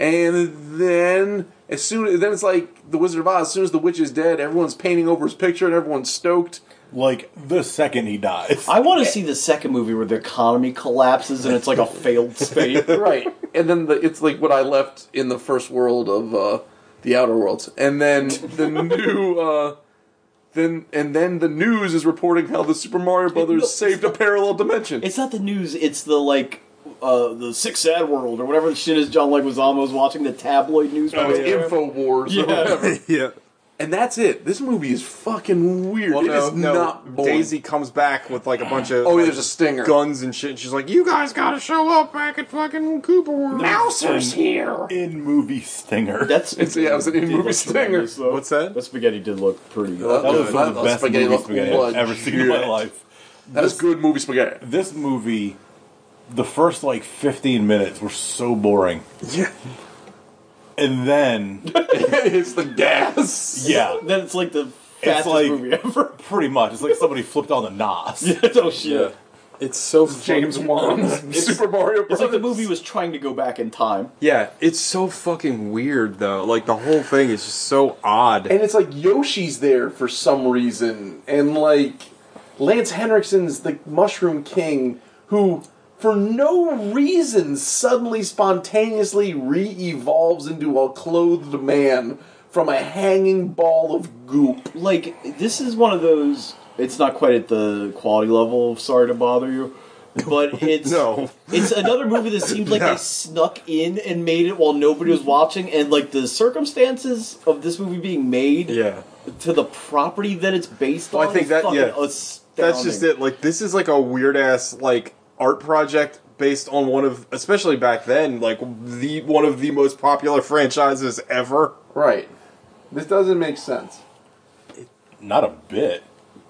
[SPEAKER 8] Yeah.
[SPEAKER 9] And then as soon then it's like the Wizard of Oz. As soon as the witch is dead, everyone's painting over his picture and everyone's stoked.
[SPEAKER 7] Like the second he dies,
[SPEAKER 5] I want to see the second movie where the economy collapses and it's like a
[SPEAKER 9] [LAUGHS]
[SPEAKER 5] failed state.
[SPEAKER 9] right and then the, it's like what i left in the first world of uh the outer worlds and then
[SPEAKER 8] [LAUGHS]
[SPEAKER 9] the new uh then and then the news is reporting how the super mario brothers
[SPEAKER 5] no,
[SPEAKER 9] saved a parallel dimension
[SPEAKER 5] It's not the news. It's the like uh, the Six Sad World or whatever the shit is. John Leguizamo's watching the tabloid news.
[SPEAKER 9] It's InfoWars
[SPEAKER 8] [LAUGHS]
[SPEAKER 9] or whatever.
[SPEAKER 8] yeah.
[SPEAKER 9] And that's it. This movie is fucking weird.
[SPEAKER 8] Well,
[SPEAKER 9] it
[SPEAKER 8] no,
[SPEAKER 9] is not
[SPEAKER 8] no.
[SPEAKER 9] boring.
[SPEAKER 8] Daisy comes back with like a bunch of
[SPEAKER 9] Oh,
[SPEAKER 8] like,
[SPEAKER 9] there's a stinger.
[SPEAKER 8] guns and shit. And she's like, "You guys gotta show up back at fucking Cooper World."
[SPEAKER 9] Mouser's here.
[SPEAKER 7] in movie stinger.
[SPEAKER 5] That's
[SPEAKER 9] It's, yeah, it was an
[SPEAKER 5] Dude,
[SPEAKER 9] in-movie
[SPEAKER 5] that's
[SPEAKER 9] stinger.
[SPEAKER 5] tremendous, though.
[SPEAKER 8] What's that?
[SPEAKER 5] That spaghetti did look pretty good.
[SPEAKER 7] that was one of
[SPEAKER 9] That
[SPEAKER 7] the
[SPEAKER 9] was
[SPEAKER 7] best
[SPEAKER 9] spaghetti
[SPEAKER 7] movie
[SPEAKER 9] look
[SPEAKER 7] spaghetti
[SPEAKER 9] legit.
[SPEAKER 7] I've ever seen in my life.
[SPEAKER 9] That is good movie spaghetti.
[SPEAKER 7] This movie, the first like 15 minutes were so boring.
[SPEAKER 9] Yeah.
[SPEAKER 7] And
[SPEAKER 9] [LAUGHS]
[SPEAKER 7] then,
[SPEAKER 9] [LAUGHS] it's the gas.
[SPEAKER 7] yeah,
[SPEAKER 5] Then it's like the fastest
[SPEAKER 7] like-
[SPEAKER 5] movie ever. [LAUGHS]
[SPEAKER 7] pretty much. It's like somebody flipped on the NOS.
[SPEAKER 5] oh shit.
[SPEAKER 8] Yeah. It's so fun-
[SPEAKER 9] [LAUGHS] James Wan's [LAUGHS] Super Mario Brothers.
[SPEAKER 5] It's like the movie was trying to go back in time.
[SPEAKER 8] Yeah, it's so fucking weird though. Like the whole thing is just so odd.
[SPEAKER 9] and it's like Yoshi's there for some reason, and like Lance Henriksen's the Mushroom King, who for no reason suddenly spontaneously re-evolves into a clothed man from a hanging ball of goop.
[SPEAKER 5] Like this is one of those. It's not quite at the quality level. of Sorry to bother you.
[SPEAKER 8] [LAUGHS]
[SPEAKER 5] But it's
[SPEAKER 8] No.
[SPEAKER 5] it's another movie that
[SPEAKER 8] [LAUGHS]
[SPEAKER 5] seemed like they snuck in and made it while nobody was watching, and like the circumstances of this movie being made
[SPEAKER 8] yeah.
[SPEAKER 5] to the property that it's based
[SPEAKER 8] Well,
[SPEAKER 5] on.
[SPEAKER 8] I think
[SPEAKER 5] is
[SPEAKER 8] that-
[SPEAKER 5] fucking
[SPEAKER 8] yeah.
[SPEAKER 5] astounding.
[SPEAKER 8] That's just it. Like this is like a weird ass like art project based on one of especially back then like the one of the most popular franchises ever.
[SPEAKER 9] Right. This doesn't make sense.
[SPEAKER 7] Not a bit.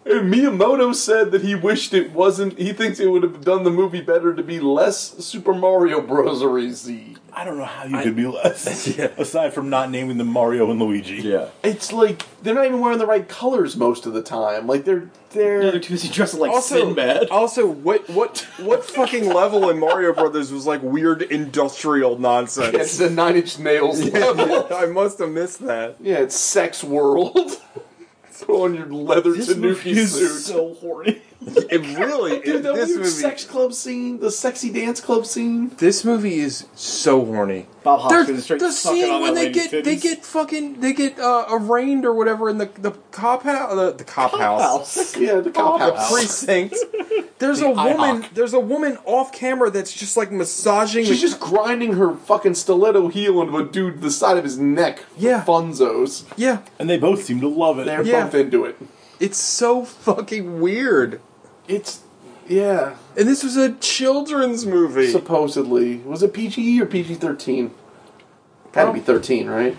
[SPEAKER 9] And Miyamoto said that he wished it wasn't. He thinks it would have done the movie better to be less Super Mario [LAUGHS] Brosery.
[SPEAKER 7] I don't know how you could be
[SPEAKER 9] [LAUGHS]
[SPEAKER 7] less. Aside from not naming them Mario and Luigi.
[SPEAKER 5] Yeah.
[SPEAKER 9] It's like they're not even wearing the right colors most of the time. Like they're
[SPEAKER 5] No,
[SPEAKER 9] they're
[SPEAKER 5] they're too busy dressing like
[SPEAKER 8] Also,
[SPEAKER 5] Sinbad. [LAUGHS]
[SPEAKER 8] also, what what what fucking level in Mario Brothers was like weird industrial
[SPEAKER 9] [LAUGHS] it's
[SPEAKER 8] nonsense?
[SPEAKER 9] the Nine Inch Nails level.
[SPEAKER 8] [LAUGHS] I must have missed that.
[SPEAKER 9] Yeah, [LAUGHS] it's Sex World. Throw on your leather
[SPEAKER 5] this movie
[SPEAKER 9] Tanuki
[SPEAKER 5] is
[SPEAKER 9] suit.
[SPEAKER 5] so horny.
[SPEAKER 8] It really
[SPEAKER 9] Dude,
[SPEAKER 8] it-
[SPEAKER 9] the
[SPEAKER 8] this
[SPEAKER 9] weird
[SPEAKER 8] movie.
[SPEAKER 9] sex club scene, the sexy dance club scene.
[SPEAKER 8] This movie is so horny.
[SPEAKER 5] Bob
[SPEAKER 8] They're-
[SPEAKER 5] Hoskins is Oh, straight
[SPEAKER 8] the
[SPEAKER 5] sucking
[SPEAKER 8] scene
[SPEAKER 5] on
[SPEAKER 8] when
[SPEAKER 5] that
[SPEAKER 8] they
[SPEAKER 5] lady's
[SPEAKER 8] get they
[SPEAKER 5] titties.
[SPEAKER 8] get fucking they get uh, arraigned or whatever in the the cop house the, the cop, house,
[SPEAKER 9] Yeah, the cop
[SPEAKER 8] the
[SPEAKER 5] [LAUGHS]
[SPEAKER 9] house.
[SPEAKER 8] precinct. There's a woman. There's a woman off camera that's just like massaging.
[SPEAKER 9] She's
[SPEAKER 8] the,
[SPEAKER 9] just grinding her fucking stiletto heel into a dude the side of his neck.
[SPEAKER 8] Yeah.
[SPEAKER 9] funzos.
[SPEAKER 8] yeah.
[SPEAKER 7] And they both seem to love it.
[SPEAKER 9] They're
[SPEAKER 8] Yeah.
[SPEAKER 9] both into it.
[SPEAKER 8] It's so fucking weird.
[SPEAKER 9] It's yeah.
[SPEAKER 8] And this was a children's movie.
[SPEAKER 9] Supposedly, was it PG or PG thirteen? Had to be thirteen, right?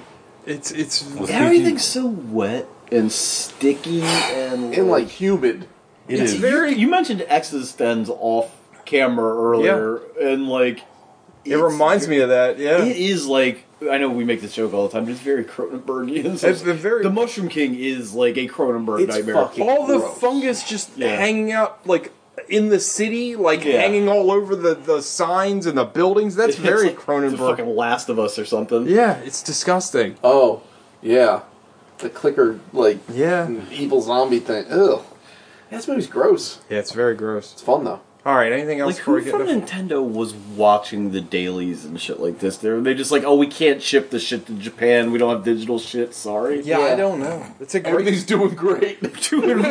[SPEAKER 8] it's it's
[SPEAKER 7] With
[SPEAKER 5] Everything's
[SPEAKER 8] Mm-hmm.
[SPEAKER 5] so wet and sticky and,
[SPEAKER 9] And like humid.
[SPEAKER 7] PG. It
[SPEAKER 5] it's
[SPEAKER 7] is.
[SPEAKER 5] very. You, mentioned existence off camera earlier, and like
[SPEAKER 8] it reminds me of that. Yeah,
[SPEAKER 5] it is like I know we make this joke all the time, but it's very Cronenbergian.
[SPEAKER 8] It's the very-
[SPEAKER 5] the Mushroom King is like a Cronenberg
[SPEAKER 9] It's
[SPEAKER 5] nightmare.
[SPEAKER 9] fucking-
[SPEAKER 8] all the
[SPEAKER 9] gross.
[SPEAKER 8] fungus just
[SPEAKER 5] Yeah.
[SPEAKER 8] hanging out like in the city, like
[SPEAKER 5] Yeah.
[SPEAKER 8] hanging all over the the signs and the buildings. That's
[SPEAKER 5] It's
[SPEAKER 8] very
[SPEAKER 5] like The
[SPEAKER 8] Cronenberg.
[SPEAKER 5] fucking Last of Us or something.
[SPEAKER 8] yeah, it's disgusting.
[SPEAKER 9] Oh, yeah. The clicker, like,
[SPEAKER 8] Yeah.
[SPEAKER 9] evil zombie thing. Ugh. Yeah, this movie's gross.
[SPEAKER 8] Yeah, it's very gross.
[SPEAKER 9] It's fun, though.
[SPEAKER 8] All right, anything else
[SPEAKER 5] Like
[SPEAKER 8] before
[SPEAKER 5] who
[SPEAKER 8] we get?
[SPEAKER 5] from
[SPEAKER 8] to-
[SPEAKER 5] Nintendo was watching the dailies and shit like this? They're they just like, oh, we can't ship this shit to Japan. We don't have digital shit. Sorry.
[SPEAKER 8] yeah,
[SPEAKER 9] Yeah.
[SPEAKER 8] I don't know. It's a great.
[SPEAKER 9] Everything's
[SPEAKER 8] [LAUGHS]
[SPEAKER 9] doing great.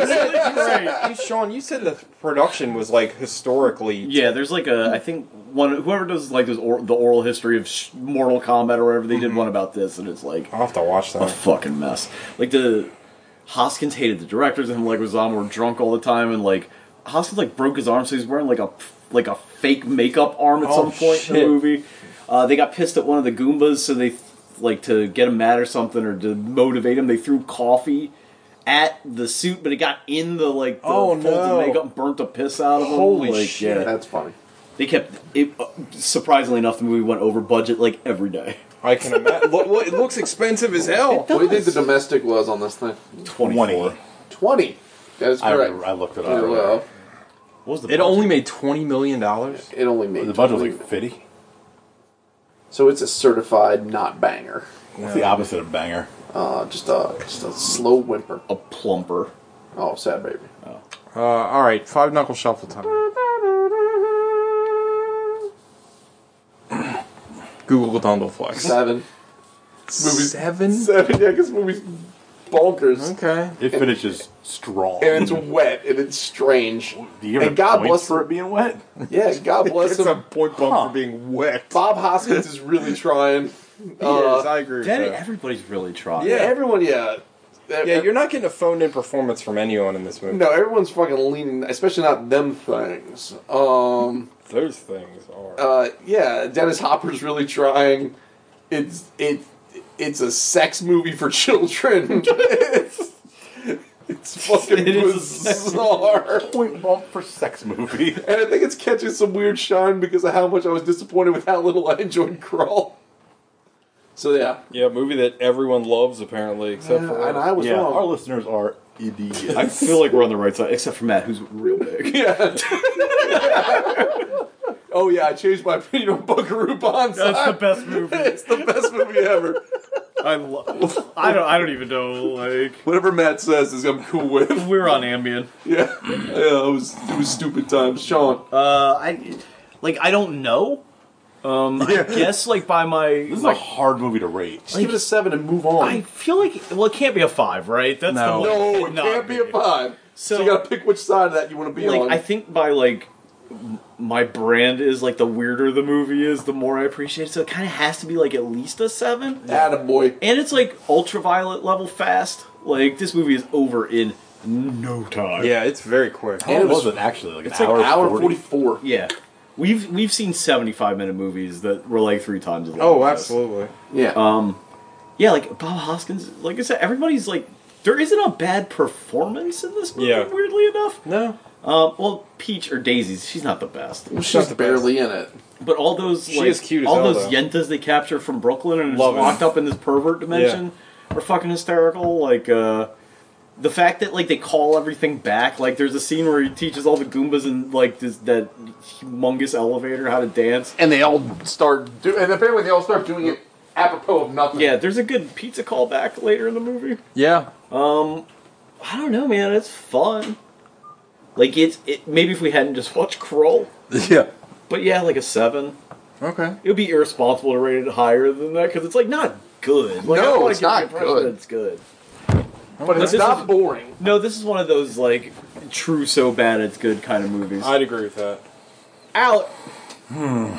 [SPEAKER 8] Hey, Sean, you said the production was like historically.
[SPEAKER 5] Yeah, there's like a I think one whoever does like those or, the oral history of sh- Mortal Kombat or whatever they
[SPEAKER 8] Mm-hmm.
[SPEAKER 5] did one about this and it's like
[SPEAKER 8] I'll have to watch
[SPEAKER 5] a
[SPEAKER 8] that.
[SPEAKER 5] fucking mess. Like the Hoskins hated the directors and like Ozama were drunk all the time and like Hoskins like broke his arm so he's wearing like a like a fake makeup arm at
[SPEAKER 8] Oh,
[SPEAKER 5] some point in the
[SPEAKER 8] shit.
[SPEAKER 5] movie. Uh, they got pissed at one of the Goombas so they like to get him mad or something or to motivate him they threw coffee at the suit but it got in the like the
[SPEAKER 8] Oh,
[SPEAKER 5] folded
[SPEAKER 8] no.
[SPEAKER 5] makeup and burnt the piss out of him.
[SPEAKER 8] Holy
[SPEAKER 5] Like,
[SPEAKER 8] shit.
[SPEAKER 5] yeah.
[SPEAKER 9] That's funny.
[SPEAKER 5] They kept it. uh, Surprisingly enough, the movie went over budget like every day.
[SPEAKER 8] I can imagine. [LAUGHS] look, look, it looks expensive as hell.
[SPEAKER 9] What do you think the domestic was on this thing?
[SPEAKER 7] 20.
[SPEAKER 9] 20. That is
[SPEAKER 7] I,
[SPEAKER 9] correct.
[SPEAKER 7] I looked it
[SPEAKER 9] Yeah,
[SPEAKER 7] up.
[SPEAKER 9] well,
[SPEAKER 5] What was the
[SPEAKER 8] It
[SPEAKER 5] budget?
[SPEAKER 8] only made twenty million dollars.
[SPEAKER 9] it only made
[SPEAKER 7] The budget was
[SPEAKER 9] 20.
[SPEAKER 7] like 50.
[SPEAKER 9] So it's a certified not banger.
[SPEAKER 7] What's the opposite of banger?
[SPEAKER 9] Uh, just, a, just a slow whimper.
[SPEAKER 5] a plumper.
[SPEAKER 9] Oh, sad baby.
[SPEAKER 8] Uh, all right, five knuckle shuffle time. [CLEARS THROAT] Google Dundleflex.
[SPEAKER 9] Seven. Movie's-
[SPEAKER 8] Seven.
[SPEAKER 9] [LAUGHS] Seven, yeah, because movie's bonkers.
[SPEAKER 8] Okay.
[SPEAKER 7] It finishes strong.
[SPEAKER 9] And it's wet and it's strange.
[SPEAKER 7] Do you give
[SPEAKER 9] and
[SPEAKER 7] it
[SPEAKER 9] God
[SPEAKER 7] points
[SPEAKER 9] bless
[SPEAKER 7] for it being wet?
[SPEAKER 9] Yeah,
[SPEAKER 8] [LAUGHS]
[SPEAKER 9] God bless
[SPEAKER 8] It's a
[SPEAKER 9] him.
[SPEAKER 8] point bump
[SPEAKER 7] Huh.
[SPEAKER 8] for being wet.
[SPEAKER 9] Bob Hoskins is really trying. Uh,
[SPEAKER 8] yes, I agree. With
[SPEAKER 5] Daddy,
[SPEAKER 8] that.
[SPEAKER 5] everybody's really trying.
[SPEAKER 9] Yeah, everyone. Yeah,
[SPEAKER 8] Yeah, you're not getting a phoned-in performance from anyone in this movie.
[SPEAKER 9] No, everyone's fucking leaning, especially not them things. Um,
[SPEAKER 8] [LAUGHS] Those things are.
[SPEAKER 9] uh, yeah, Dennis Hopper's really trying. It's it, it's a sex movie for [LAUGHS] children. it's, it's fucking bizarre.
[SPEAKER 7] Point bump for sex movie.
[SPEAKER 9] [LAUGHS] And I think it's catching some weird shine because of how much I was disappointed with how little I enjoyed Crawl. So yeah,
[SPEAKER 8] yeah, a movie that everyone loves apparently, except
[SPEAKER 9] and
[SPEAKER 8] for uh,
[SPEAKER 9] I was
[SPEAKER 7] yeah, our
[SPEAKER 9] [LAUGHS] wrong.
[SPEAKER 7] listeners are idiots.
[SPEAKER 8] [LAUGHS]
[SPEAKER 5] I feel like we're on the right side, except for Matt, who's
[SPEAKER 7] [LAUGHS]
[SPEAKER 5] real big.
[SPEAKER 9] Oh yeah, I changed my opinion on Buckaroo Banzai.
[SPEAKER 5] best movie.
[SPEAKER 9] [LAUGHS] it's the best movie ever.
[SPEAKER 5] I [LAUGHS] love. I don't. I don't even know. Like
[SPEAKER 9] Whatever Matt says is I'm cool with.
[SPEAKER 5] [LAUGHS] we're on Ambien.
[SPEAKER 9] Yeah, yeah. It was it was stupid times, Sean.
[SPEAKER 5] Uh, I like. I don't know. Um, I guess like by my.
[SPEAKER 7] this is
[SPEAKER 5] my-
[SPEAKER 7] a hard movie to rate.
[SPEAKER 9] Just give it a seven and move on.
[SPEAKER 5] I feel like well, it can't be a five, right? That's
[SPEAKER 8] No.
[SPEAKER 5] the one.
[SPEAKER 9] no, it can't be a five. So,
[SPEAKER 5] So-
[SPEAKER 9] you got to pick which side of that you want to be
[SPEAKER 5] like
[SPEAKER 9] on.
[SPEAKER 5] I think by like m- my brand is like the weirder the movie is, the more I appreciate it. So it kind of has to be like at least a seven.
[SPEAKER 9] Attaboy.
[SPEAKER 5] And it's like ultraviolet level fast. Like this movie is over in no time.
[SPEAKER 8] yeah, it's very quick.
[SPEAKER 7] How long
[SPEAKER 9] it was-
[SPEAKER 7] was it actually? Like an
[SPEAKER 9] It's like
[SPEAKER 7] hour,
[SPEAKER 9] hour, forty
[SPEAKER 7] 40?
[SPEAKER 9] four.
[SPEAKER 5] Yeah. We've we've seen 75 minute movies that were like three times as long.
[SPEAKER 8] Oh,
[SPEAKER 5] as this.
[SPEAKER 8] absolutely.
[SPEAKER 9] Yeah.
[SPEAKER 5] Yeah, like Bob Hoskins, like I said everybody's like there isn't a bad performance in this movie
[SPEAKER 8] Yeah.
[SPEAKER 5] weirdly enough.
[SPEAKER 8] No,
[SPEAKER 5] Um, well, Peach or Daisy, she's not the best.
[SPEAKER 9] Well,
[SPEAKER 8] not
[SPEAKER 9] she's
[SPEAKER 8] the
[SPEAKER 9] barely in it.
[SPEAKER 5] But all those
[SPEAKER 8] She
[SPEAKER 5] like
[SPEAKER 8] is cute as
[SPEAKER 5] all
[SPEAKER 8] hell,
[SPEAKER 5] those
[SPEAKER 8] though.
[SPEAKER 5] yentas they capture from Brooklyn and are just
[SPEAKER 8] Love it.
[SPEAKER 5] locked up in this pervert dimension are fucking hysterical. Like uh the fact that like they call everything back, like there's a scene where he teaches all the Goombas in like this that humongous elevator how to dance.
[SPEAKER 9] And they all start do, and apparently they all start doing it apropos of nothing.
[SPEAKER 5] Yeah, there's a good pizza callback later in the movie.
[SPEAKER 8] Yeah,
[SPEAKER 5] I don't know, man, it's fun. Like it's it, maybe if we hadn't just watched Kroll.
[SPEAKER 8] [LAUGHS] Yeah.
[SPEAKER 5] But yeah, like a seven.
[SPEAKER 8] Okay.
[SPEAKER 5] It would be irresponsible to rate it higher than that because it's like not good. Like, I don't
[SPEAKER 9] no,
[SPEAKER 5] wanna
[SPEAKER 9] it's
[SPEAKER 5] give the
[SPEAKER 9] not
[SPEAKER 5] impression that
[SPEAKER 9] good.
[SPEAKER 5] It's good.
[SPEAKER 9] But it's
[SPEAKER 5] this
[SPEAKER 9] not
[SPEAKER 5] is-
[SPEAKER 9] boring.
[SPEAKER 5] No, this is one of those like true so bad it's good kind of movies.
[SPEAKER 8] I'd agree with that.
[SPEAKER 5] Out.
[SPEAKER 7] Hmm.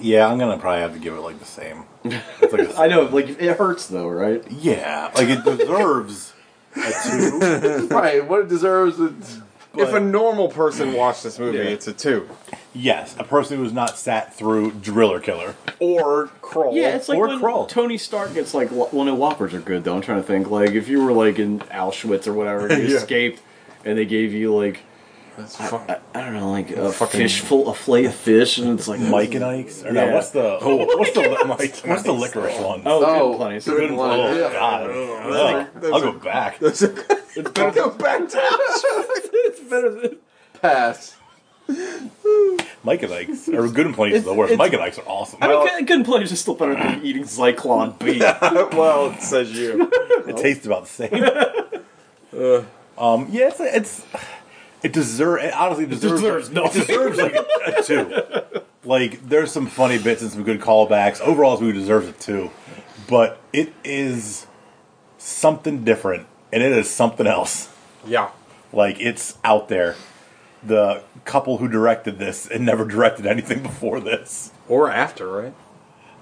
[SPEAKER 7] Yeah, I'm gonna probably have to give it like the
[SPEAKER 9] [LAUGHS]
[SPEAKER 7] same. It's like a-
[SPEAKER 5] I know, like it hurts though, right?
[SPEAKER 7] yeah, like it deserves a two.
[SPEAKER 9] right, what it deserves is.
[SPEAKER 8] if a normal person watched this movie, it's a two.
[SPEAKER 7] Yes, a person who's not sat through Driller Killer.
[SPEAKER 8] Or Kroll.
[SPEAKER 5] Yeah, it's like
[SPEAKER 7] Or
[SPEAKER 5] when
[SPEAKER 7] Kroll.
[SPEAKER 5] Tony Stark gets like lo- well, no, Whoppers are good though. I'm trying to think like if you were like in Auschwitz or whatever, [LAUGHS] and you
[SPEAKER 8] Yeah.
[SPEAKER 5] escaped, and they gave you like
[SPEAKER 8] That's
[SPEAKER 5] I, I, I don't know, like a
[SPEAKER 7] Fucking-
[SPEAKER 5] fish full, a fillet of fish, and [LAUGHS] it's like
[SPEAKER 7] Mike and Ike's? Or
[SPEAKER 5] Yeah.
[SPEAKER 7] no, what's the
[SPEAKER 5] Oh,
[SPEAKER 7] what's
[SPEAKER 5] [LAUGHS]
[SPEAKER 7] the what's the licorice one?
[SPEAKER 5] Oh,
[SPEAKER 9] Oh,
[SPEAKER 5] good plenty. It's
[SPEAKER 9] Good
[SPEAKER 5] good
[SPEAKER 9] and
[SPEAKER 5] plenty.
[SPEAKER 9] Plenty,
[SPEAKER 7] Oh,
[SPEAKER 9] yeah.
[SPEAKER 7] God.
[SPEAKER 8] Those
[SPEAKER 7] Ugh. I'll go back. That's
[SPEAKER 8] It's better go back
[SPEAKER 9] [LAUGHS]
[SPEAKER 8] down.
[SPEAKER 5] it's better than
[SPEAKER 9] Pass.
[SPEAKER 7] Mike and Ike's or Good and Plenty is the worst.
[SPEAKER 5] it's-
[SPEAKER 7] Mike and Ike's are awesome.
[SPEAKER 5] I mean, good, good and plenty is still better than eating
[SPEAKER 8] [LAUGHS]
[SPEAKER 5] Zyklon B.
[SPEAKER 8] well, it says you.
[SPEAKER 7] It tastes about the same. um, yeah, it's, it's it deserves. It honestly deserves.
[SPEAKER 5] deserves nothing.
[SPEAKER 7] It deserves like a, a two. Like there's some funny bits and some good callbacks. Overall, this movie deserves a two, but it is something different, and it is something else.
[SPEAKER 8] Yeah.
[SPEAKER 7] Like it's out there. The couple who directed this and never directed anything [LAUGHS] before this.
[SPEAKER 8] Or after, right?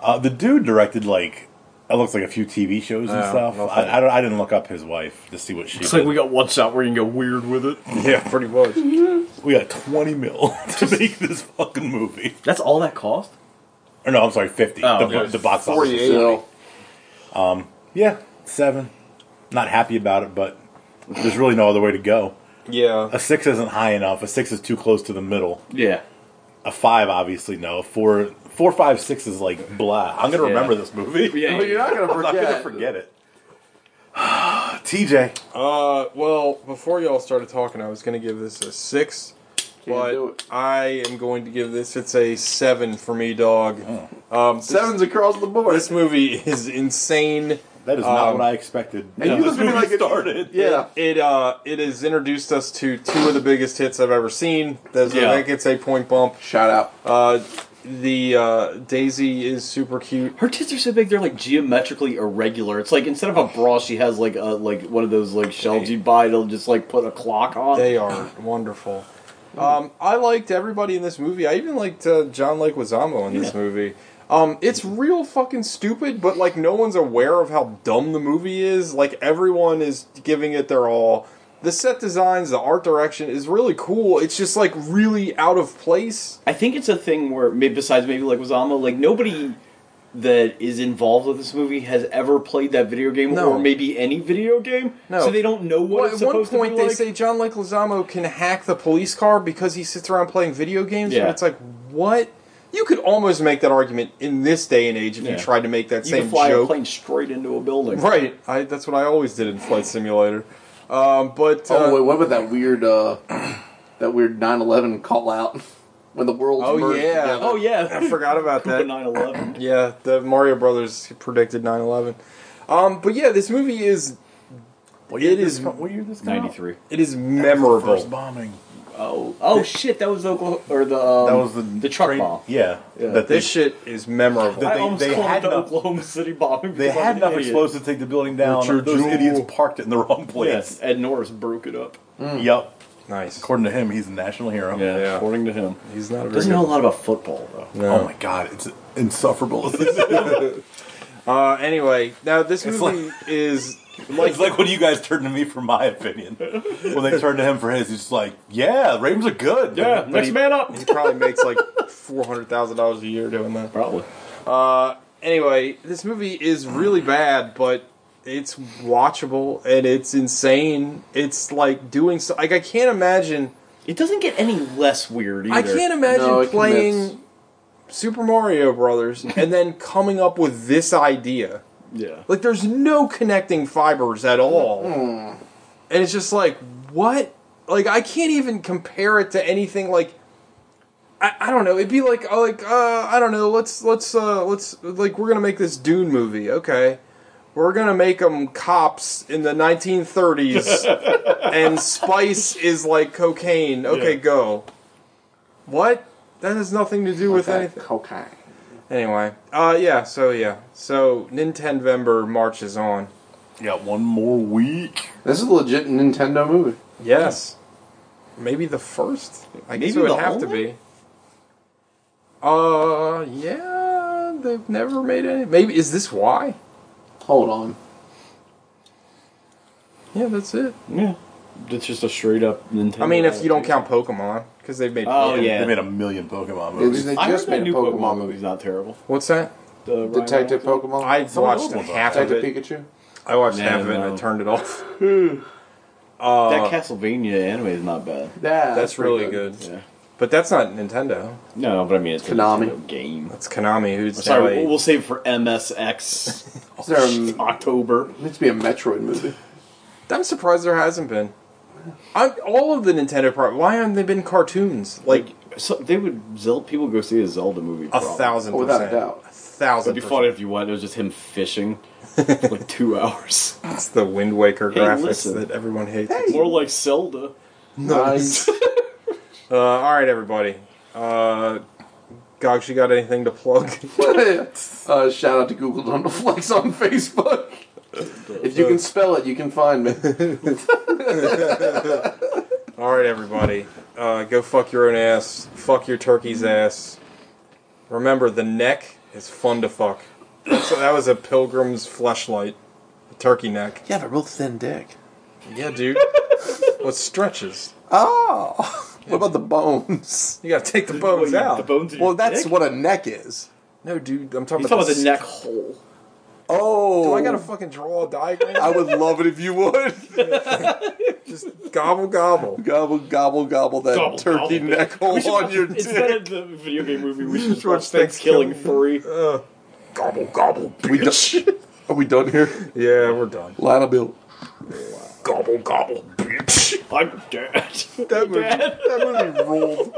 [SPEAKER 7] Uh, the dude directed like it looks like a few TV shows and
[SPEAKER 8] Oh,
[SPEAKER 7] stuff.
[SPEAKER 8] no
[SPEAKER 7] I, I, don't, I didn't look up his wife to see what she.
[SPEAKER 5] It's
[SPEAKER 7] did.
[SPEAKER 5] like we got one shot where you can go weird with it.
[SPEAKER 7] [LAUGHS] yeah,
[SPEAKER 8] Pretty much.
[SPEAKER 7] we got twenty mil [LAUGHS] to make this fucking movie.
[SPEAKER 5] That's all that cost.
[SPEAKER 7] Or no, I'm sorry, fifty.
[SPEAKER 5] Oh,
[SPEAKER 7] the,
[SPEAKER 5] okay.
[SPEAKER 7] the box office. Um,
[SPEAKER 8] 48.
[SPEAKER 9] So,
[SPEAKER 7] Yeah, seven. Not happy about it, but there's really no other way to go.
[SPEAKER 8] Yeah.
[SPEAKER 7] A six isn't high enough. A six is too close to the middle.
[SPEAKER 5] Yeah.
[SPEAKER 7] A five, obviously, no. A Four, four, five, six is like blah. I'm gonna
[SPEAKER 5] Yeah.
[SPEAKER 7] remember this movie.
[SPEAKER 5] Yeah.
[SPEAKER 9] but you're not going
[SPEAKER 7] [LAUGHS]
[SPEAKER 9] to
[SPEAKER 7] I'm not
[SPEAKER 9] forget.
[SPEAKER 7] gonna forget it. [SIGHS] TJ.
[SPEAKER 8] Uh, well, before y'all started talking, I was going to give this a six.
[SPEAKER 9] do
[SPEAKER 8] But
[SPEAKER 9] it.
[SPEAKER 8] I am going to give this. It's a seven for me, dog.
[SPEAKER 9] Oh.
[SPEAKER 8] Um, this-
[SPEAKER 9] Sevens across the board.
[SPEAKER 8] This movie is insane.
[SPEAKER 7] That is not
[SPEAKER 8] Um,
[SPEAKER 7] what I expected.
[SPEAKER 9] and you look at me like it started. Yeah.
[SPEAKER 8] It uh, it has introduced us to two of the biggest hits I've ever seen. There's
[SPEAKER 5] Yeah.
[SPEAKER 8] I think it's a point bump.
[SPEAKER 9] Shout out.
[SPEAKER 8] Uh, the uh, Daisy is super cute.
[SPEAKER 5] Her tits are so big; they're like geometrically irregular. It's like instead of a bra, she has like a like one of those like shelves you buy to just like put a clock on.
[SPEAKER 8] They are wonderful. Um, I liked everybody in this movie. I even liked uh, John Leguizamo in this movie. Um, it's real fucking stupid, but like no one's aware of how dumb the movie is. Like everyone is giving it their all. The set designs, the art direction is really cool. It's just like really out of place.
[SPEAKER 5] I think it's a thing where, maybe besides maybe like Wazama, like nobody that is involved with this movie has ever played that video game
[SPEAKER 8] No.
[SPEAKER 5] or maybe any video game,
[SPEAKER 8] No.
[SPEAKER 5] so they don't know what
[SPEAKER 8] Well,
[SPEAKER 5] it's
[SPEAKER 8] at one
[SPEAKER 5] supposed
[SPEAKER 8] point,
[SPEAKER 5] to be
[SPEAKER 8] they
[SPEAKER 5] like.
[SPEAKER 8] say John Leguizamo can hack the police car because he sits around playing video games.
[SPEAKER 5] Yeah.
[SPEAKER 8] But it's like, what? You could almost make that argument in this day and age if
[SPEAKER 5] Yeah.
[SPEAKER 8] you tried to make that
[SPEAKER 5] you
[SPEAKER 8] same
[SPEAKER 5] can fly a
[SPEAKER 8] joke.
[SPEAKER 5] plane straight into a building.
[SPEAKER 8] Right. I, that's what I always did in Flight Simulator. Um, but uh,
[SPEAKER 9] oh, wait, what about that weird, uh, [CLEARS THROAT] that weird 9-11 call out [LAUGHS] when the world's
[SPEAKER 8] Oh,
[SPEAKER 9] merged
[SPEAKER 8] yeah.
[SPEAKER 9] together?
[SPEAKER 5] Oh yeah,
[SPEAKER 8] I
[SPEAKER 5] [LAUGHS]
[SPEAKER 8] forgot about that.
[SPEAKER 5] 911.
[SPEAKER 8] Yeah, the Mario Brothers predicted 9/11. Um, but yeah, this movie is
[SPEAKER 7] What year
[SPEAKER 8] It
[SPEAKER 7] did
[SPEAKER 8] is-
[SPEAKER 7] this come- what year did this come out?
[SPEAKER 5] 93.
[SPEAKER 8] it is
[SPEAKER 7] First
[SPEAKER 8] memorable.
[SPEAKER 7] bombing.
[SPEAKER 5] Oh, oh shit! That was Oklahoma, or the um,
[SPEAKER 7] That was the
[SPEAKER 5] the truck
[SPEAKER 7] train-
[SPEAKER 5] bomb.
[SPEAKER 7] Yeah,
[SPEAKER 5] Yeah.
[SPEAKER 7] That they,
[SPEAKER 8] This shit is memorable.
[SPEAKER 7] That
[SPEAKER 5] I
[SPEAKER 7] they-
[SPEAKER 5] almost
[SPEAKER 7] they
[SPEAKER 5] called
[SPEAKER 7] had
[SPEAKER 5] it the
[SPEAKER 7] enough-
[SPEAKER 5] Oklahoma City [LAUGHS] bombing.
[SPEAKER 7] they
[SPEAKER 5] because I'm
[SPEAKER 7] had
[SPEAKER 5] an
[SPEAKER 7] enough
[SPEAKER 5] idiot.
[SPEAKER 7] explosives to take the building down.
[SPEAKER 8] Richard
[SPEAKER 7] Those
[SPEAKER 8] Jewell.
[SPEAKER 7] idiots parked it in the wrong
[SPEAKER 5] Yes,
[SPEAKER 7] place.
[SPEAKER 5] Ed Norris broke it up.
[SPEAKER 7] Yep.
[SPEAKER 8] nice.
[SPEAKER 7] According to him, he's a national hero.
[SPEAKER 8] Yeah.
[SPEAKER 5] according to him,
[SPEAKER 8] He's not a very
[SPEAKER 5] doesn't know a
[SPEAKER 8] good-
[SPEAKER 5] lot about football though.
[SPEAKER 8] No.
[SPEAKER 7] Oh my god, it's insufferable. [LAUGHS] it's
[SPEAKER 8] Uh, anyway, now this
[SPEAKER 7] It's
[SPEAKER 8] movie is like,
[SPEAKER 7] like when you guys turn to me for my opinion. When they turn to him for his, he's just like, "Yeah, Ravens are good."
[SPEAKER 5] Yeah, next man up.
[SPEAKER 8] he probably makes like four hundred thousand dollars a year doing that.
[SPEAKER 5] Probably.
[SPEAKER 8] Uh, anyway, this movie is really bad, but it's watchable and it's insane. It's like doing so. Like I can't imagine.
[SPEAKER 5] It doesn't get any less weird either.
[SPEAKER 8] I can't imagine
[SPEAKER 9] No, it
[SPEAKER 8] playing
[SPEAKER 9] commits.
[SPEAKER 8] Super Mario Brothers and then coming up with this idea.
[SPEAKER 5] Yeah.
[SPEAKER 8] Like there's no connecting fibers at all. And it's just like, what? Like I can't even compare it to anything like I, I don't know. It'd be like uh, like uh I don't know, let's let's uh let's like we're going to make this Dune movie. Okay. we're gonna make them cops in the 1930s, and spice is like cocaine. Okay,
[SPEAKER 11] Yeah.
[SPEAKER 8] go. What? That has nothing to do with anything.
[SPEAKER 11] Cocaine.
[SPEAKER 8] Anyway, uh, yeah. So yeah. So Nintendember marches on.
[SPEAKER 7] Yeah, one more week.
[SPEAKER 11] This is a legit Nintendo movie.
[SPEAKER 8] Yes. Maybe the first. I guess
[SPEAKER 11] Maybe
[SPEAKER 8] it would
[SPEAKER 11] the
[SPEAKER 8] have to
[SPEAKER 11] only?
[SPEAKER 8] be. Uh, yeah. They've never made any. Maybe is this why?
[SPEAKER 11] Hold on.
[SPEAKER 8] Yeah, that's it.
[SPEAKER 5] Yeah. It's just a straight up Nintendo.
[SPEAKER 8] I mean, if you don't count Pokemon, because they've made.
[SPEAKER 5] Oh, yeah.
[SPEAKER 7] They made a million Pokemon
[SPEAKER 11] They
[SPEAKER 7] movies.
[SPEAKER 11] just, they
[SPEAKER 5] I
[SPEAKER 11] just
[SPEAKER 5] heard
[SPEAKER 11] made
[SPEAKER 5] that
[SPEAKER 11] a
[SPEAKER 5] new Pokemon,
[SPEAKER 11] Pokemon movie.
[SPEAKER 5] movie's not terrible.
[SPEAKER 8] What's that?
[SPEAKER 5] The
[SPEAKER 11] Detective
[SPEAKER 5] Rhino-
[SPEAKER 11] Pokemon.
[SPEAKER 7] Some
[SPEAKER 8] I
[SPEAKER 7] of the
[SPEAKER 8] watched
[SPEAKER 7] old ones are.
[SPEAKER 8] half of
[SPEAKER 11] Detective
[SPEAKER 8] it.
[SPEAKER 11] Pikachu.
[SPEAKER 8] I watched
[SPEAKER 5] Yeah,
[SPEAKER 8] half of it and
[SPEAKER 5] no.
[SPEAKER 8] I turned it off.
[SPEAKER 5] that Castlevania anime is not bad.
[SPEAKER 11] Yeah,
[SPEAKER 8] That's really good.
[SPEAKER 5] Yeah.
[SPEAKER 8] But that's not Nintendo.
[SPEAKER 5] No, but I mean, it's a
[SPEAKER 11] Konami.
[SPEAKER 5] [LAUGHS] Nintendo game.
[SPEAKER 8] That's Konami, who's
[SPEAKER 5] Sorry,
[SPEAKER 8] now a-
[SPEAKER 5] we'll, we'll save for
[SPEAKER 8] [LAUGHS]
[SPEAKER 5] MSX
[SPEAKER 11] Is there a,
[SPEAKER 5] October.
[SPEAKER 11] needs to be a Metroid movie.
[SPEAKER 8] I'm surprised there hasn't been. I'm, all of the Nintendo part. Why haven't they been cartoons? Like
[SPEAKER 5] So they would Zelda people would go see a Zelda movie.
[SPEAKER 8] a
[SPEAKER 5] probably.
[SPEAKER 8] thousand
[SPEAKER 11] Oh,
[SPEAKER 8] percent.
[SPEAKER 11] without a doubt.
[SPEAKER 8] A thousand
[SPEAKER 5] It'd be
[SPEAKER 8] percent.
[SPEAKER 5] funny if you went. It was just him fishing for like [LAUGHS] two hours.
[SPEAKER 8] It's the Wind Waker
[SPEAKER 5] Hey,
[SPEAKER 8] graphics
[SPEAKER 5] listen.
[SPEAKER 8] that everyone hates.
[SPEAKER 5] More like Zelda.
[SPEAKER 11] Nice.
[SPEAKER 8] Uh, all right, everybody. Uh, Gogs, you got anything to plug? [LAUGHS]
[SPEAKER 11] [LAUGHS]
[SPEAKER 9] uh, shout out to Google Dundleflex on Facebook.
[SPEAKER 11] if you can spell it, you can find me.
[SPEAKER 8] all right, everybody. Uh, go fuck your own ass. Fuck your turkey's ass. Remember, the neck is fun to fuck. So that was a pilgrim's fleshlight, a turkey neck.
[SPEAKER 11] Yeah, have a real thin dick.
[SPEAKER 8] Yeah, dude. What stretches?
[SPEAKER 11] Oh, [LAUGHS] what about the bones?
[SPEAKER 8] You gotta take the bones out.
[SPEAKER 5] The bones. in your
[SPEAKER 11] Well, that's
[SPEAKER 5] dick?
[SPEAKER 11] what a neck is.
[SPEAKER 8] No, dude, I'm talking
[SPEAKER 5] He's
[SPEAKER 8] about,
[SPEAKER 5] talking about the
[SPEAKER 8] s-
[SPEAKER 5] neck hole.
[SPEAKER 11] Oh,
[SPEAKER 8] Do I gotta fucking draw a diagram?
[SPEAKER 11] I would love it if you would. [LAUGHS]
[SPEAKER 8] Just [LAUGHS] gobble gobble.
[SPEAKER 11] gobble, gobble, gobble that
[SPEAKER 5] Gobble,
[SPEAKER 11] turkey
[SPEAKER 5] gobble.
[SPEAKER 11] neck
[SPEAKER 5] [LAUGHS]
[SPEAKER 11] hole on your
[SPEAKER 5] Instead
[SPEAKER 11] dick.
[SPEAKER 5] of the video game movie, we should just
[SPEAKER 8] watch
[SPEAKER 5] [LAUGHS] watch Thanksgiving Uh. Three.
[SPEAKER 8] Gobble gobble.
[SPEAKER 11] We done- [LAUGHS] Are we done here?
[SPEAKER 8] Yeah, we're done.
[SPEAKER 11] Lionel Bill.
[SPEAKER 8] Gobble gobble, bitch.
[SPEAKER 11] [LAUGHS]
[SPEAKER 5] I'm dead. [LAUGHS]
[SPEAKER 8] That movie, that movie ruled.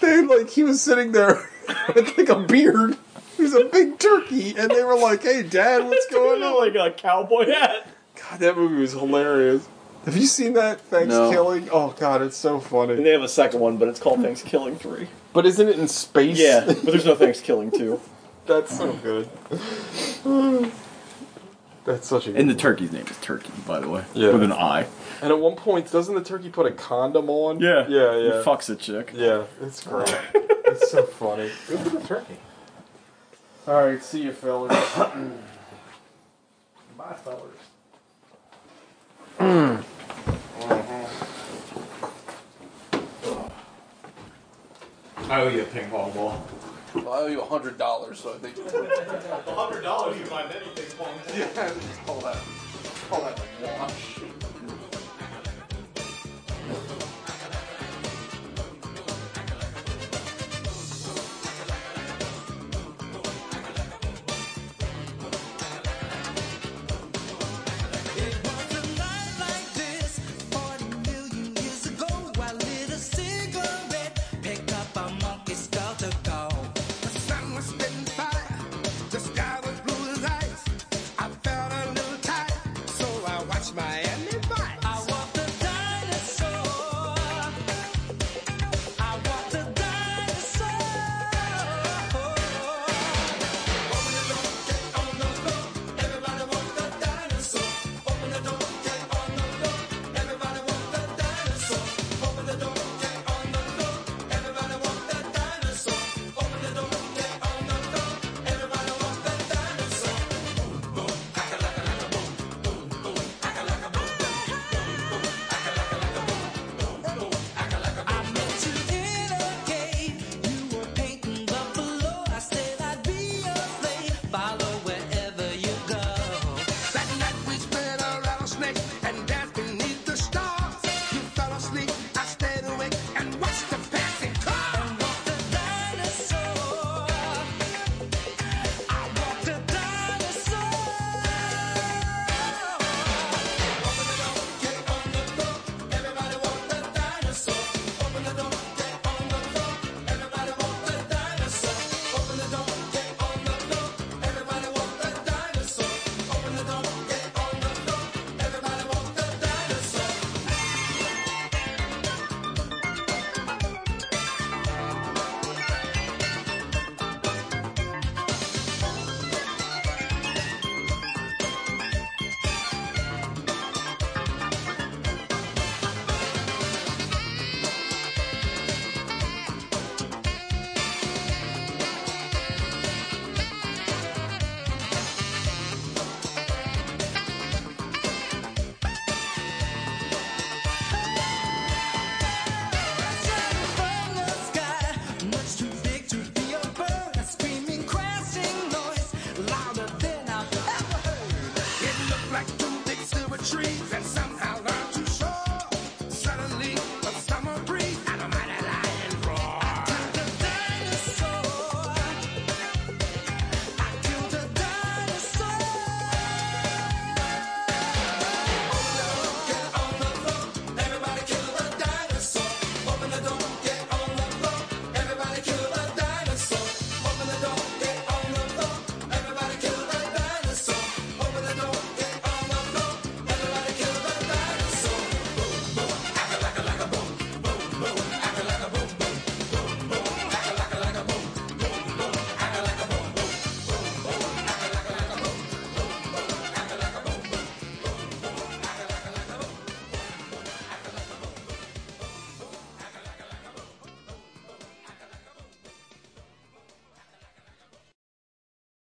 [SPEAKER 8] They like he was
[SPEAKER 11] [LAUGHS]
[SPEAKER 8] sitting there with like a beard. He was a big turkey, and they were like, "Hey, Dad, [LAUGHS] what's going on?"
[SPEAKER 5] like a cowboy hat.
[SPEAKER 8] God, that movie was hilarious. Have you seen that Thanksgiving? Oh God, it's so
[SPEAKER 5] And
[SPEAKER 8] funny.
[SPEAKER 5] they have a second one, but it's called Thanksgiving Three.
[SPEAKER 8] But isn't it in space?
[SPEAKER 5] Yeah, but there's no Thanksgiving Two.
[SPEAKER 8] that's so good. [SIGHS] That's such a good
[SPEAKER 5] And the turkey's name is Turkey, by the way,
[SPEAKER 8] Yeah.
[SPEAKER 5] with an I.
[SPEAKER 8] And at one point, doesn't the turkey put a condom on? Yeah,
[SPEAKER 5] He
[SPEAKER 8] yeah.
[SPEAKER 5] fucks a chick.
[SPEAKER 8] yeah, it's
[SPEAKER 5] [LAUGHS]
[SPEAKER 8] great. it's so funny. Good for the turkey. Alright, see you, fellas. Bye, fellas. I owe you a ping pong ball.
[SPEAKER 9] I owe you hundred dollars, so I think
[SPEAKER 8] $100 you buy many ping pong balls.
[SPEAKER 9] all that like wash.